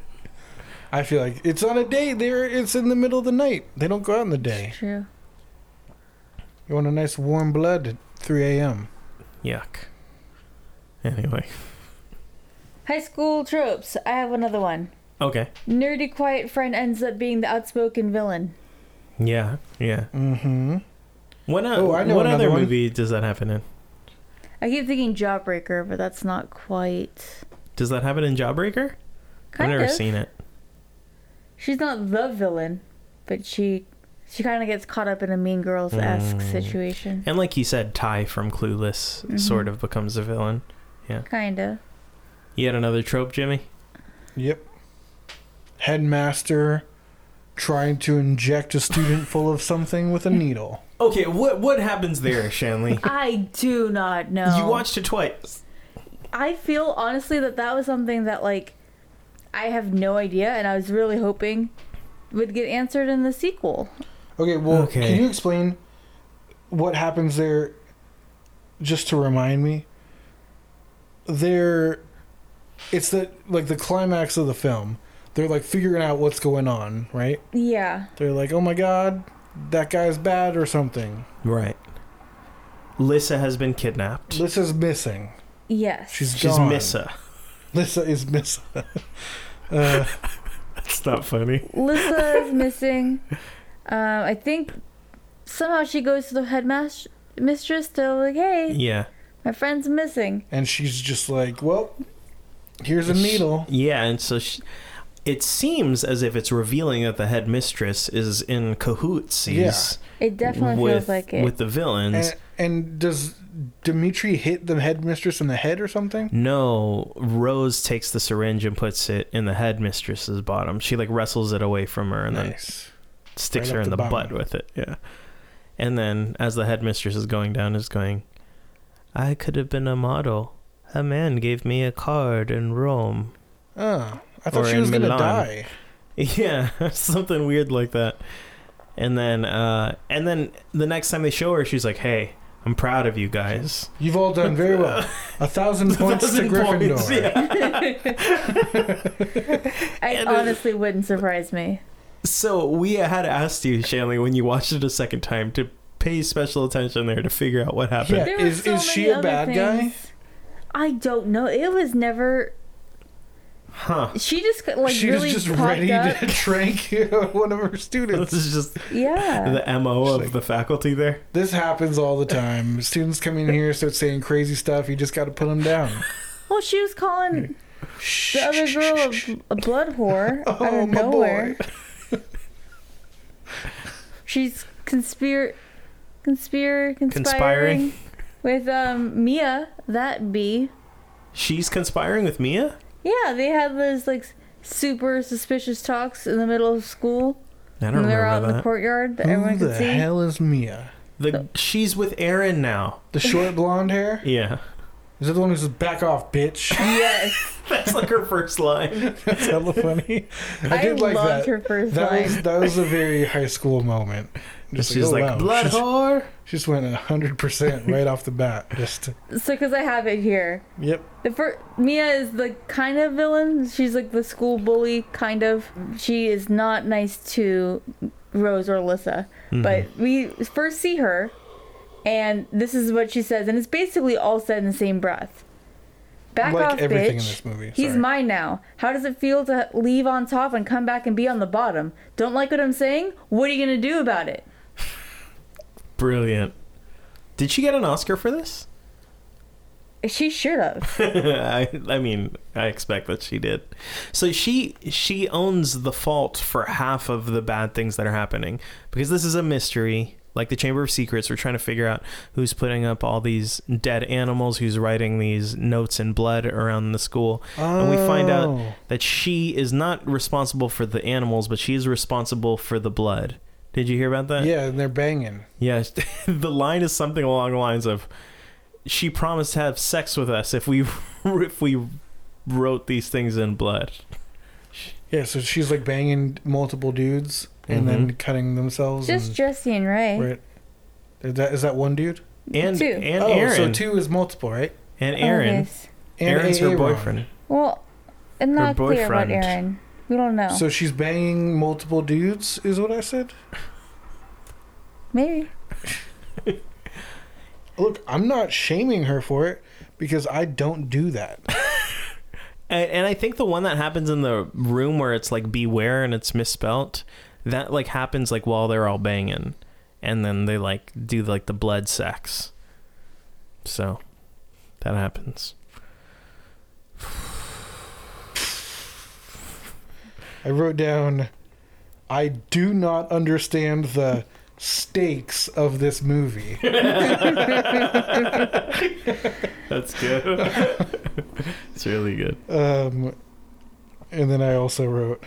I feel like it's on a day. There, it's in the middle of the night. They don't go out in the day.
True.
You want a nice warm blood at 3 a.m.
Yuck. Anyway.
High school tropes. I have another one.
Okay.
Nerdy quiet friend ends up being the outspoken villain.
Yeah. Yeah.
Mm-hmm.
What, o-
Oh, I know
what
another
other
one.
movie does that happen in?
I keep thinking Jawbreaker, but that's not quite.
Does that happen in Jawbreaker?
Kind
I've never
of.
seen it.
She's not the villain, but she she kind of gets caught up in a Mean Girls esque
Mm.
situation.
And like you said, Ty from Clueless
Mm-hmm.
sort of becomes a villain.
Kinda.
You had another trope, Jimmy?
Yep. Headmaster trying to inject a student full of something with a needle.
Okay, what what happens there, Shanley?
I do not know.
You watched it twice.
I feel honestly that that was something that like I have no idea, and I was really hoping would get answered in the sequel.
Okay, well,
Okay.
can you explain what happens there? Just to remind me, they're it's the like the climax of the film. They're like figuring out what's going on, right?
Yeah,
They're like, "Oh my god, that guy's bad" or something.
Right. Lissa has been kidnapped.
Lissa's missing.
yes.
She's
She's
gone.
Missa.
Lissa is missing. uh,
That's not funny.
Lissa is missing. Um, I think somehow she goes to the headmaster mistress to like, hey,
Yeah.
my friend's missing.
and she's just like, "Well, here's a needle."
Yeah, and so she, it seems as if it's revealing that the headmistress is in cahoots
It definitely
with
feels like it.
with the villains.
And, and does Dimitri hit the headmistress in the head or something?
no, Rose takes the syringe and puts it in the headmistress's bottom. She like wrestles it away from her and then
Nice.
sticks
Right
her
up
in
the
the,
bum.
butt with it. Yeah. And then as the headmistress is going down, is going, I could have been a model. A man gave me a card in Rome.
Oh, I thought
Or
she
in
was gonna
Milan.
die.
Yeah, something weird like that. And then uh and then the next time they show her, she's like, Hey, I'm proud of you guys.
You've all done very well. A thousand points
Thousand
to Gryffindor.
points, yeah.
I
and it-
honestly wouldn't surprise me.
So we had asked you, Shanley, when you watched it a second time to pay special attention there to figure out what happened.
Yeah,
There
is-
was so
is she
many
a
other
bad guy?
things. I don't know. It was never.
Huh.
She just like
she
really
was just
popped
ready
up.
to trank one of her students.
This is just
Yeah.
the MO
She's
of
like-
the faculty there.
This happens all the time. Students come in here, start saying crazy stuff. You just got to put them down.
Well, she was calling the other girl a, a blood whore out
Oh,
of
my
nowhere. She's conspir, conspire, conspiring,
Conspiring.
with um Mia, that bee.
She's conspiring with Mia?
Yeah, they had those like super suspicious talks in the middle of school.
I
when
don't
they were out in
remember
the
that.
courtyard that
Who
everyone
the
could see.
hell is Mia?
The, she's with Aaron now.
The short blonde hair?
Yeah.
Is that the one who's just back off, bitch?
Yes,
That's like her first line.
That's hella funny. I
I,
did like
loved
that.
her first
that
line.
was that was a very high school moment. Just
she's
oh,
like,
wow.
blood
She's-
whore.
She just went hundred percent right off the bat. Just
So, because I have it here.
yep.
The first Mia is the kind of villain. She's like the school bully kind of. She is not nice to Rose or Alyssa.
Mm-hmm.
But we first see her, and this is what she says, and it's basically all said in the same breath. Back
Like
off,
everything
bitch.
in this movie,
He's
sorry.
mine now. How does it feel to leave on top and come back and be on the bottom? Don't like what I'm saying? What are you gonna do about it?
Brilliant. Did she get an Oscar for this?
She should have.
I, I mean, I expect that she did. So she she owns the fault for half of the bad things that are happening because this is a mystery. Like the Chamber of Secrets, we're trying to figure out who's putting up all these dead animals, who's writing these notes in blood around the school, and we find
Oh.
out that she is not responsible for the animals, but she is responsible for the blood. Did you hear about that?
Yeah, and they're banging.
Yeah, the line is something along the lines of, "She promised to have sex with us if we if we wrote these things in blood."
Yeah, so she's like banging multiple dudes and then
Mm-hmm.
cutting themselves.
Just
and,
Jesse and Ray.
right. Is that is that one dude?
And
Two.
and
oh,
Aaron
so two is multiple, right?
and
Oh,
Aaron,
yes.
And
Aaron's her
AA Ron.
boyfriend.
Well, I'm not clear about
boyfriend.
Aaron. We don't know.
So she's banging multiple dudes, is what I said.
Maybe.
Look, I'm not shaming her for it because I don't do that.
And, and I think the one that happens in the room where it's like beware and it's misspelt, that like happens like while they're all banging, and then they like do like the blood sex. So, that happens.
I wrote down, I do not understand the stakes of this movie.
That's good. it's really good.
Um, and then I also wrote,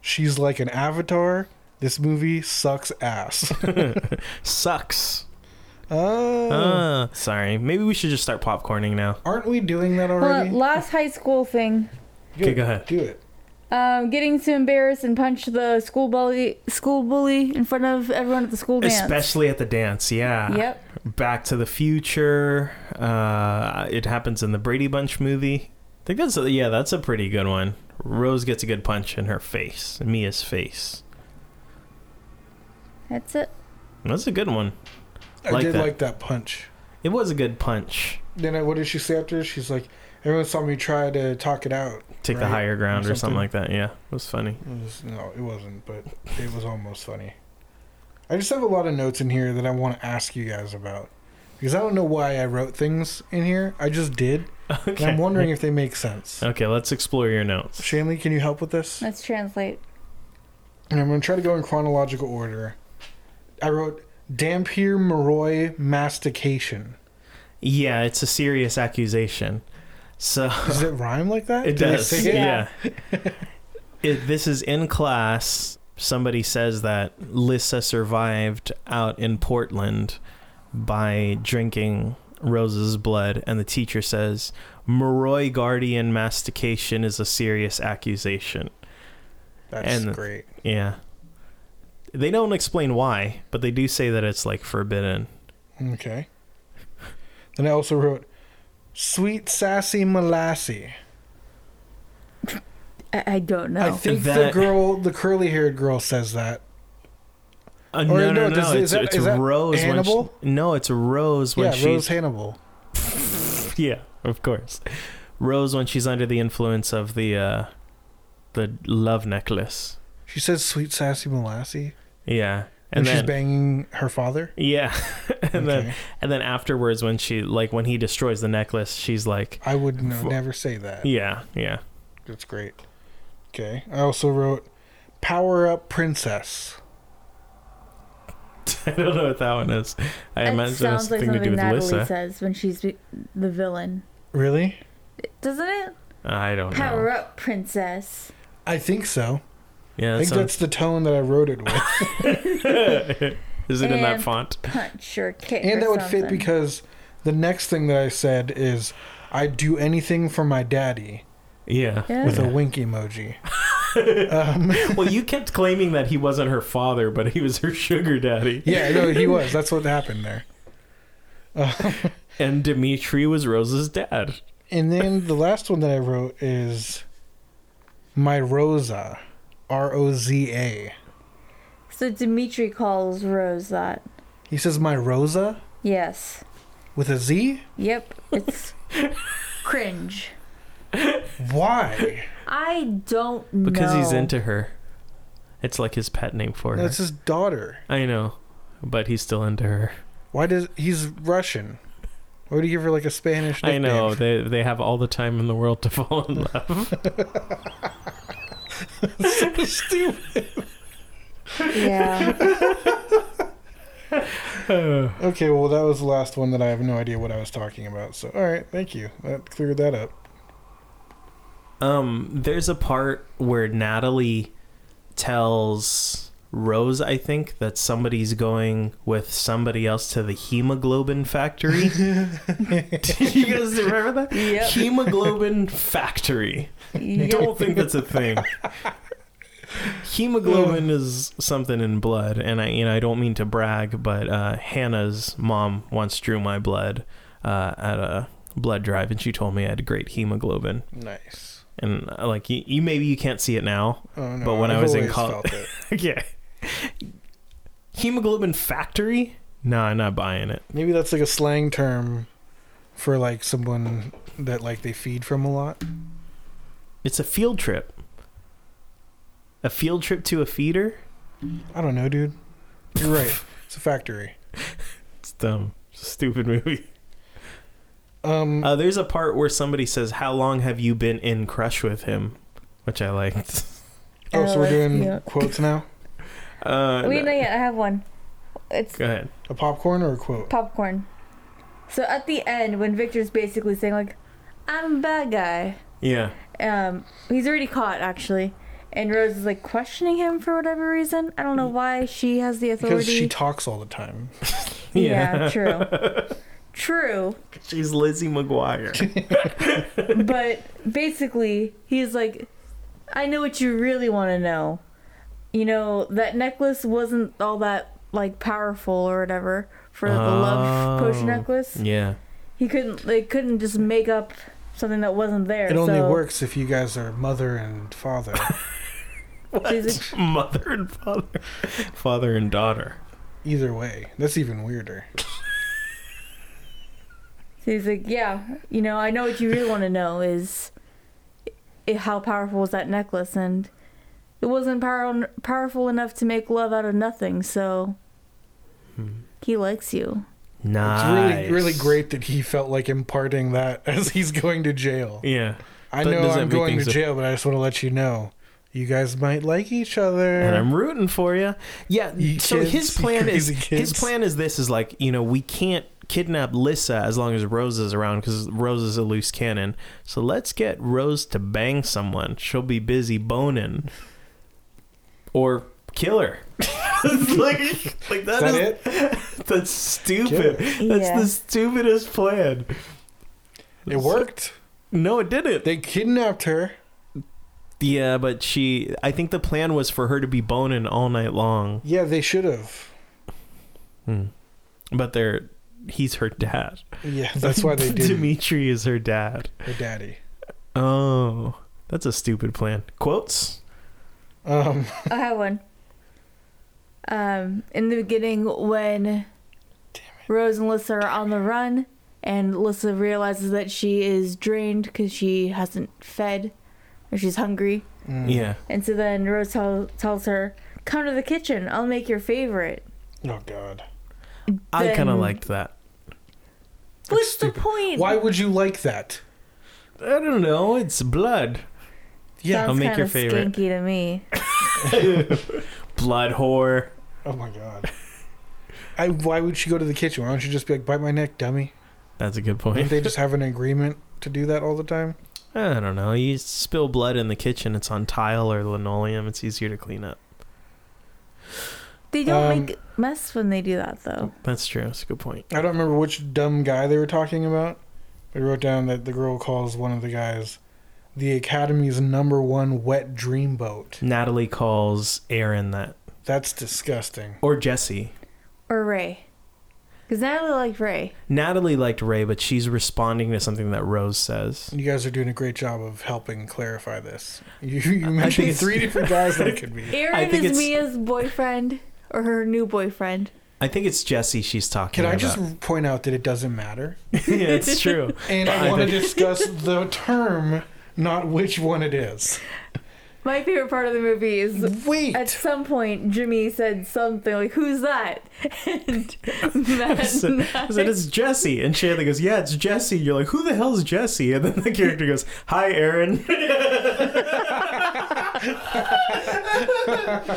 she's like an avatar This movie sucks ass.
Sucks.
Oh,
Uh, sorry. Maybe we should just start popcorning now.
aren't we doing that
Hold
already?
on, last high school thing.
Good,
Okay, go ahead.
Do it.
Um, getting to embarrass and punch the school bully, school bully in front of everyone at the school dance.
Especially at the dance, yeah.
Yep.
Back to the Future. Uh, it happens in the Brady Bunch movie. I think that's a, yeah, that's a pretty good one. Rose gets a good punch in her face, Mia's face.
That's it.
That's a good one.
I
Like
did
that.
like that punch.
It was a good punch.
Then I, what did she say after? She's like, everyone saw me try to talk it out.
Take the
Right,
higher ground or
something.
something. like that. Yeah, it was funny.
It was, no, it wasn't, but it was almost funny. I just have a lot of notes in here that I want to ask you guys about because I don't know why I wrote things in here. I just did, and I'm wondering if they make sense.
Okay, let's explore your notes.
Shanley, can you help with this?
Let's translate.
And I'm going to try to go in chronological order. I wrote Dampier Moroi mastication.
Yeah, it's a serious accusation. So
Does it rhyme like that?
It
Did I
does.
say it?
Yeah. It- this is in class. Somebody says that Lissa survived out in Portland by drinking Rose's blood, and the teacher says, Moroi Guardian mastication is a serious accusation.
That's
And-
great.
Yeah. They don't explain why, but they do say that it's like forbidden.
Okay. Then I also wrote Sweet Sassy Molassy.
I, I don't know.
I think the
That-
girl, the curly haired girl, says that.
Uh,
Or
no, no,
no,
no.
does- is
It's,
that-
it's
is that
Rose. when she-
Hannibal?
no, it's Rose when
yeah,
she's
Rose Hannibal.
Yeah, of course. Rose when she's under the influence of the uh the love necklace.
She says Sweet Sassy Molassy.
Yeah.
And
And
she's
then
banging her father.
Yeah. and
Okay.
then and then afterwards when she like when he destroys the necklace, she's like
I would no,
Fu-
never say that.
Yeah, yeah.
That's great. Okay. I also wrote Power Up Princess.
I don't know what that one is. I
it
imagine it's
sounds like
something
something
to do with
Natalie
Lissa.
says when she's be- the villain,
Really?
doesn't it?
I don't
Power
know.
up, princess.
I think so.
Yeah,
I think
so
that's the tone that I wrote it with.
is it in that
And-
font?
Punch or kick.
and
or
that would fit
something.
because the next thing that I said is I'd do anything for my daddy
Yeah.
Yeah.
with a wink emoji.
well, you kept claiming that he wasn't her father, but he was her sugar daddy.
Yeah, no, he was. That's what happened there.
And Dimitri was Rose's dad.
And then the last one that I wrote is My Rosa. R O Z A.
So Dimitri calls Rose that.
He says My Rosa
Yes.
with a Z?
Yep. It's cringe.
Why?
I don't know.
Because he's into her. It's like his pet name for her.
That's his daughter.
I know. But he's still into her.
Why does he's Russian? Why would he give her like a Spanish
I
nickname? Mm.
know. They they have all the time in the world to fall in love.
Stupid.
Yeah.
Okay, well that was the last one that I have no idea what I was talking about. So all right, thank you. That cleared that up.
um, there's a part where Natalie tells Rose, I think, that somebody's going with somebody else to the hemoglobin factory. Did you guys remember that?
Yep.
Hemoglobin factory.
yep.
don't think that's a thing. Hemoglobin is something in blood, and I you know I don't mean to brag, but uh, Hannah's mom once drew my blood uh, at a blood drive, and she told me I had great hemoglobin.
Nice.
And uh, like you, you maybe you can't see it now,
Oh no.
but when i
I've
was in
always
college,
felt it.
yeah, hemoglobin factory. No, I'm not buying it.
Maybe that's like a slang term for like someone that like they feed from a lot.
It's a field trip. A field trip to a feeder.
I don't know, dude. You're right. It's a factory.
It's dumb, stupid movie.
Um
Uh, there's a part where somebody says, "How long have you been in crush with him?" Which I liked.
oh, so we're
Oh,
doing
yeah.
quotes now?
Uh,
Wait,
no-
no, yeah, I have one. It's
Go ahead.
A popcorn or a quote?
popcorn. So at the end, when Victor's basically saying like, "I'm a bad guy,"
Yeah,
um, he's already caught actually, and Rose is like questioning him for whatever reason. I don't know why she has the authority.
Because she talks all the time.
yeah, true. True.
She's Lizzie McGuire.
But basically, he's like, I know what you really want to know. You know, that necklace wasn't all that, like, powerful or whatever for the love potion
Oh.
necklace.
yeah.
He couldn't, they couldn't just make up something that wasn't there.
It only
so
works if you guys are mother and father.
she's
Mother and father. Father and daughter.
Either way, that's even weirder.
So he's like, yeah, you know, I know what you really want to know is i- how powerful was that necklace, and it wasn't power- powerful enough to make love out of nothing. So
Hmm.
he likes you.
Nice.
It's really, really great that he felt like imparting that as he's going to jail.
Yeah.
I
That
know
does
I'm
make
going to
things-
jail, but I just want to let you know, you guys might like each
and
other.
I'm rooting for you. Yeah.
You
so
kids,
his
you
plan is
crazy
his
kids.
plan is this is like you know we can't kidnap Lissa as long as Rose is around because Rose is a loose cannon. So let's get Rose to bang someone. She'll be busy boning, or kill her. like, like
Is that it?
That's stupid. That's
Yeah.
the stupidest plan.
It worked.
No, it didn't.
They kidnapped her.
Yeah, but she. I think the plan was for her to be boning all night long. Hmm.
Yeah, they should have.
But they're. He's her dad.
Yeah, that's why they did. not
Dimitri is her dad.
Her daddy.
Oh, that's a stupid plan. Quotes.
Um,
I have one. Um, in the beginning, when Rose and Lissa are on the run, and Lissa realizes that she is drained because she hasn't fed, or she's hungry.
Yeah.
And so then Rose tell, tells her, "Come to the kitchen. I'll make your favorite."
oh God.
I kind of
Then-
liked that.
What's the
stupid.
point?
Why would you like that?
I don't know. It's blood.
Yeah.
Sounds
I'll make your
kinda
favorite.
Skanky to me.
Blood whore.
Oh my God. I, why would she go to the kitchen? Why don't you just be like, bite my neck, dummy?
That's a good
Didn't
point.
they just have an agreement to do that all the time?
I don't know. You spill blood in the kitchen. It's on tile or linoleum. It's easier to clean up.
They don't
Um,
make mess when they do that though.
That's true. That's a good point.
I don't remember which dumb guy they were talking about. They wrote down that the girl calls one of the guys the Academy's number one wet dream boat.
Natalie calls Aaron that,
That's disgusting.
or Jesse.
Or Ray, because Natalie liked Ray.
Natalie liked Ray, but she's responding to something that Rose says.
You guys are doing a great job of helping clarify this. You, you
think
mentioned
it's-
three different guys that it could be.
Aaron
think
is
it's-
Mia's boyfriend or her new boyfriend.
I think it's Jesse she's talking
Can I
about.
just point out that it doesn't matter?
yeah, it's true.
And I want to discuss the term, not which one it is.
My favorite part of the movie is
Wait.
at some point Jimmy said something like, "Who's that?" And Matt,
So, I said it's Jesse, and Chandler goes, "Yeah, it's Jesse." You're like, "Who the hell's Jesse?" And then the character goes, "Hi, Aaron."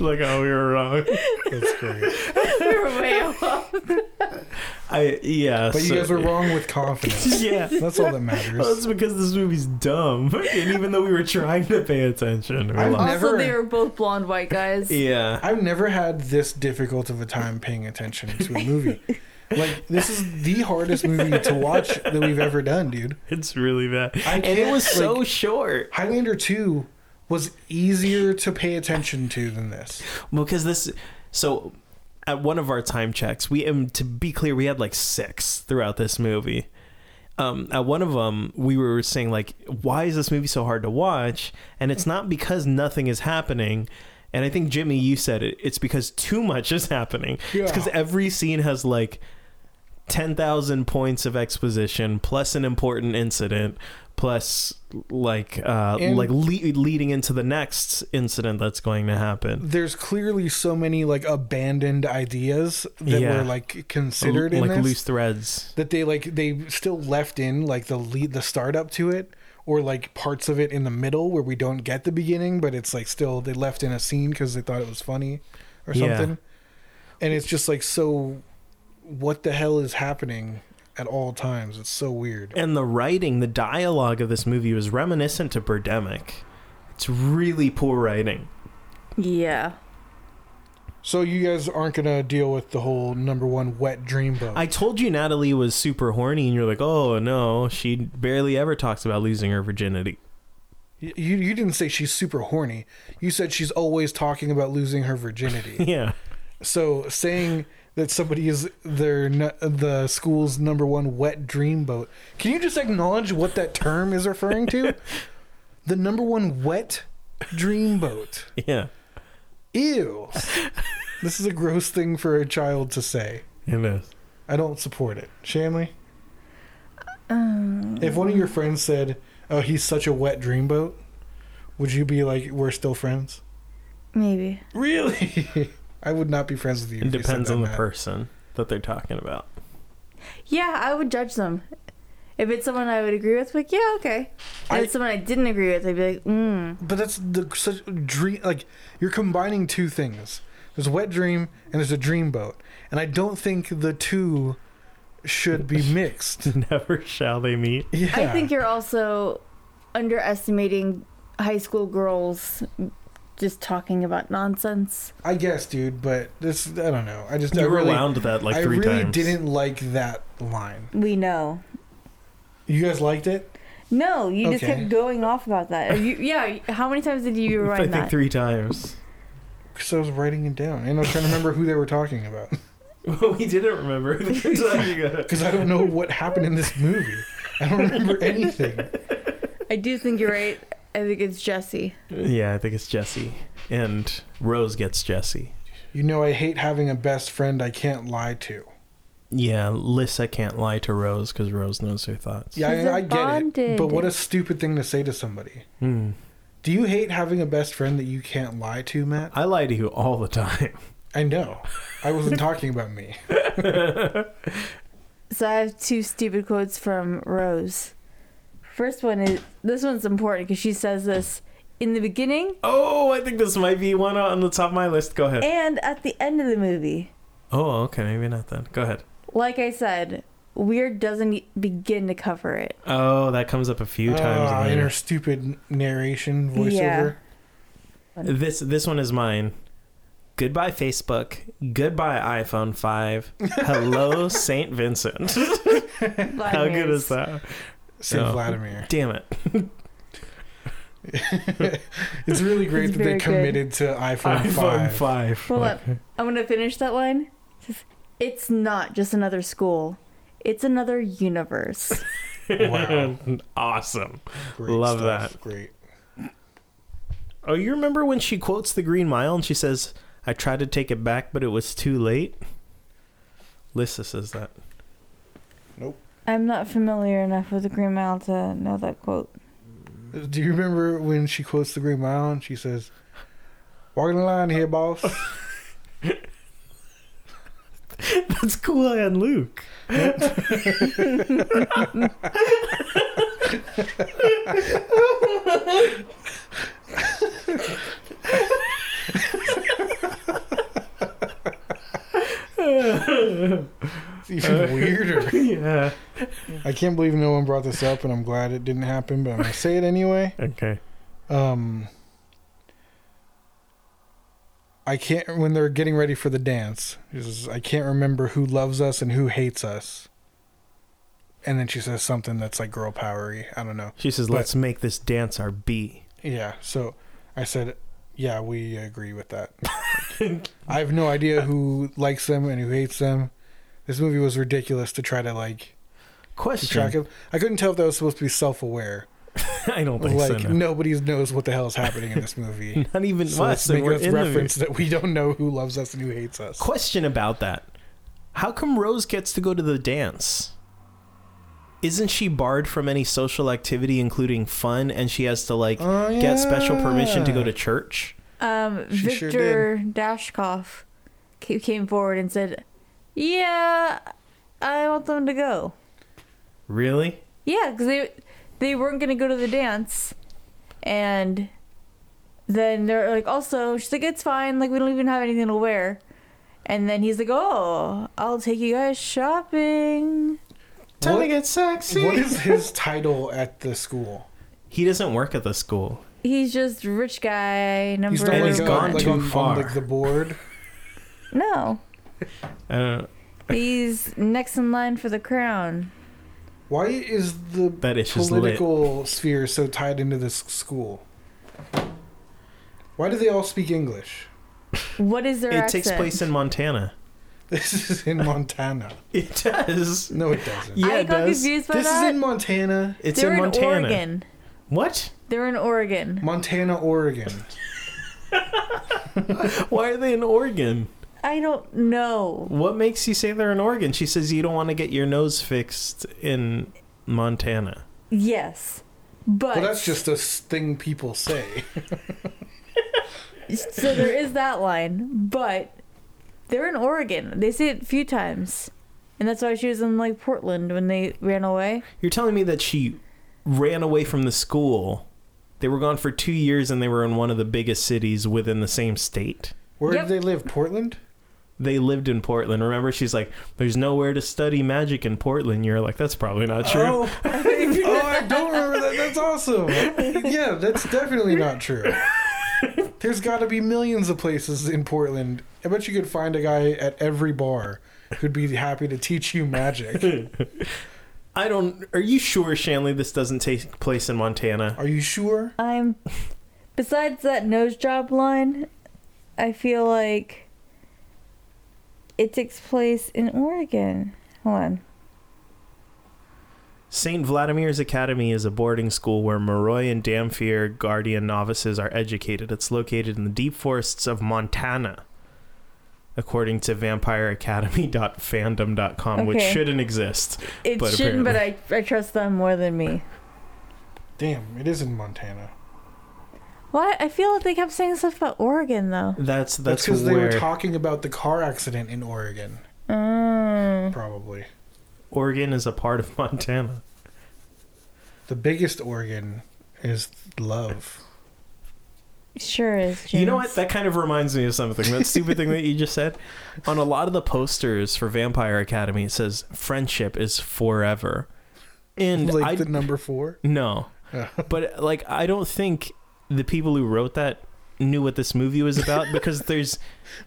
like, oh, we were wrong.
That's great.
we were way off.
I yeah,
But you
so-
guys were wrong with confidence.
Yeah.
That's all that
Well,
matters.
that's because this movie's dumb, and even though we were trying to pay attention, we
I'm
lost.
Also,
Never-
they were both blonde white guys.
Yeah,
I've never had this difficult of a time paying attention to a movie. Like this is the hardest movie to watch that we've ever done, dude.
it's really bad,
I
and it
can't,
was so
like-
short.
Highlander 2 was easier to pay attention to than this.
because this so at one of our time checks we um to be clear we had like six throughout this movie um at one of them we were saying like why is this movie so hard to watch and it's not because nothing is happening and i think jimmy you said it it's because too much is happening it's because
Yeah.
every scene has like 10,000 points of exposition plus an important incident plus like uh
And-
like le- leading into the next incident that's going to happen
There's clearly so many like abandoned ideas that
Yeah.
were like considered in
like
this
loose threads.
that they like they still left in like the lead the startup to it or like parts of it in the middle where we don't get the beginning but it's like still they left in a scene because they thought it was funny or
Yeah.
something and it's just like so what the hell is happening at all times it's so weird
And the writing, the dialogue of this movie was reminiscent to Birdemic. It's really poor writing.
Yeah.
So you guys aren't gonna deal with the whole number one wet dream boat.
I told you Natalie was super horny, and you're like, oh no, she barely ever talks about losing her virginity.
Y- you you didn't say she's super horny. You said she's always talking about losing her virginity.
Yeah.
so saying that somebody is their nu- the school's number one wet dream boat. Can you just acknowledge what that term is referring to? the number one wet dream boat.
Yeah.
Ew. this is a gross thing for a child to say.
It is.
I don't support it. Shanley?
Um,
if one of your friends said, Oh, he's such a wet dreamboat, would you be like, We're still friends?
Maybe.
Really? I would not be friends with you. if
It
you said
depends
that,
on the
Matt.
person that they're talking about.
Yeah, I would judge them. If it's someone I would agree with, like, yeah, okay. If
I-
it's someone I didn't agree with, I'd be like, mm.
But that's the such dream. Like, you're combining two things there's a wet dream and there's a dreamboat. And I don't think the two should be mixed.
Never shall they meet.
Yeah.
I think you're also underestimating high school girls just talking about nonsense.
I guess, dude, but this, I don't know. I just, I
You
really,
rewound that like
I
three
really
times.
didn't like that line.
We know.
You guys liked it?
No, you just
Okay.
kept going off about that. Are you, yeah, how many times did you
I
rewind
think
that?
three times.
Because I was writing it down and I was trying to remember who they were talking about.
we didn't remember. who they were talking about.
Because I don't know what happened in this movie. I don't remember anything.
I do think you're right. I think it's Jesse.
Yeah, I think it's Jesse. And Rose gets Jesse.
You know, I hate having a best friend I can't lie to.
Yeah, Lissa can't lie to Rose because Rose knows her thoughts.
Yeah,
She's
I, I get it. But
bonded.
what a stupid thing to say to somebody.
Hmm.
Do you hate having a best friend that you can't lie to, Matt?
I lie to you all the time.
I know. I wasn't talking about me.
So I have two stupid quotes from Rose. First one is this one's important because she says this in the beginning
Oh, I think this might be one on the top of my list. Go ahead.
and at the end of the movie.
Oh, okay, maybe not then. Go ahead.
Like I said, weird doesn't e-, begin to cover it.
Oh, that comes up a few times.
Ah,
in
in
there.
her stupid narration voiceover.
Yeah.
This this one is mine. Goodbye Facebook. Goodbye iPhone 5. Hello St. Vincent. How good is that?
Saint
Oh.
Vladimir.
Damn it.
It's really great
It's
that they
very good.
committed to iPhone,
iPhone
5.
5.
Hold up. I'm gonna finish that line. It says, It's not just another school. It's another universe.
Wow.
awesome.
Great
Love
stuff.
that.
Great.
Oh, you remember when she quotes the Green Mile and she says, I tried to take it back, but it was too late? Lissa says that.
I'm not familiar enough with the Green Mile to know that quote.
Do you remember when she quotes the Green Mile and she says, "Walking the line here, boss"?
That's cool and Luke.
It's even weirder.
yeah.
I can't believe no one brought this up, and I'm glad it didn't happen. But I'm gonna say it anyway.
Okay.
Um, I can't. When they're getting ready for the dance, she says, I can't remember who loves us and who hates us. And then she says something that's like girl powery. I don't know.
She says,
But-
Let's make this dance our B.
Yeah. So I said, yeah, we agree with that. I have no idea who likes them and who hates them. This movie was ridiculous to try to like keep
Question.
track of. I couldn't tell if that was supposed to be self-aware.
I don't think
Like
so. no.
nobody knows what the hell is happening in this movie.
Not even
so let's
us. and
make
we're
a
in the
reference that we don't know who loves us and who hates us.
Question about that. How come Rose gets to go to the dance? Isn't she barred from any social activity, including fun, and she has to like
Oh,
get special permission to go
yeah.
to church?
Um,
She sure
Victor Dashkoff ca- came forward and said, "Yeah, I want them to go.
Really?
Yeah, because they they weren't gonna go to the dance, and then they're like, also, she's like, it's fine. Like we don't even have anything to wear." And then he's like, "Oh, I'll take you guys shopping."
What-
get sexy.
What is his title at the school?
He doesn't work at the school.
he's just rich guy number.
He's the
And
one
he's
guy,
gone
like,
too
on, on,
far.
like the board.
no,
I don't know.
he's next in line for the crown.
Why is the
That ish is lit.
political sphere so tied into this school? Why do they all speak English?
What is their
It takes
accent?
place in Montana.
This is in Montana.
It does.
No, it doesn't.
Yeah,
I
it
got
does.
confused by
This is
that.
in Montana.
It's
They're
in Montana.
Oregon.
What?
They're in Oregon.
Montana, Oregon.
Why are they in Oregon?
I don't know.
What makes you say they're in Oregon? She says you don't want to get your nose fixed in Montana.
Yes, but
Well, that's just a s- thing people say.
so there is that line, but they're in Oregon. They say it a few times, and that's why she was in like Portland when they ran away.
You're telling me that she ran away from the school. They were gone for two years and they were in one of the biggest cities within the same state.
Where
Yep.
do they live? Portland?
They lived in Portland. Remember, she's like, there's nowhere to study magic in Portland. You're like, that's probably not true.
Oh, oh, I don't remember that. That's awesome. Yeah, that's definitely not true. There's got to be millions of places in Portland. I bet you could find a guy at every bar who'd be happy to teach you magic.
I don't. Are you sure, Shanley, this doesn't take place in Montana?
Are you sure?
I'm. Besides that nose job line, I feel like it takes place in Oregon. Hold on.
St. Vladimir's Academy is a boarding school where Moroi and Damphir Guardian novices are educated. It's located in the deep forests of Montana, according to vampireacademy.fandom.com, which
Okay.
shouldn't exist.
It
But
shouldn't, but I, I trust them more than me.
Damn, it is in Montana.
Why? I feel like they kept saying stuff about Oregon, though.
That's
That's
that's
because they
where
were talking about the car accident in Oregon,
Mm.
probably.
Oregon is a part of Montana.
The biggest organ is love.
Sure is. James.
You know what? That kind of reminds me of something. That stupid thing that you just said. On a lot of the posters for Vampire Academy, it says friendship is forever. And
like
I
the number four.
no, but like I don't think the people who wrote that knew what this movie was about because there's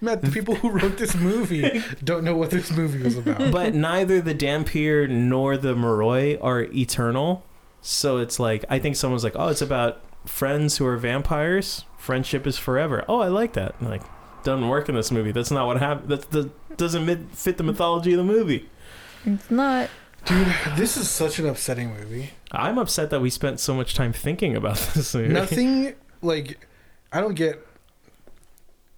Matt, the people who wrote this movie don't know what this movie was about.
but neither the Dampier nor the Moroi are eternal. So it's like I think someone's like, "Oh, it's about friends who are vampires. Friendship is forever." Oh, I like that. And, like doesn't work in this movie. That's not what happened. That that doesn't mit- fit the mythology of the movie.
It's not.
Dude, this is such an upsetting movie.
I'm upset that we spent so much time thinking about this movie.
Nothing like I don't get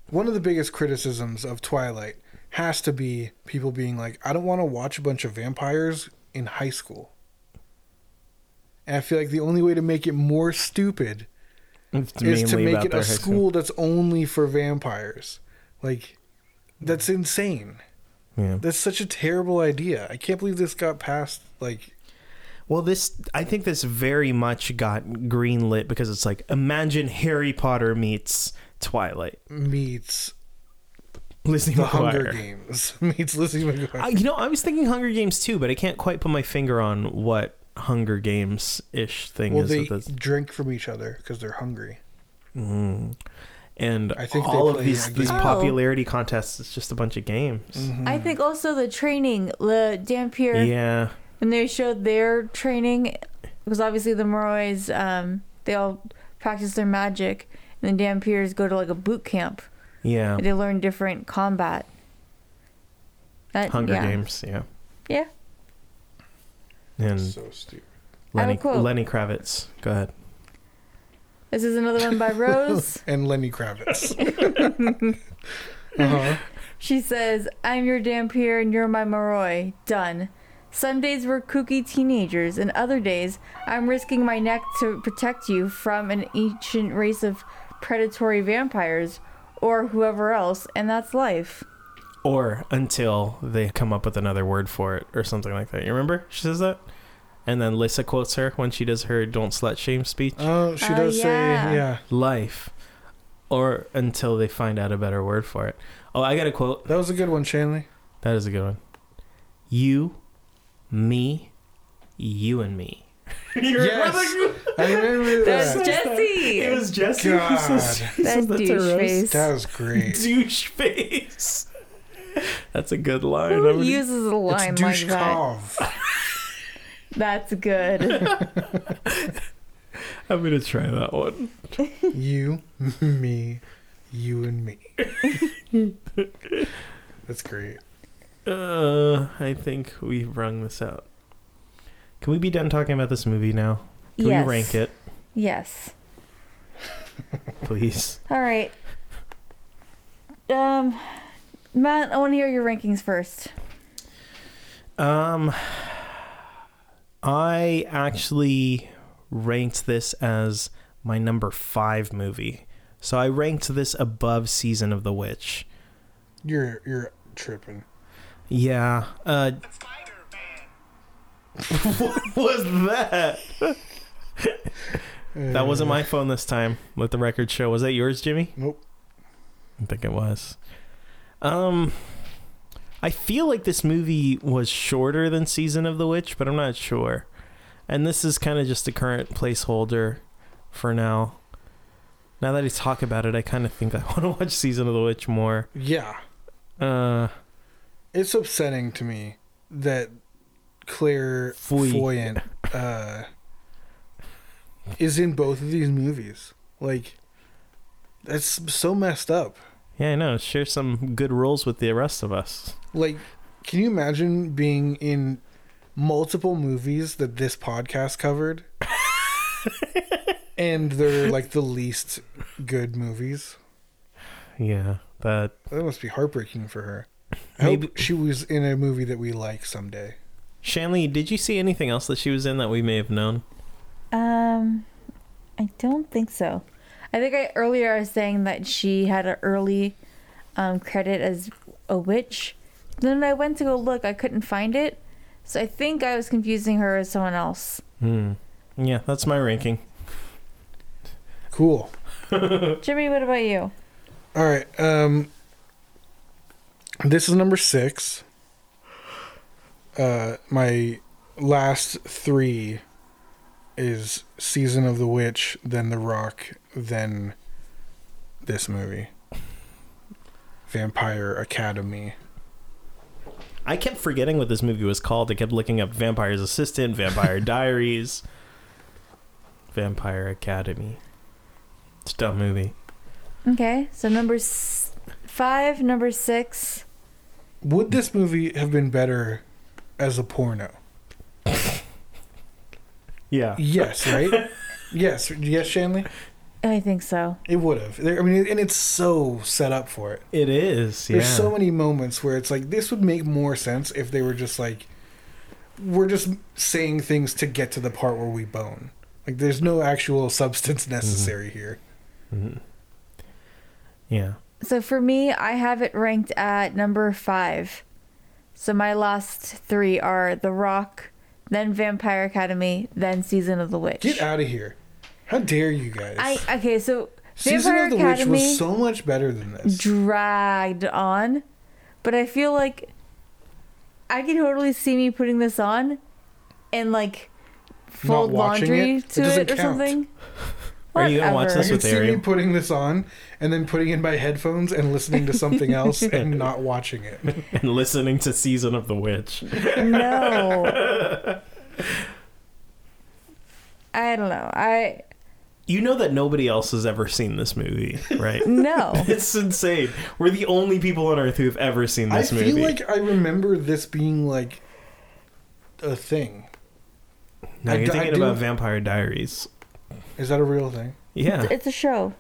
one of the biggest criticisms of Twilight has to be people being like, I don't want to watch a bunch of vampires in high school. And I feel like the only way to make it more stupid
It's
is to
mainly
make
about
it
their
a
high
school, that's only for vampires. Like, that's insane.
Yeah.
That's such a terrible idea. I can't believe this got past. Like,
Well, this I think this very much got greenlit because it's like imagine Harry Potter meets Twilight,
meets
Lizzie
the
McGuire.
Hunger Games, meets Lizzie McGuire.
I, you know, I was thinking Hunger Games too, but I can't quite put my finger on what Hunger Games ish thing
well,
is
they
with this.
drink from each other because they're hungry.
And
I think they
all of
play
these
a
these
game.
popularity contests, it's just a bunch of games.
Mm-hmm.
I think also the training, the Dampier,
Hmm. Yeah,
when they showed their training, because obviously the Morois, um, they all practice their magic, and the Dampiers go to like a boot camp.
yeah.
They learn different combat. That,
Hunger
yeah.
Games, yeah.
Yeah.
And
So stupid.
I have a
Lenny
quote.
Lenny Kravitz. Go ahead.
This is another one by Rose.
And Lenny Kravitz. uh-huh.
she says, I'm your Dampier and you're my Moroi. Done. Some days we're kooky teenagers, and other days I'm risking my neck to protect you from an ancient race of predatory vampires or whoever else, and that's life.
Or until they come up with another word for it or something like that. You remember? She says that? And then Lisa quotes her when she does her don't slut shame speech.
Oh, she
Uh,
Oh,
does
yeah.
say, yeah.
Life. Or until they find out a better word for it. Oh, I got a quote.
That was a good one, Shanley.
That is a good one. You, me, you and me.
yes, I remember that.
Jesse!
Jesse.
It was Jesse.
God.
who says- who
that
says that's a
douche
roast.
face.
That was great.
Douche face. That's a good line. I'm
Who
gonna-
uses a line
It's
like that?
Dushkov.
That's good.
I'm gonna try that one.
you, me, you and me. That's great.
Uh, I think we've rung this out. Can we be done talking about this movie now? Can
yes.
we rank it,
Yes.
please?
All right. Um, Matt, I want to hear your rankings first.
Um, I actually ranked this as my number five movie. So I ranked this above Season of the Witch.
You're you're tripping.
Yeah. Uh, what was that? that wasn't
Uh,
my phone this time. Let the record show. Was that yours, Jimmy?
Nope.
I think it was. Um, I feel like this movie was shorter than Season of the Witch, but I'm not sure. And this is kind of just a current placeholder for now. Now that I talk about it, I kind of think I want to watch Season of the Witch more.
Yeah.
Uh,
It's upsetting to me that Claire
Foy.
Foyant uh, is in both of these movies. Like, that's so messed up.
yeah, I know. Share some good rules with the rest of us.
Like, can you imagine being in multiple movies that this podcast covered? and they're like the least good movies.
Yeah, that
That must be heartbreaking for her. I
Maybe-
hope she was in a movie that we like someday.
Shanley, did you see anything else that she was in that we may have known?
Um, I don't think so. I think I earlier I was saying that she had an early um, credit as a witch. Then I went to go look, I couldn't find it. So I think I was confusing her with someone else.
Hmm. Yeah, that's my ranking.
Cool.
Jimmy, what about you?
All right. Um, this is number six. Uh, my last three is Season of the Witch, then The Rock, then this movie, Vampire Academy.
I kept forgetting what this movie was called. I kept looking up Vampire's Assistant, Vampire Diaries, Vampire Academy. It's a dumb movie.
Okay, so number s- five, number six.
Would this movie have been better as a porno?
Yeah.
Yes, right? yes, yes, Shanley.
I think so.
It would have. There, I mean, and it's so set up for it.
It is. Yeah.
There's so many moments where it's like this would make more sense if they were just like we're just saying things to get to the part where we bone. Like there's no actual substance
Mm-hmm.
necessary here.
yeah.
So for me, I have it ranked at number five. So my last three are The Rock, then Vampire Academy, then Season of the Witch.
Get out of here. How dare you guys?
I okay, so
Season
Vampire
of the
Academy
Witch was so much better than this.
dragged on, but I feel like I can totally see me putting this on and like fold
watching
laundry
it? It
to
doesn't
it, or
count.
something.
Are you gonna watch
Whatever.
I
this
could
with
see me
Ariel.
putting this on and then putting in my headphones and listening to something else and not watching it.
And listening to Season of the Witch.
No. I don't know. I
You know that nobody else has ever seen this movie, right?
no.
it's insane. We're the only people on earth who've ever seen
I
this
feel
movie.
like I remember this being like a thing.
no,
I
you're
d- I
thinking
do-
about Vampire Diaries.
Is that a real thing?
Yeah,
It's a show.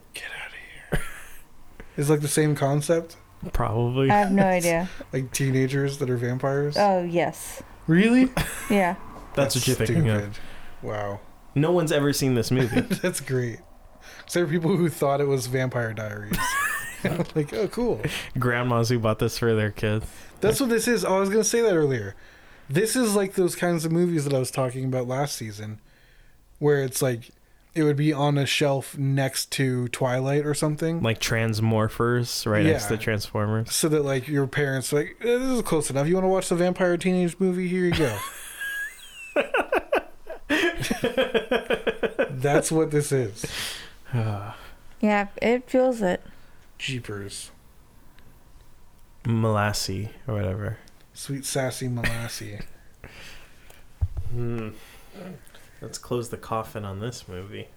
It's like the same concept,
probably.
I have no idea.
like teenagers that are vampires.
Oh yes.
really?
Yeah.
That's, what you're thinking of.
Wow,
No one's ever seen this movie.
that's great. So there were people who thought it was Vampire Diaries. like, oh, cool.
Grandmas who bought this for their kids.
That's what this is. Oh, I was gonna say that earlier. This is like those kinds of movies that I was talking about last season, where it's like it would be on a shelf next to Twilight or something.
Like Transmorphers, right next
Yeah.
to Transformers.
so that like your parents are like eh, this is close enough. You want to watch the vampire teenage movie? Here you go. That's what this is.
Yeah, it feels it.
Jeepers.
Molassie or whatever.
Sweet sassy molassie.
Hmm. Let's close the coffin on this movie.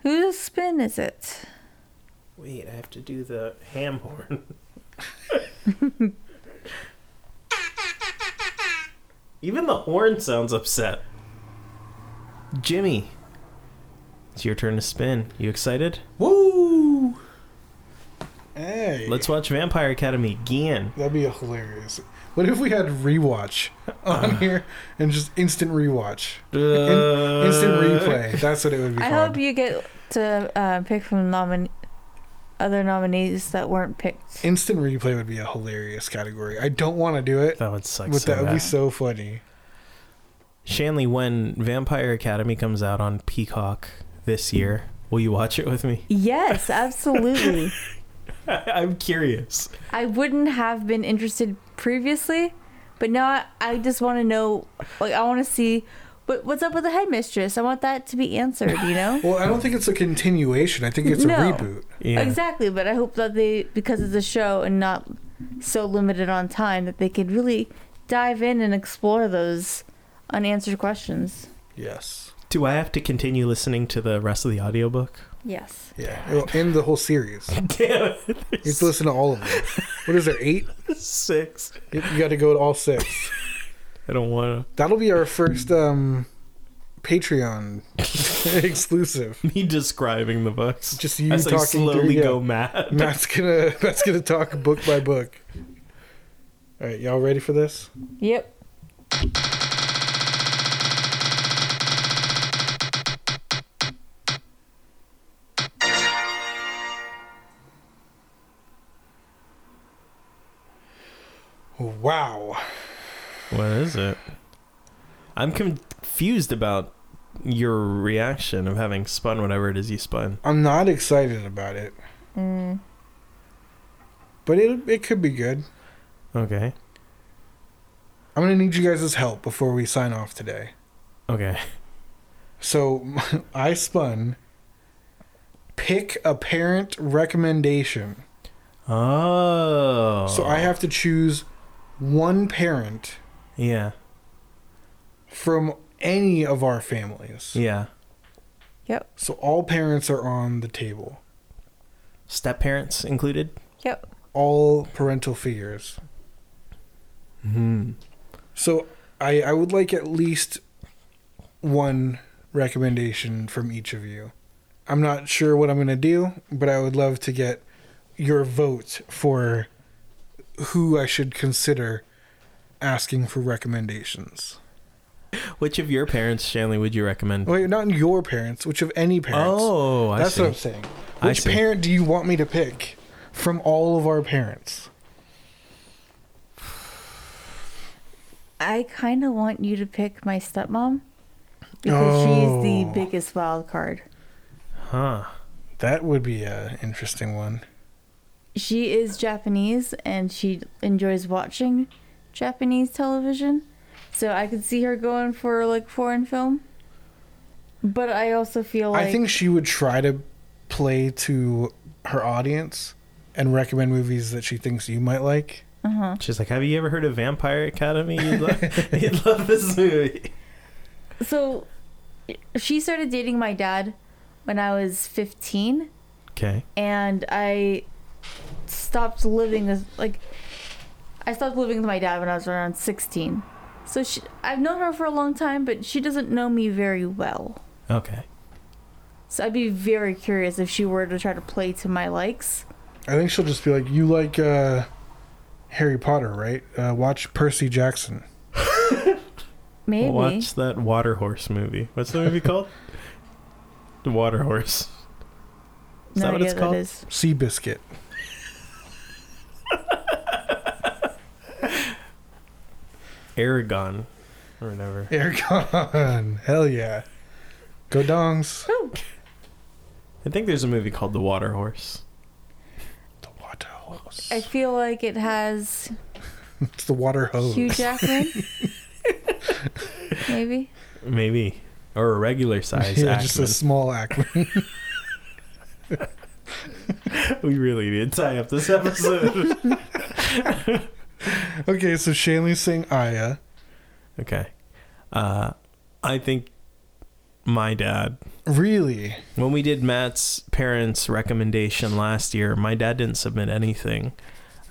Whose spin is it?
Wait, I have to do the ham horn. Even the horn sounds upset. Jimmy, it's your turn to spin. You excited?
Woo! Hey.
Let's watch Vampire Academy again.
That'd be hilarious. What if we had rewatch on here and just instant rewatch? In- instant replay. That's what it would be
I
called.
hope you get to uh, pick from nomin- other nominees that weren't picked.
instant replay would be a hilarious category. I don't want to do it,
That would suck
but
so
that would be
bad.
so funny.
Shanley, when Vampire Academy comes out on Peacock this year, will you watch it with me?
Yes, absolutely.
I'm curious.
I wouldn't have been interested previously, but now I, I just want to know. Like, I want to see what, what's up with the headmistress. I want that to be answered. You know.
Well, I don't think it's a continuation. I think it's a
No.
reboot.
Yeah.
Exactly, but I hope that they, because it's a show and not so limited on time, that they could really dive in and explore those unanswered questions.
Yes.
Do I have to continue listening to the rest of the audiobook?
Yes.
Yeah. It'll end the whole series. You
Damn it.
have to listen to all of them. What is there, eight?
Six.
You got to go to all six.
I don't want
That'll be our first um, Patreon exclusive.
to. Me describing the books.
Just you
as I
talking through-
slowly
yeah.
go mad.
Matt's gonna Matt's gonna talk book by book. All right, y'all ready for this?
Yep.
Wow.
What is it? I'm confused about your reaction of having spun whatever it is you spun.
I'm not excited about it,
Mm.
but it it could be good.
Okay.
I'm gonna need you guys' help before we sign off today.
Okay.
So I spun. Pick a parent recommendation.
Oh.
So I have to choose one parent
Yeah.
from any of our families.
Yeah.
Yep.
So all parents are on the table.
Step parents included.
Yep.
All parental figures.
Hmm.
So I, I would like at least one recommendation from each of you. I'm not sure what I'm going to do, but I would love to get your vote for who I should consider asking for recommendations.
Which of your parents, Shanley, would you recommend?
Wait, not your parents, which of any parents.
Oh, I
That's
see.
what I'm saying.
I
Which
see.
parent do you want me to pick from all of our parents?
I kind of want you to pick my stepmom because she's
Oh.
the biggest wild card.
Huh.
That would be an interesting one.
She is Japanese and she enjoys watching Japanese television. So I could see her going for like foreign film. But I also feel like
I think she would try to play to her audience and recommend movies that she thinks you might like.
She's like, "Have you ever heard of Vampire Academy? You'd love, you'd love this movie."
so she started dating my dad when I was 15
Okay.
and I stopped living with like I stopped living with my dad when I was around 16. So she, I've known her for a long time, but she doesn't know me very well.
Okay.
So I'd be very curious if she were to try to play to my likes.
I think she'll just be like, "You like uh, Harry Potter, right? Uh, watch Percy Jackson."
Maybe.
Watch that Water Horse movie. What's the movie called? The Water Horse. Is that what it's
idea
called?
is.
Seabiscuit.
Aragon, or whatever.
Aircon. Hell yeah. Go dongs.
I think there's a movie called The Water Horse.
The water hose.
I feel like it has
It's the water hose.
Hugh Jackman. Maybe.
Maybe. or a regular size
yeah, just a
Ackman.
small Ackman.
we really did tie up this episode.
okay, so Shanley's saying Aya.
okay. Uh, I think my dad.
Really?
When we did Matt's parents' recommendation last year, my dad didn't submit anything.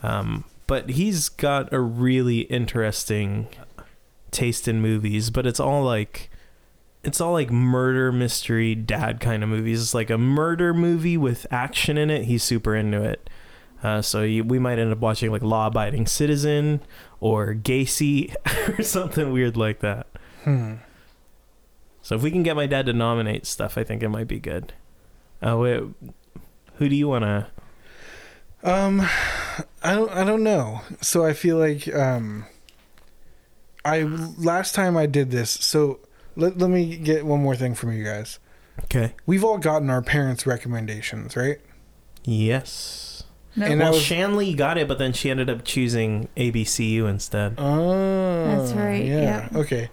Um, but he's got a really interesting taste in movies, but it's all like it's all like murder mystery dad kind of movies. It's like a murder movie with action in it. He's super into it. Uh, so you, we might end up watching like Law Abiding Citizen or Gacy or something weird like that.
Hmm.
So if we can get my dad to nominate stuff, I think it might be good. Uh, wait, who do you want to?
Um, I don't. I don't know. So I feel like um, I last time I did this. So let let me get one more thing from you guys.
Okay.
We've all gotten our parents' recommendations, right?
Yes.
No,
And I
well,
was-
Shanley got it, but then she ended up choosing ABCU instead.
Oh,
That's right,
Yeah.
yep.
Okay.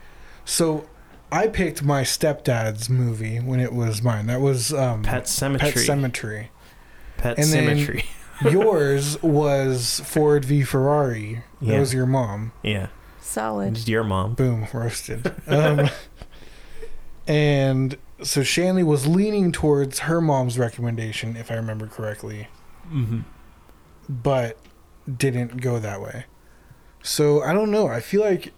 So I picked my stepdad's movie when it was mine. That was um,
Pet Cemetery.
Pet
Pet,
Cemetery. and then-
Cemetery.
Yours was Ford v Ferrari. That
Yeah.
was your mom.
yeah.
Solid.
It's your mom.
Boom, roasted. Um, and so Shanley was leaning towards her mom's recommendation, if I remember correctly,
Mm-hmm.
but didn't go that way. So I don't know. I feel like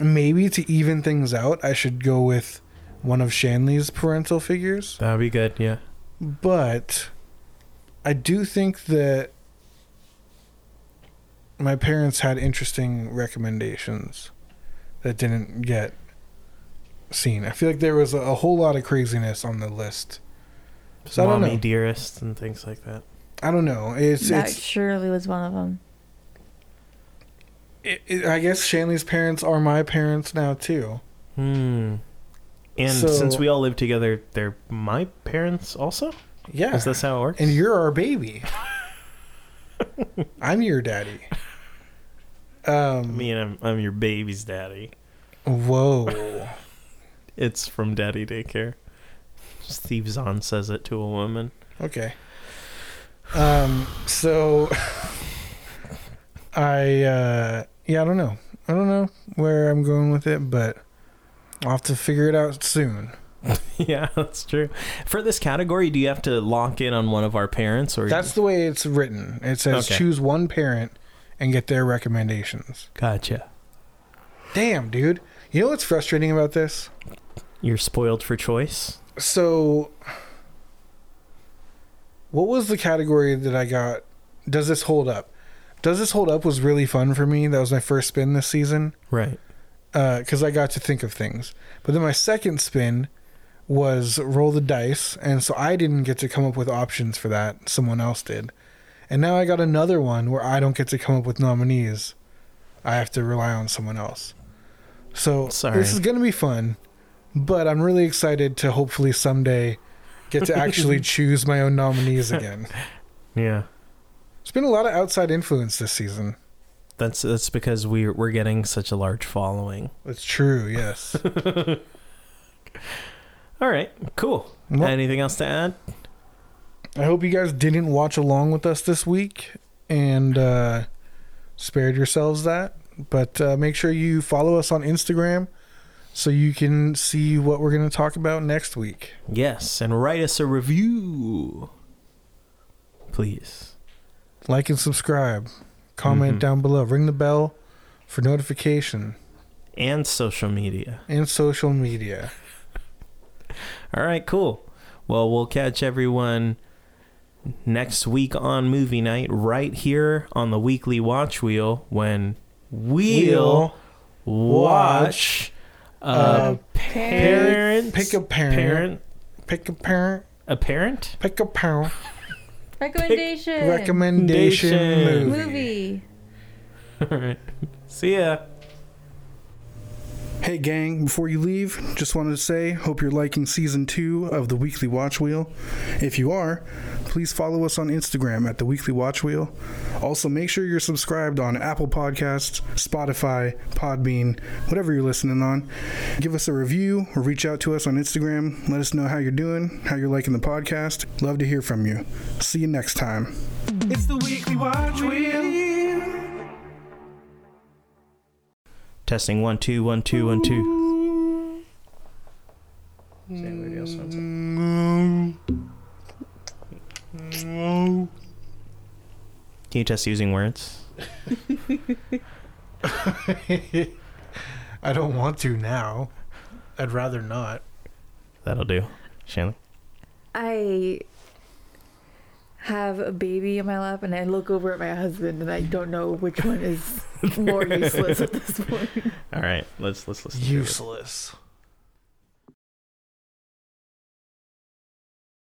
maybe to even things out, I should go with one of Shanley's parental figures.
That'd be good. Yeah.
But I do think that my parents had interesting recommendations that didn't get seen. I feel like there was a, a whole lot of craziness on the list. So I don't
Mommy
know.
dearest and things like that.
I don't know. It's,
that
it's
surely was one of them.
it, it- I guess Shanley's parents are my parents now too.
Hmm. And
So-
since we all live together, they're my parents also.
Yeah.
Is this how it works?
and you're our baby. I'm your daddy. Um
Me and I'm, I'm your baby's daddy.
whoa.
It's from Daddy Daycare. Steve Zahn says it to a woman.
Okay. Um. So, I uh, yeah, I don't know. I don't know where I'm going with it, but I'll have to figure it out soon.
yeah, that's true. For this category, do you have to lock in on one of our parents or
That's the way it's written. It says
Okay.
choose one parent and get their recommendations.
Gotcha.
Damn, dude. You know what's frustrating about this?
You're spoiled for choice.
So, what was the category that I got? Does this hold up? Does this hold up was really fun for me. That was my first spin this season.
Right.
because uh, I got to think of things. But then my second spin was roll the dice, and so I didn't get to come up with options for that. Someone else did, and now I got another one where I don't get to come up with nominees. I have to rely on someone else. So
Sorry.
this is gonna be fun, but I'm really excited to hopefully someday get to actually choose my own nominees again.
Yeah.
It's been a lot of outside influence this season.
That's that's because we're we're getting such a large following.
It's true, yes.
All right. Cool.
Well-
Anything else to add?
I hope you guys didn't watch along with us this week and uh, spared yourselves that. But uh, make sure you follow us on Instagram so you can see what we're going to talk about next week.
Yes. And write us a review, please.
Like and subscribe, comment
Mhm.
down below, ring the bell for notification
And social media.
and social media.
All right, cool. Well, we'll catch everyone next week on movie night right here on the weekly watch wheel when we'll, watch, a parent
Pick a parent.
parent
Pick a parent,
a parent
pick a parent
Recommendation.
recommendation
Recommendation.
movie.
movie.
all right see ya
Hey, gang, before you leave, just wanted to say, hope you're liking season two of the Weekly Watch Wheel. If you are, please follow us on Instagram at the Weekly Watch Wheel. Also, make sure you're subscribed on Apple Podcasts, Spotify, Podbean, whatever you're listening on. Give us a review or reach out to us on Instagram. Let us know how you're doing, how you're liking the podcast. Love to hear from you. See you next time.
It's the weekly watch wheel.
Testing one, two, one, two, one, two. Can you test using words?
I don't want to now. I'd rather not.
That'll do. Shanley.
I have a baby in my lap and I look over at my husband and I don't know which one is more useless at this point.
All right, let's let's listen. to it.
Useless.